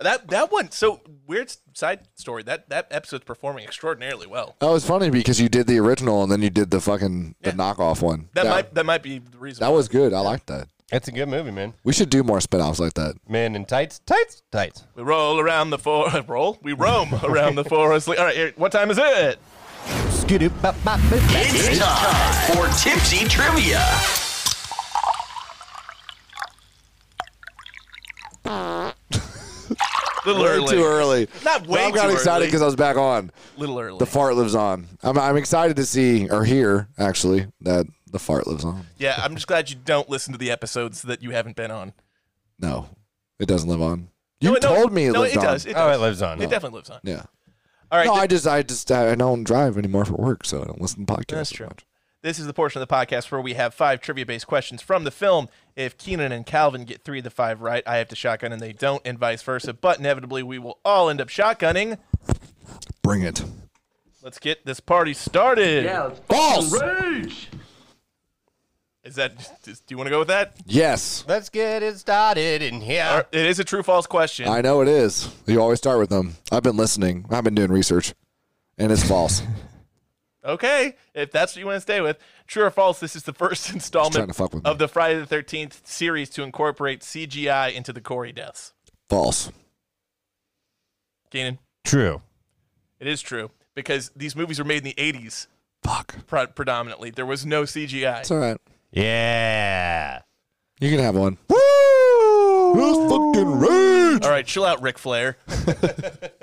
[SPEAKER 3] That that one. So weird s- side story. That that episode's performing extraordinarily well.
[SPEAKER 1] That was funny because you did the original and then you did the fucking the knockoff one.
[SPEAKER 3] That might that might be the reason.
[SPEAKER 1] that was good. I liked that.
[SPEAKER 2] That's a good movie, man.
[SPEAKER 1] We should do more spinoffs like that.
[SPEAKER 2] Men in Tights, Tights, Tights.
[SPEAKER 3] we roll around the for roll. We roam around the forest. All right, here, what time is it?
[SPEAKER 10] It's time for Tipsy Trivia.
[SPEAKER 3] Little
[SPEAKER 1] Way
[SPEAKER 3] early.
[SPEAKER 1] too early.
[SPEAKER 3] Not way
[SPEAKER 1] I got
[SPEAKER 3] too
[SPEAKER 1] excited
[SPEAKER 3] early.
[SPEAKER 1] because I was back on.
[SPEAKER 3] Little early.
[SPEAKER 1] The fart lives on. I'm, I'm excited to see or hear actually that the fart lives on.
[SPEAKER 3] yeah, I'm just glad you don't listen to the episodes that you haven't been on.
[SPEAKER 1] No, it doesn't live on. You
[SPEAKER 3] no,
[SPEAKER 1] told me it
[SPEAKER 3] no,
[SPEAKER 1] lived
[SPEAKER 3] it
[SPEAKER 1] on.
[SPEAKER 3] does. It
[SPEAKER 2] Oh,
[SPEAKER 3] does.
[SPEAKER 2] it lives on.
[SPEAKER 3] It definitely lives on.
[SPEAKER 1] Yeah.
[SPEAKER 3] All right.
[SPEAKER 1] no,
[SPEAKER 3] th-
[SPEAKER 1] I just, I just, I don't drive anymore for work, so I don't listen to podcasts.
[SPEAKER 3] That's
[SPEAKER 1] as
[SPEAKER 3] true.
[SPEAKER 1] much.
[SPEAKER 3] This is the portion of the podcast where we have five trivia based questions from the film. If Keenan and Calvin get three of the five right, I have to shotgun and they don't, and vice versa. But inevitably, we will all end up shotgunning.
[SPEAKER 1] Bring it.
[SPEAKER 3] Let's get this party started.
[SPEAKER 1] Balls.
[SPEAKER 3] Is that, is, do you want to go with that?
[SPEAKER 1] Yes,
[SPEAKER 2] Let's get it started in here.
[SPEAKER 3] Or- It is a true false question.
[SPEAKER 1] I know it is. You always start with them. I've been listening. I've been doing research, and it's false.
[SPEAKER 3] Okay, if that's what you want to stay with. True or false, this is the first
[SPEAKER 1] trying to
[SPEAKER 3] installment
[SPEAKER 1] fuck with me.
[SPEAKER 3] of the Friday the 13th series to incorporate CGI into the Corey deaths.
[SPEAKER 1] false.
[SPEAKER 3] Keenan,
[SPEAKER 2] True.
[SPEAKER 3] it is true because these movies were made in the 80s
[SPEAKER 1] Fuck.
[SPEAKER 3] pre- predominantly. There was no CGI.
[SPEAKER 1] It's all right.
[SPEAKER 2] Yeah.
[SPEAKER 1] You can have one. Woo! That's fucking rage.
[SPEAKER 3] All right, chill out, Ric Flair. All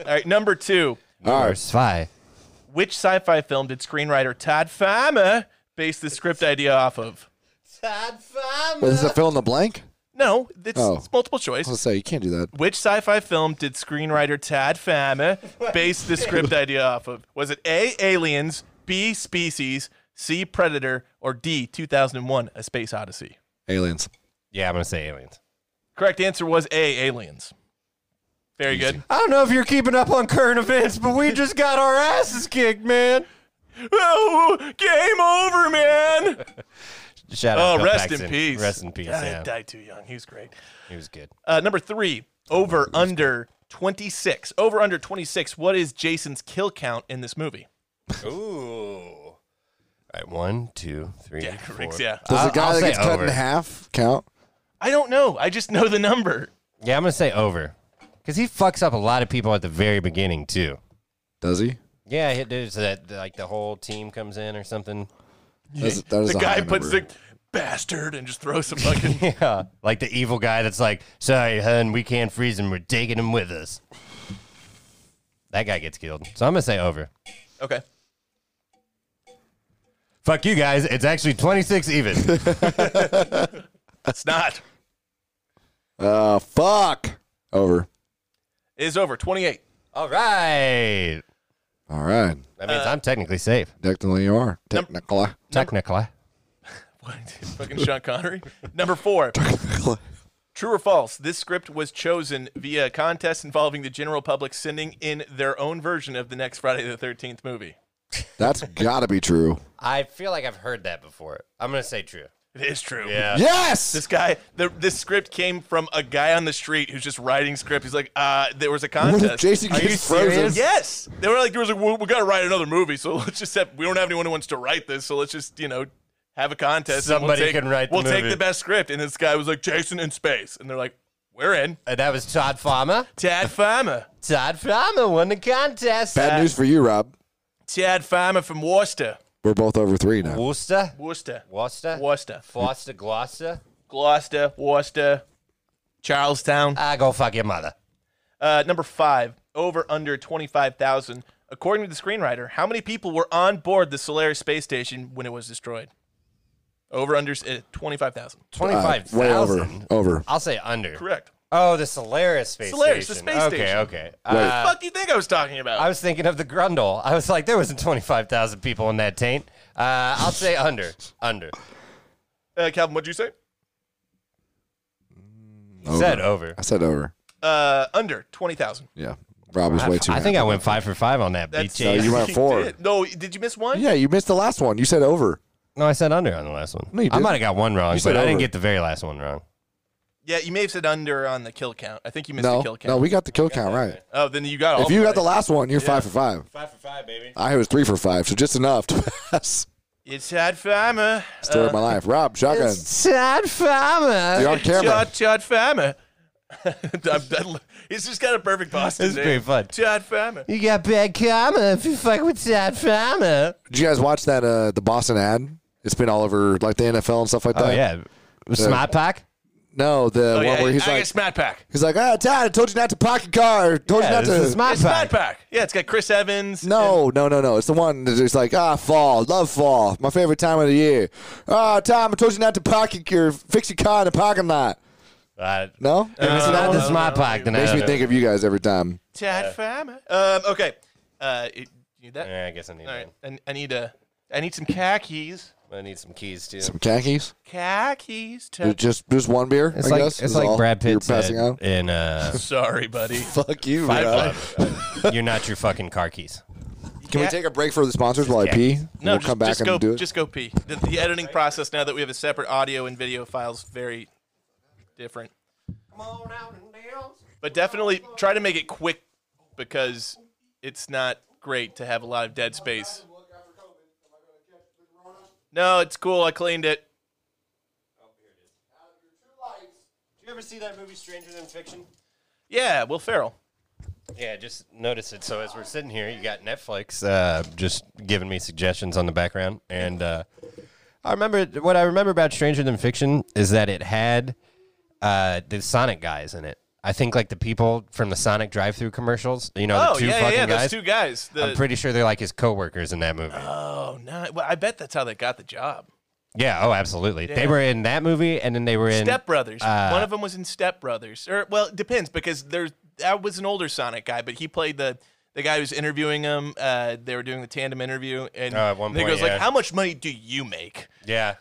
[SPEAKER 3] right, number two.
[SPEAKER 1] All
[SPEAKER 2] Or
[SPEAKER 1] right.
[SPEAKER 2] Spy.
[SPEAKER 3] Which sci fi film did screenwriter Todd Fama base the script idea off of?
[SPEAKER 1] Is this a fill in the blank?
[SPEAKER 3] No, it's,
[SPEAKER 1] Oh.
[SPEAKER 3] it's multiple choice.
[SPEAKER 1] I was gonna say you can't do that.
[SPEAKER 3] Which sci-fi film did screenwriter Tad Fama base the script idea off of? Was it A. Aliens, B. Species, C. Predator, or D. 2001: A Space Odyssey?
[SPEAKER 1] Aliens.
[SPEAKER 2] Yeah, I'm gonna say aliens.
[SPEAKER 3] Correct answer was A. Aliens. Very good.
[SPEAKER 2] I don't know if you're keeping up on current events, but we just got our asses kicked, man.
[SPEAKER 3] Oh, game over, man.
[SPEAKER 2] Shout out.
[SPEAKER 3] Oh,
[SPEAKER 2] Bill
[SPEAKER 3] rest in
[SPEAKER 2] Paxton.
[SPEAKER 3] peace.
[SPEAKER 2] Rest in peace.
[SPEAKER 3] God,
[SPEAKER 2] Yeah,
[SPEAKER 3] Died too young. He was great.
[SPEAKER 2] he was good.
[SPEAKER 3] Uh, number three, over under 26. Over under 26. What is Jason's kill count in this movie?
[SPEAKER 2] Ooh. All right, one, two, three,
[SPEAKER 3] Yeah,
[SPEAKER 2] four.
[SPEAKER 3] Riggs, yeah.
[SPEAKER 1] Does
[SPEAKER 2] I'll-
[SPEAKER 1] the guy
[SPEAKER 2] I'll
[SPEAKER 1] that
[SPEAKER 2] say
[SPEAKER 1] gets cut
[SPEAKER 2] over.
[SPEAKER 1] in half count?
[SPEAKER 3] I don't know. I just know the number.
[SPEAKER 2] Yeah, I'm gonna say over, because he fucks up a lot of people at the very beginning too.
[SPEAKER 1] Does he?
[SPEAKER 2] Yeah, he does that. Like the whole team comes in or something.
[SPEAKER 1] That's, that is
[SPEAKER 3] the
[SPEAKER 1] a
[SPEAKER 3] guy
[SPEAKER 1] high
[SPEAKER 3] puts
[SPEAKER 1] number.
[SPEAKER 3] the bastard and just throws some fucking.
[SPEAKER 2] Yeah, like the evil guy that's like, "Sorry, hun, we can't freeze him. We're taking him with us." That guy gets killed. So I'm gonna say over.
[SPEAKER 3] okay.
[SPEAKER 2] Fuck you guys. It's actually 26 even.
[SPEAKER 3] It's not.
[SPEAKER 1] Oh fuck! Over.
[SPEAKER 3] It is over. 28.
[SPEAKER 2] All right.
[SPEAKER 1] All right.
[SPEAKER 2] That means I'm technically safe.
[SPEAKER 1] Technically, you are. Technically.
[SPEAKER 2] Technically.
[SPEAKER 3] What? fucking Sean Connery. Number four. True or false? This script was chosen via a contest involving the general public sending in their own version of the next Friday the 13th movie.
[SPEAKER 1] That's gotta be true.
[SPEAKER 2] I feel like I've heard that before. I'm gonna say true.
[SPEAKER 3] It is true.
[SPEAKER 2] Yeah.
[SPEAKER 1] Yes.
[SPEAKER 3] This guy, the, this script came from a guy on the street who's just writing script. He's like, uh, there was a
[SPEAKER 1] What
[SPEAKER 3] contest.
[SPEAKER 1] if Jason
[SPEAKER 2] Are you
[SPEAKER 1] gets frozen?
[SPEAKER 2] serious?
[SPEAKER 3] Yes, they were like, there was like, well, we got to write another movie, so let's just have. We don't have anyone who wants to write this, so let's just you know have a contest. and
[SPEAKER 2] Somebody
[SPEAKER 3] we'll take,
[SPEAKER 2] can write the
[SPEAKER 3] We'll take
[SPEAKER 2] movie.
[SPEAKER 3] the best script, and this guy was like, Jason in space, and they're like, we're in.
[SPEAKER 2] And Uh, that was Todd Farmer.
[SPEAKER 3] Tad Farmer,
[SPEAKER 2] Todd Farmer won the contest. Uh,
[SPEAKER 1] Bad news for you, Rob.
[SPEAKER 3] Tad Farmer from Worcester,
[SPEAKER 1] We're both over three now.
[SPEAKER 2] Worcester.
[SPEAKER 3] Worcester,
[SPEAKER 2] Worcester.
[SPEAKER 3] Worcester,
[SPEAKER 2] Foster Gloucester.
[SPEAKER 3] Gloucester, Worcester, Charlestown.
[SPEAKER 2] I Ah, go fuck your mother.
[SPEAKER 3] Uh, number five, over under 25,000. According to the screenwriter, how many people were on board the Solaris space station when it was destroyed? Over under uh, 25,000.
[SPEAKER 1] Uh,
[SPEAKER 2] 25,000.
[SPEAKER 1] way over. Over.
[SPEAKER 2] I'll say under.
[SPEAKER 3] Correct.
[SPEAKER 2] Oh, the Solaris space
[SPEAKER 3] Solaris, the
[SPEAKER 2] station.
[SPEAKER 3] space
[SPEAKER 2] okay,
[SPEAKER 3] station.
[SPEAKER 2] Okay,
[SPEAKER 3] the
[SPEAKER 2] Uh,
[SPEAKER 3] fuck do you think I was talking about?
[SPEAKER 2] I was thinking of the Grundle. I was like, there wasn't 25,000 people in that taint. Uh, I'll say under. Under.
[SPEAKER 3] uh, Calvin, what'd you say?
[SPEAKER 1] Over.
[SPEAKER 2] Said over.
[SPEAKER 1] I said over.
[SPEAKER 3] Uh, under 20,000.
[SPEAKER 1] Yeah. Rob was
[SPEAKER 2] I,
[SPEAKER 1] way too.
[SPEAKER 2] I think I
[SPEAKER 1] happy.
[SPEAKER 2] went five for five on that,
[SPEAKER 3] That's
[SPEAKER 2] BT.
[SPEAKER 1] No, you went four.
[SPEAKER 3] did. No, did you miss one?
[SPEAKER 1] Yeah, you missed the last one. You said over.
[SPEAKER 2] No, I said under on the last one.
[SPEAKER 1] No, you
[SPEAKER 2] I
[SPEAKER 1] didn't.
[SPEAKER 2] might have got one wrong,
[SPEAKER 1] You
[SPEAKER 2] but
[SPEAKER 1] said
[SPEAKER 2] I didn't
[SPEAKER 1] over.
[SPEAKER 2] get the very last one wrong.
[SPEAKER 3] Yeah, you may have said under on the kill count. I think you missed the
[SPEAKER 1] No,
[SPEAKER 3] kill count.
[SPEAKER 1] no, we got the kill count right.
[SPEAKER 3] oh, then you got all
[SPEAKER 1] If you
[SPEAKER 3] of
[SPEAKER 1] got
[SPEAKER 3] them
[SPEAKER 1] the
[SPEAKER 3] right.
[SPEAKER 1] last one, you're five for five.
[SPEAKER 2] Five for five, baby.
[SPEAKER 1] I was three for five, so just enough to pass.
[SPEAKER 3] It's Chad Farmer.
[SPEAKER 1] Story of my life. Rob, shotgun.
[SPEAKER 2] Todd Farmer.
[SPEAKER 1] You're on camera.
[SPEAKER 3] Chad, Chad Farmer. I'm- I'm- He's just got a perfect Boston
[SPEAKER 2] It's
[SPEAKER 3] name.
[SPEAKER 2] pretty fun.
[SPEAKER 3] Chad Farmer.
[SPEAKER 2] You got bad karma if you fuck with Todd Farmer.
[SPEAKER 1] Did you guys watch that uh the Boston ad? It's been all over like the NFL and stuff like that.
[SPEAKER 2] Oh, yeah. Smart pack?
[SPEAKER 1] No, the
[SPEAKER 3] Oh,
[SPEAKER 1] one
[SPEAKER 3] yeah,
[SPEAKER 1] where he's
[SPEAKER 3] I
[SPEAKER 1] like
[SPEAKER 3] guess Matt Pack.
[SPEAKER 1] he's like, Ah, Todd, I told you not to park your car. I told
[SPEAKER 2] Yeah,
[SPEAKER 1] you
[SPEAKER 2] this
[SPEAKER 1] not to
[SPEAKER 2] is Smart
[SPEAKER 3] It's Matt
[SPEAKER 2] pack.
[SPEAKER 3] Pack. Yeah, it's got Chris Evans.
[SPEAKER 1] No, no, no, no. It's the one that's just like, ah, fall. Love fall. My favorite time of the year. Ah, Tom, I told you not to park your fix your car in the parking lot.
[SPEAKER 2] Uh,
[SPEAKER 1] No?
[SPEAKER 2] if it's not the
[SPEAKER 3] no,
[SPEAKER 2] smart
[SPEAKER 3] no, no,
[SPEAKER 2] pack, then I
[SPEAKER 1] Makes
[SPEAKER 2] don't
[SPEAKER 1] me
[SPEAKER 2] know.
[SPEAKER 1] think of you guys every time.
[SPEAKER 3] Tad Farmer. Um, okay. Uh, it, you need that?
[SPEAKER 2] Yeah, I guess I need
[SPEAKER 3] All
[SPEAKER 2] one.
[SPEAKER 3] right. I, I need a. I need some khakis.
[SPEAKER 2] I need some keys too.
[SPEAKER 1] Some khakis?
[SPEAKER 3] Khakis. To...
[SPEAKER 1] Just just one beer,
[SPEAKER 2] It's
[SPEAKER 1] I
[SPEAKER 2] like
[SPEAKER 1] guess.
[SPEAKER 2] it's
[SPEAKER 1] is
[SPEAKER 2] like
[SPEAKER 1] all
[SPEAKER 2] Brad
[SPEAKER 1] You're
[SPEAKER 2] Pitt said
[SPEAKER 1] passing out.
[SPEAKER 2] in uh,
[SPEAKER 3] Sorry, buddy.
[SPEAKER 1] Fuck you,
[SPEAKER 2] Fight
[SPEAKER 1] Rob.
[SPEAKER 2] Club. You're not your fucking car keys.
[SPEAKER 1] Can we
[SPEAKER 3] Yeah.
[SPEAKER 1] take a break for the sponsors while I pee?
[SPEAKER 3] No,
[SPEAKER 1] we'll
[SPEAKER 3] just,
[SPEAKER 1] come back
[SPEAKER 3] just
[SPEAKER 1] and
[SPEAKER 3] go.
[SPEAKER 1] do it.
[SPEAKER 3] Just go pee. The, the editing process now that we have a separate audio and video files very different. But definitely try to make it quick because it's not great to have a lot of dead space. No, it's cool. I cleaned it.
[SPEAKER 2] Did you ever see that movie Stranger Than Fiction?
[SPEAKER 3] Yeah, Will Ferrell.
[SPEAKER 2] Yeah, just notice it. So as we're sitting here, you got Netflix uh, just giving me suggestions on the background, and uh, I remember what I remember about Stranger Than Fiction is that it had uh, the Sonic guys in it. I think like the people from the Sonic drive-through commercials. You know,
[SPEAKER 3] Oh
[SPEAKER 2] the two
[SPEAKER 3] yeah, yeah,
[SPEAKER 2] fucking
[SPEAKER 3] yeah.
[SPEAKER 2] guys.
[SPEAKER 3] Those two guys. The,
[SPEAKER 2] I'm pretty sure they're like his coworkers in that movie.
[SPEAKER 3] oh no, well, I bet that's how they got the job.
[SPEAKER 2] yeah. Oh, absolutely.
[SPEAKER 3] Yeah.
[SPEAKER 2] They were in that movie, and then they were in
[SPEAKER 3] Step Brothers.
[SPEAKER 2] uh,
[SPEAKER 3] One of them was in Step Brothers, or well, it depends because there's that was an older Sonic guy, but he played the the guy who's interviewing him. Uh, they were doing the tandem interview, and
[SPEAKER 2] Oh, at one
[SPEAKER 3] and he
[SPEAKER 2] point,
[SPEAKER 3] goes
[SPEAKER 2] yeah.
[SPEAKER 3] like, "How much money do you make?"
[SPEAKER 2] Yeah.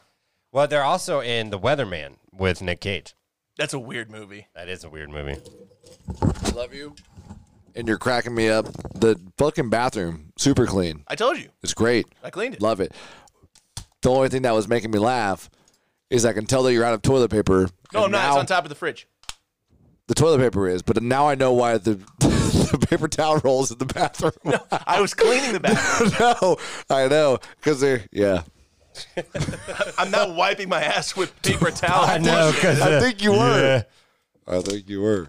[SPEAKER 2] Well, they're also in The Weatherman with Nick Cage.
[SPEAKER 3] That's a weird movie.
[SPEAKER 2] That is a weird movie.
[SPEAKER 1] Love you. And you're cracking me up. The fucking bathroom, super clean.
[SPEAKER 3] I told you,
[SPEAKER 1] It's great.
[SPEAKER 3] I cleaned it.
[SPEAKER 1] Love it. The only thing that was making me laugh is I can tell that you're out of toilet paper.
[SPEAKER 3] No,
[SPEAKER 1] and
[SPEAKER 3] I'm not.
[SPEAKER 1] now
[SPEAKER 3] It's on top of the fridge.
[SPEAKER 1] The toilet paper is, but now I know why the, the paper towel rolls in the bathroom.
[SPEAKER 3] I was cleaning the bathroom.
[SPEAKER 1] no, I know because they're yeah.
[SPEAKER 3] I'm not wiping my ass with paper towel.
[SPEAKER 2] I know because
[SPEAKER 1] I think you were. I think you were.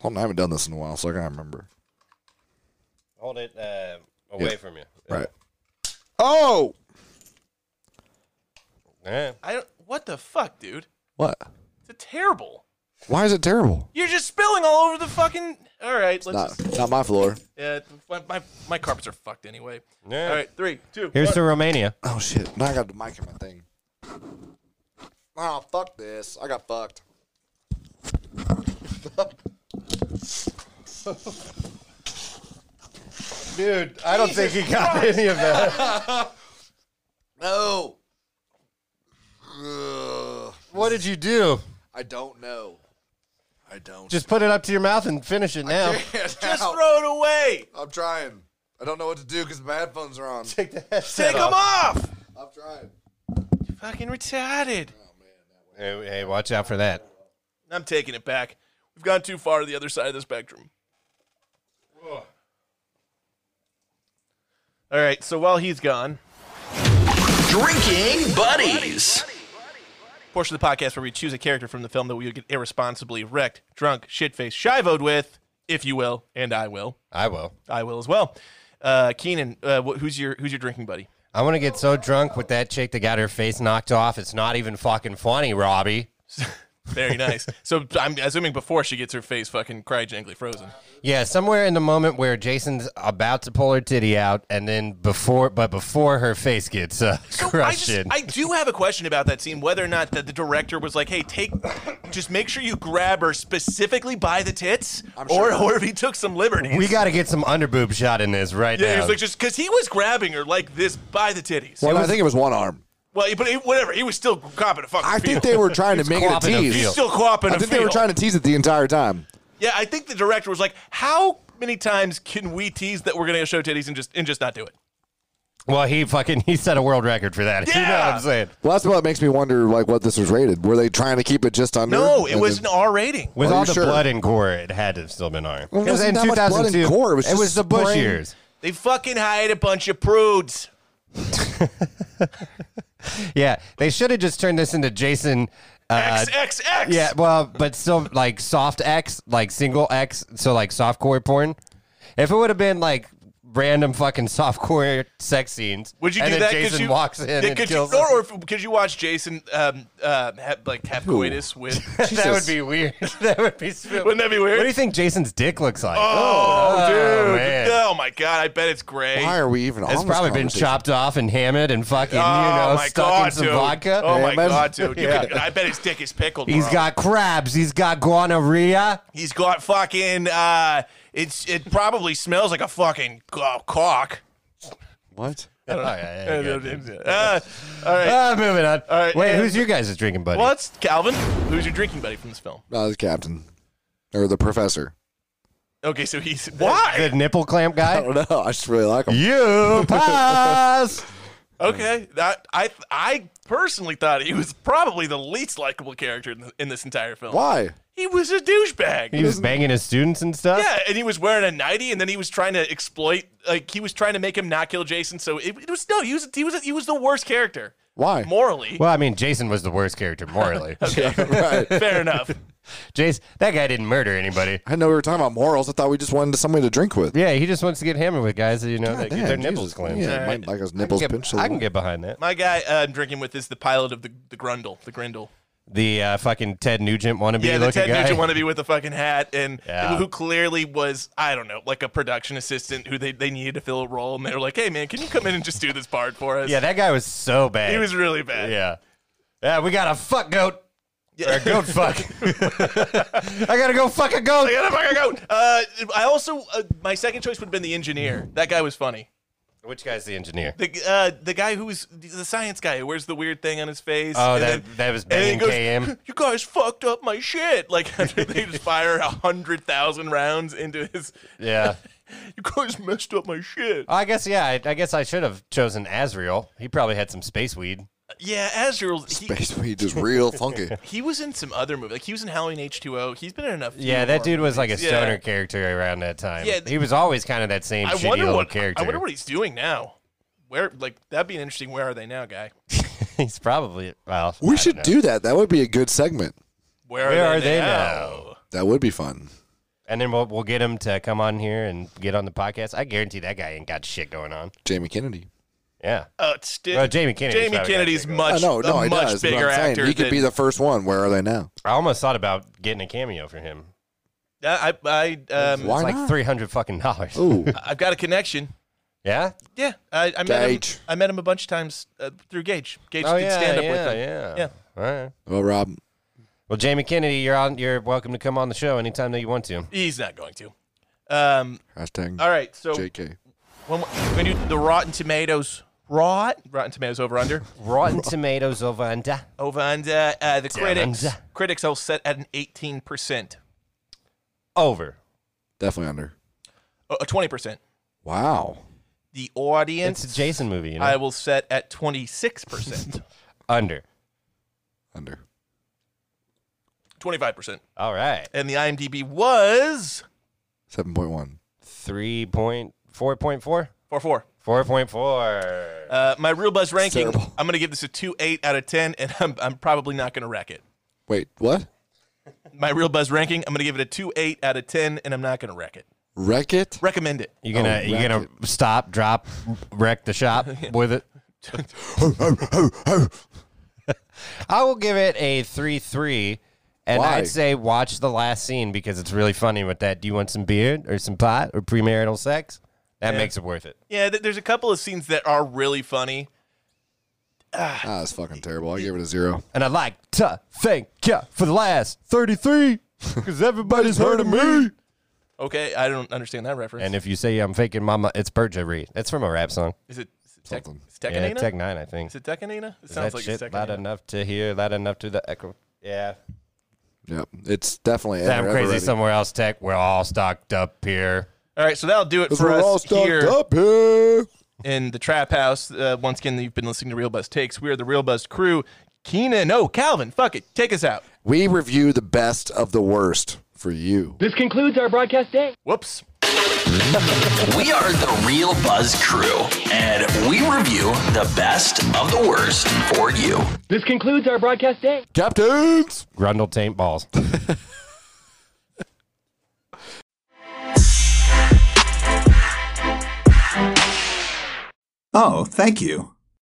[SPEAKER 1] Hold on, I haven't done this in a while, so I can't remember.
[SPEAKER 2] Hold it uh, away from you.
[SPEAKER 1] Right. Oh,
[SPEAKER 2] Yeah.
[SPEAKER 3] I don't. What the fuck, dude?
[SPEAKER 1] what?
[SPEAKER 3] It's terrible.
[SPEAKER 1] Why is it terrible?
[SPEAKER 3] You're just spilling all over the fucking. All right, let's.
[SPEAKER 1] Not,
[SPEAKER 3] Just,
[SPEAKER 1] not my floor.
[SPEAKER 3] yeah, my, my my carpets are fucked anyway.
[SPEAKER 2] Yeah.
[SPEAKER 3] All right, three, two.
[SPEAKER 2] Here's
[SPEAKER 3] one.
[SPEAKER 2] to Romania.
[SPEAKER 1] Oh shit! Now I got the mic in my thing. Oh fuck this! I got fucked.
[SPEAKER 2] Dude, I don't think he got any of that.
[SPEAKER 1] No. Ugh.
[SPEAKER 2] What did you do?
[SPEAKER 1] I don't know. I don't.
[SPEAKER 2] Just put it up to your mouth and finish it now.
[SPEAKER 1] Just
[SPEAKER 3] Just throw it away.
[SPEAKER 1] I'm trying. I don't know what to do because my headphones are on.
[SPEAKER 2] Take the headset
[SPEAKER 3] Take them off.
[SPEAKER 1] I'm trying.
[SPEAKER 3] Fucking retarded.
[SPEAKER 2] Hey, hey, watch out for that.
[SPEAKER 3] I'm taking it back. We've gone too far to the other side of the spectrum. All right, so while he's gone,
[SPEAKER 10] Drinking buddies.
[SPEAKER 3] portion of the podcast where we choose a character from the film that we would get irresponsibly wrecked, drunk, shit-faced, shivoed with, if you will, and I will.
[SPEAKER 2] I will.
[SPEAKER 3] I will as well. Uh, Keenan, uh, wh- who's your who's your drinking buddy?
[SPEAKER 2] I want to get so drunk with that chick that got her face knocked off. It's not even fucking funny, Robbie.
[SPEAKER 3] Very nice. so I'm assuming before she gets her face fucking cryogenically frozen.
[SPEAKER 2] Yeah, somewhere in the moment where Jason's about to pull her titty out, and then before, but before her face gets uh,
[SPEAKER 3] I,
[SPEAKER 2] crushed
[SPEAKER 3] just,
[SPEAKER 2] in.
[SPEAKER 3] I do have a question about that scene, whether or not that the director was like, "Hey, take, just make sure you grab her specifically by the tits," or or if he took some liberties.
[SPEAKER 2] we got to get some underboob shot in this right
[SPEAKER 3] yeah,
[SPEAKER 2] now.
[SPEAKER 3] he was like, just because he was grabbing her like this by the titties.
[SPEAKER 1] Well, I think it was one arm.
[SPEAKER 3] Well, he- but he- whatever, he was still copping a fucking.
[SPEAKER 1] I
[SPEAKER 3] feel.
[SPEAKER 1] think they were trying to make it a
[SPEAKER 2] clopping a
[SPEAKER 1] tease.
[SPEAKER 2] field.
[SPEAKER 3] He's still copping.
[SPEAKER 1] I think they were trying to tease it the entire time.
[SPEAKER 3] Yeah, I think the director was like, "How many times can we tease that we're gonna show titties and just and just not do it?"
[SPEAKER 2] well, he fucking he set a world record for that. You know what
[SPEAKER 3] Yeah!
[SPEAKER 2] I'm saying?
[SPEAKER 1] Well, that's what makes me wonder, like, what this was rated. Were they trying to keep it just under?
[SPEAKER 3] No, it
[SPEAKER 1] And
[SPEAKER 3] was an
[SPEAKER 1] then-
[SPEAKER 3] R rating.
[SPEAKER 2] With
[SPEAKER 1] Are
[SPEAKER 2] all
[SPEAKER 1] you
[SPEAKER 2] the
[SPEAKER 1] sure?
[SPEAKER 2] blood and gore, it had to have still been R.
[SPEAKER 1] Well,
[SPEAKER 2] It was
[SPEAKER 1] wasn't
[SPEAKER 2] in
[SPEAKER 1] that much blood and
[SPEAKER 2] 2002.
[SPEAKER 1] gore, it was just
[SPEAKER 2] the Bush
[SPEAKER 1] spraying.
[SPEAKER 2] years.
[SPEAKER 3] They fucking hired a bunch of prudes.
[SPEAKER 2] Yeah, they should have just turned this into Jason. Uh,
[SPEAKER 3] X X X.
[SPEAKER 2] yeah, well, but still like soft X, like single X, so like softcore porn. If it would have been like random fucking softcore sex scenes,
[SPEAKER 3] Would you
[SPEAKER 2] and
[SPEAKER 3] do
[SPEAKER 2] then
[SPEAKER 3] that? Could
[SPEAKER 2] Jason
[SPEAKER 3] you-
[SPEAKER 2] walks in
[SPEAKER 3] yeah,
[SPEAKER 2] and
[SPEAKER 3] could
[SPEAKER 2] kills.
[SPEAKER 3] you,
[SPEAKER 2] him.
[SPEAKER 3] or, or if- could you watch Jason um, uh, have, like have coitus with?
[SPEAKER 2] that would be weird. that would be.
[SPEAKER 3] Wouldn't that be weird?
[SPEAKER 2] What do you think Jason's dick looks like?
[SPEAKER 3] oh, dude!
[SPEAKER 2] man.
[SPEAKER 3] Oh my god! I bet it's gray.
[SPEAKER 1] Why are we even?
[SPEAKER 2] It's
[SPEAKER 1] on
[SPEAKER 2] probably
[SPEAKER 1] this
[SPEAKER 2] been
[SPEAKER 1] conversation?
[SPEAKER 2] chopped off and hammered and fucking,
[SPEAKER 3] Oh
[SPEAKER 2] you know,
[SPEAKER 3] my
[SPEAKER 2] stuck
[SPEAKER 3] god,
[SPEAKER 2] in some
[SPEAKER 3] dude!
[SPEAKER 2] vodka.
[SPEAKER 3] Oh my
[SPEAKER 1] Yeah, imagine-
[SPEAKER 3] god, dude! You could- I bet his dick is pickled.
[SPEAKER 2] He's
[SPEAKER 3] bro.
[SPEAKER 2] got crabs. He's got gonorrhea.
[SPEAKER 3] He's got fucking. Uh, it's it probably smells like a fucking uh, cock.
[SPEAKER 1] What?
[SPEAKER 2] Oh, yeah, yeah, yeah.
[SPEAKER 3] Uh, all right.
[SPEAKER 2] Ah, moving on.
[SPEAKER 3] All right,
[SPEAKER 2] Wait,
[SPEAKER 3] and-
[SPEAKER 2] who's your guys' drinking buddy?
[SPEAKER 3] What's Calvin? Who's your drinking buddy from this film?
[SPEAKER 1] No, the captain or the professor.
[SPEAKER 3] Okay, so he's
[SPEAKER 2] The
[SPEAKER 3] why?
[SPEAKER 2] nipple clamp
[SPEAKER 1] I
[SPEAKER 2] guy?
[SPEAKER 1] don't know. I just really like him.
[SPEAKER 2] You pass.
[SPEAKER 3] Okay, that I I personally thought he was probably the least likable character in, the, in this entire film.
[SPEAKER 1] Why?
[SPEAKER 3] He was a douchebag.
[SPEAKER 2] he was banging his students and stuff.
[SPEAKER 3] yeah, and he was wearing a nightie, and then he was trying to exploit, like he was trying to make him not kill Jason. So it, it was no, he was he was he was the worst character
[SPEAKER 1] Why?
[SPEAKER 3] morally.
[SPEAKER 2] Well, I mean, Jason was the worst character morally.
[SPEAKER 1] right.
[SPEAKER 3] Fair enough.
[SPEAKER 2] Jason, that guy didn't murder anybody.
[SPEAKER 1] I know we were talking about morals. I thought we just wanted somebody to drink with.
[SPEAKER 2] Yeah, he just wants to get hammered with guys that you know that
[SPEAKER 1] Damn,
[SPEAKER 2] get their
[SPEAKER 1] Jesus.
[SPEAKER 2] nipples clamped.
[SPEAKER 1] Yeah, might like his nipples
[SPEAKER 2] I can
[SPEAKER 1] pinched.
[SPEAKER 2] get- I can get behind that.
[SPEAKER 3] My guy uh, I'm drinking with is the pilot of the the Grundle, the Grindle.
[SPEAKER 2] The uh, fucking Ted Nugent wannabe
[SPEAKER 3] Yeah, the
[SPEAKER 2] looking
[SPEAKER 3] Ted
[SPEAKER 2] guy.
[SPEAKER 3] Nugent wannabe with the fucking hat, and
[SPEAKER 2] Yeah.
[SPEAKER 3] who clearly was, I don't know, like a production assistant who they, they needed to fill a role, and they were like, "Hey, man, can you come in and just do this part for us?"
[SPEAKER 2] yeah, that guy was so bad.
[SPEAKER 3] he was really bad.
[SPEAKER 2] Yeah. Yeah, we got a fuck goat. Or a goat fuck. I gotta go fuck a
[SPEAKER 3] I
[SPEAKER 2] goat.
[SPEAKER 3] gotta fucking go. Uh, I also uh, my second choice would have been the engineer. That guy was funny.
[SPEAKER 2] Which guy's the engineer?
[SPEAKER 3] The uh, the guy who was the science guy who wears the weird thing on his face.
[SPEAKER 2] Oh,
[SPEAKER 3] and
[SPEAKER 2] that- that was
[SPEAKER 3] and then he
[SPEAKER 2] banging
[SPEAKER 3] goes,
[SPEAKER 2] KM.
[SPEAKER 3] You guys fucked up my shit. Like they just fire a hundred thousand rounds into his.
[SPEAKER 2] Yeah.
[SPEAKER 3] You guys messed up my shit.
[SPEAKER 2] Uh, I guess yeah. I, I guess I should have chosen Azriel. He probably had some space weed.
[SPEAKER 3] yeah, Azrael. He,
[SPEAKER 1] Space Marine just real funky.
[SPEAKER 3] he was in some other movie. Like he was in Halloween H two O. He's been in enough.
[SPEAKER 2] Yeah, that dude was like a
[SPEAKER 3] Yeah.
[SPEAKER 2] stoner character around that time.
[SPEAKER 3] Yeah.
[SPEAKER 2] he was always kind of that same
[SPEAKER 3] I
[SPEAKER 2] shitty
[SPEAKER 3] wonder
[SPEAKER 2] little
[SPEAKER 3] what
[SPEAKER 2] character.
[SPEAKER 3] I wonder what he's doing now. Where like that'd be an interesting. Where are they now, guy?
[SPEAKER 2] he's probably well. I
[SPEAKER 1] We
[SPEAKER 2] don't
[SPEAKER 1] should
[SPEAKER 2] know.
[SPEAKER 1] do that. That would be a good segment.
[SPEAKER 3] Where are,
[SPEAKER 2] Where
[SPEAKER 3] they,
[SPEAKER 2] are they
[SPEAKER 3] now?
[SPEAKER 1] That would be fun.
[SPEAKER 2] and then we'll we'll get him to come on here and get on the podcast. I guarantee that guy ain't got shit going on.
[SPEAKER 1] Jamie Kennedy.
[SPEAKER 2] Yeah,
[SPEAKER 3] Uh, it's di-
[SPEAKER 2] Well, Jamie Kennedy's
[SPEAKER 3] Jamie
[SPEAKER 2] probably got
[SPEAKER 3] Kennedy's
[SPEAKER 2] a big
[SPEAKER 1] I
[SPEAKER 3] much,
[SPEAKER 1] Oh, Uh, no, no,
[SPEAKER 3] a
[SPEAKER 1] he
[SPEAKER 3] much
[SPEAKER 1] does. but
[SPEAKER 3] bigger
[SPEAKER 1] I'm saying,
[SPEAKER 3] actor.
[SPEAKER 1] He could
[SPEAKER 3] than-
[SPEAKER 1] be the first one. Where are they now?
[SPEAKER 2] I almost thought about getting a cameo for him.
[SPEAKER 3] I, I, I, um,
[SPEAKER 1] Why
[SPEAKER 2] It's like
[SPEAKER 1] not?
[SPEAKER 2] three hundred fucking dollars.
[SPEAKER 1] Ooh,
[SPEAKER 3] I've got a connection.
[SPEAKER 2] Yeah.
[SPEAKER 3] Yeah, I, I met
[SPEAKER 1] Gage.
[SPEAKER 3] him. I met him a bunch of times uh, through Gage. Gage did stand up with him.
[SPEAKER 2] Oh, yeah,
[SPEAKER 3] Yeah.
[SPEAKER 2] All right.
[SPEAKER 1] well, Rob,
[SPEAKER 2] Well, Jamie Kennedy, you're on. You're welcome to come on the show anytime that you want to.
[SPEAKER 3] He's not going to. Um,
[SPEAKER 1] hashtag
[SPEAKER 3] all right, so
[SPEAKER 1] JK.
[SPEAKER 3] when we- we're gonna do the Rotten Tomatoes. Rot, Rotten Tomatoes over under.
[SPEAKER 2] Rotten Tomatoes over under.
[SPEAKER 3] over under. Uh, the critics.
[SPEAKER 2] Damn.
[SPEAKER 3] Critics all set at an eighteen percent.
[SPEAKER 2] Over.
[SPEAKER 1] Definitely under.
[SPEAKER 3] uh, A twenty percent.
[SPEAKER 1] Wow.
[SPEAKER 3] The audience.
[SPEAKER 2] It's a Jason movie. You know?
[SPEAKER 3] I will set at twenty six percent.
[SPEAKER 2] under.
[SPEAKER 1] Under.
[SPEAKER 3] Twenty five percent.
[SPEAKER 2] All right.
[SPEAKER 3] And the IMDb was
[SPEAKER 1] 7.1.
[SPEAKER 2] Three point four point four.
[SPEAKER 3] four four.
[SPEAKER 2] Four point four.
[SPEAKER 3] Uh, my real buzz ranking.
[SPEAKER 1] Terrible.
[SPEAKER 3] I'm gonna give this a two eight out of ten, and I'm I'm probably not gonna wreck it.
[SPEAKER 1] Wait, what?
[SPEAKER 3] My real buzz ranking. I'm gonna give it a two eight out of ten, and I'm not gonna wreck it.
[SPEAKER 1] Wreck it?
[SPEAKER 3] Recommend it.
[SPEAKER 2] You gonna
[SPEAKER 1] Oh,
[SPEAKER 2] you gonna stop, drop, wreck the shop with it? Oh, I will give it a three three, and
[SPEAKER 1] Why?
[SPEAKER 2] I'd say watch the last scene because it's really funny with that. Do you want some beer or some pot or premarital sex? That makes it worth it.
[SPEAKER 3] Yeah, th- there's a couple of scenes that are really funny.
[SPEAKER 1] Ah, that's fucking terrible. I give it a zero.
[SPEAKER 2] And I'd like to thank you for the last thirty three because everybody's heard of me.
[SPEAKER 3] Okay, I don't understand that reference.
[SPEAKER 2] And if you say I'm faking mama, it's perjury. That's from a rap song.
[SPEAKER 3] is it, is it Tec-
[SPEAKER 1] Something.
[SPEAKER 3] is it
[SPEAKER 2] Yeah,
[SPEAKER 3] Tekkenina?
[SPEAKER 2] Tech Nine, I think.
[SPEAKER 3] is it Tekkenina? It
[SPEAKER 2] That
[SPEAKER 3] sounds like
[SPEAKER 2] shit
[SPEAKER 3] it's
[SPEAKER 2] loud
[SPEAKER 3] Tekkenina.
[SPEAKER 2] enough to hear, loud enough to the echo. Yeah.
[SPEAKER 1] Yep. It's definitely
[SPEAKER 2] Damn
[SPEAKER 1] ever- ever
[SPEAKER 2] crazy
[SPEAKER 1] ready.
[SPEAKER 2] somewhere else, Tech. We're all stocked up here.
[SPEAKER 3] All right, so that'll do it
[SPEAKER 1] 'Cause
[SPEAKER 3] for
[SPEAKER 1] we're
[SPEAKER 3] us
[SPEAKER 1] all stuck
[SPEAKER 3] here
[SPEAKER 1] up here.
[SPEAKER 3] in the Trap House. Uh, once again, you've been listening to Real Buzz Takes. We are the Real Buzz crew. Keenan, no, Calvin, fuck it, take us out.
[SPEAKER 1] We review the best of the worst for you.
[SPEAKER 11] This concludes our broadcast day.
[SPEAKER 3] Whoops.
[SPEAKER 10] We are the Real Buzz Crew, and we review the best of the worst for you.
[SPEAKER 11] This concludes our broadcast day.
[SPEAKER 1] Captains!
[SPEAKER 2] Grundle taint balls.
[SPEAKER 12] Oh, thank you.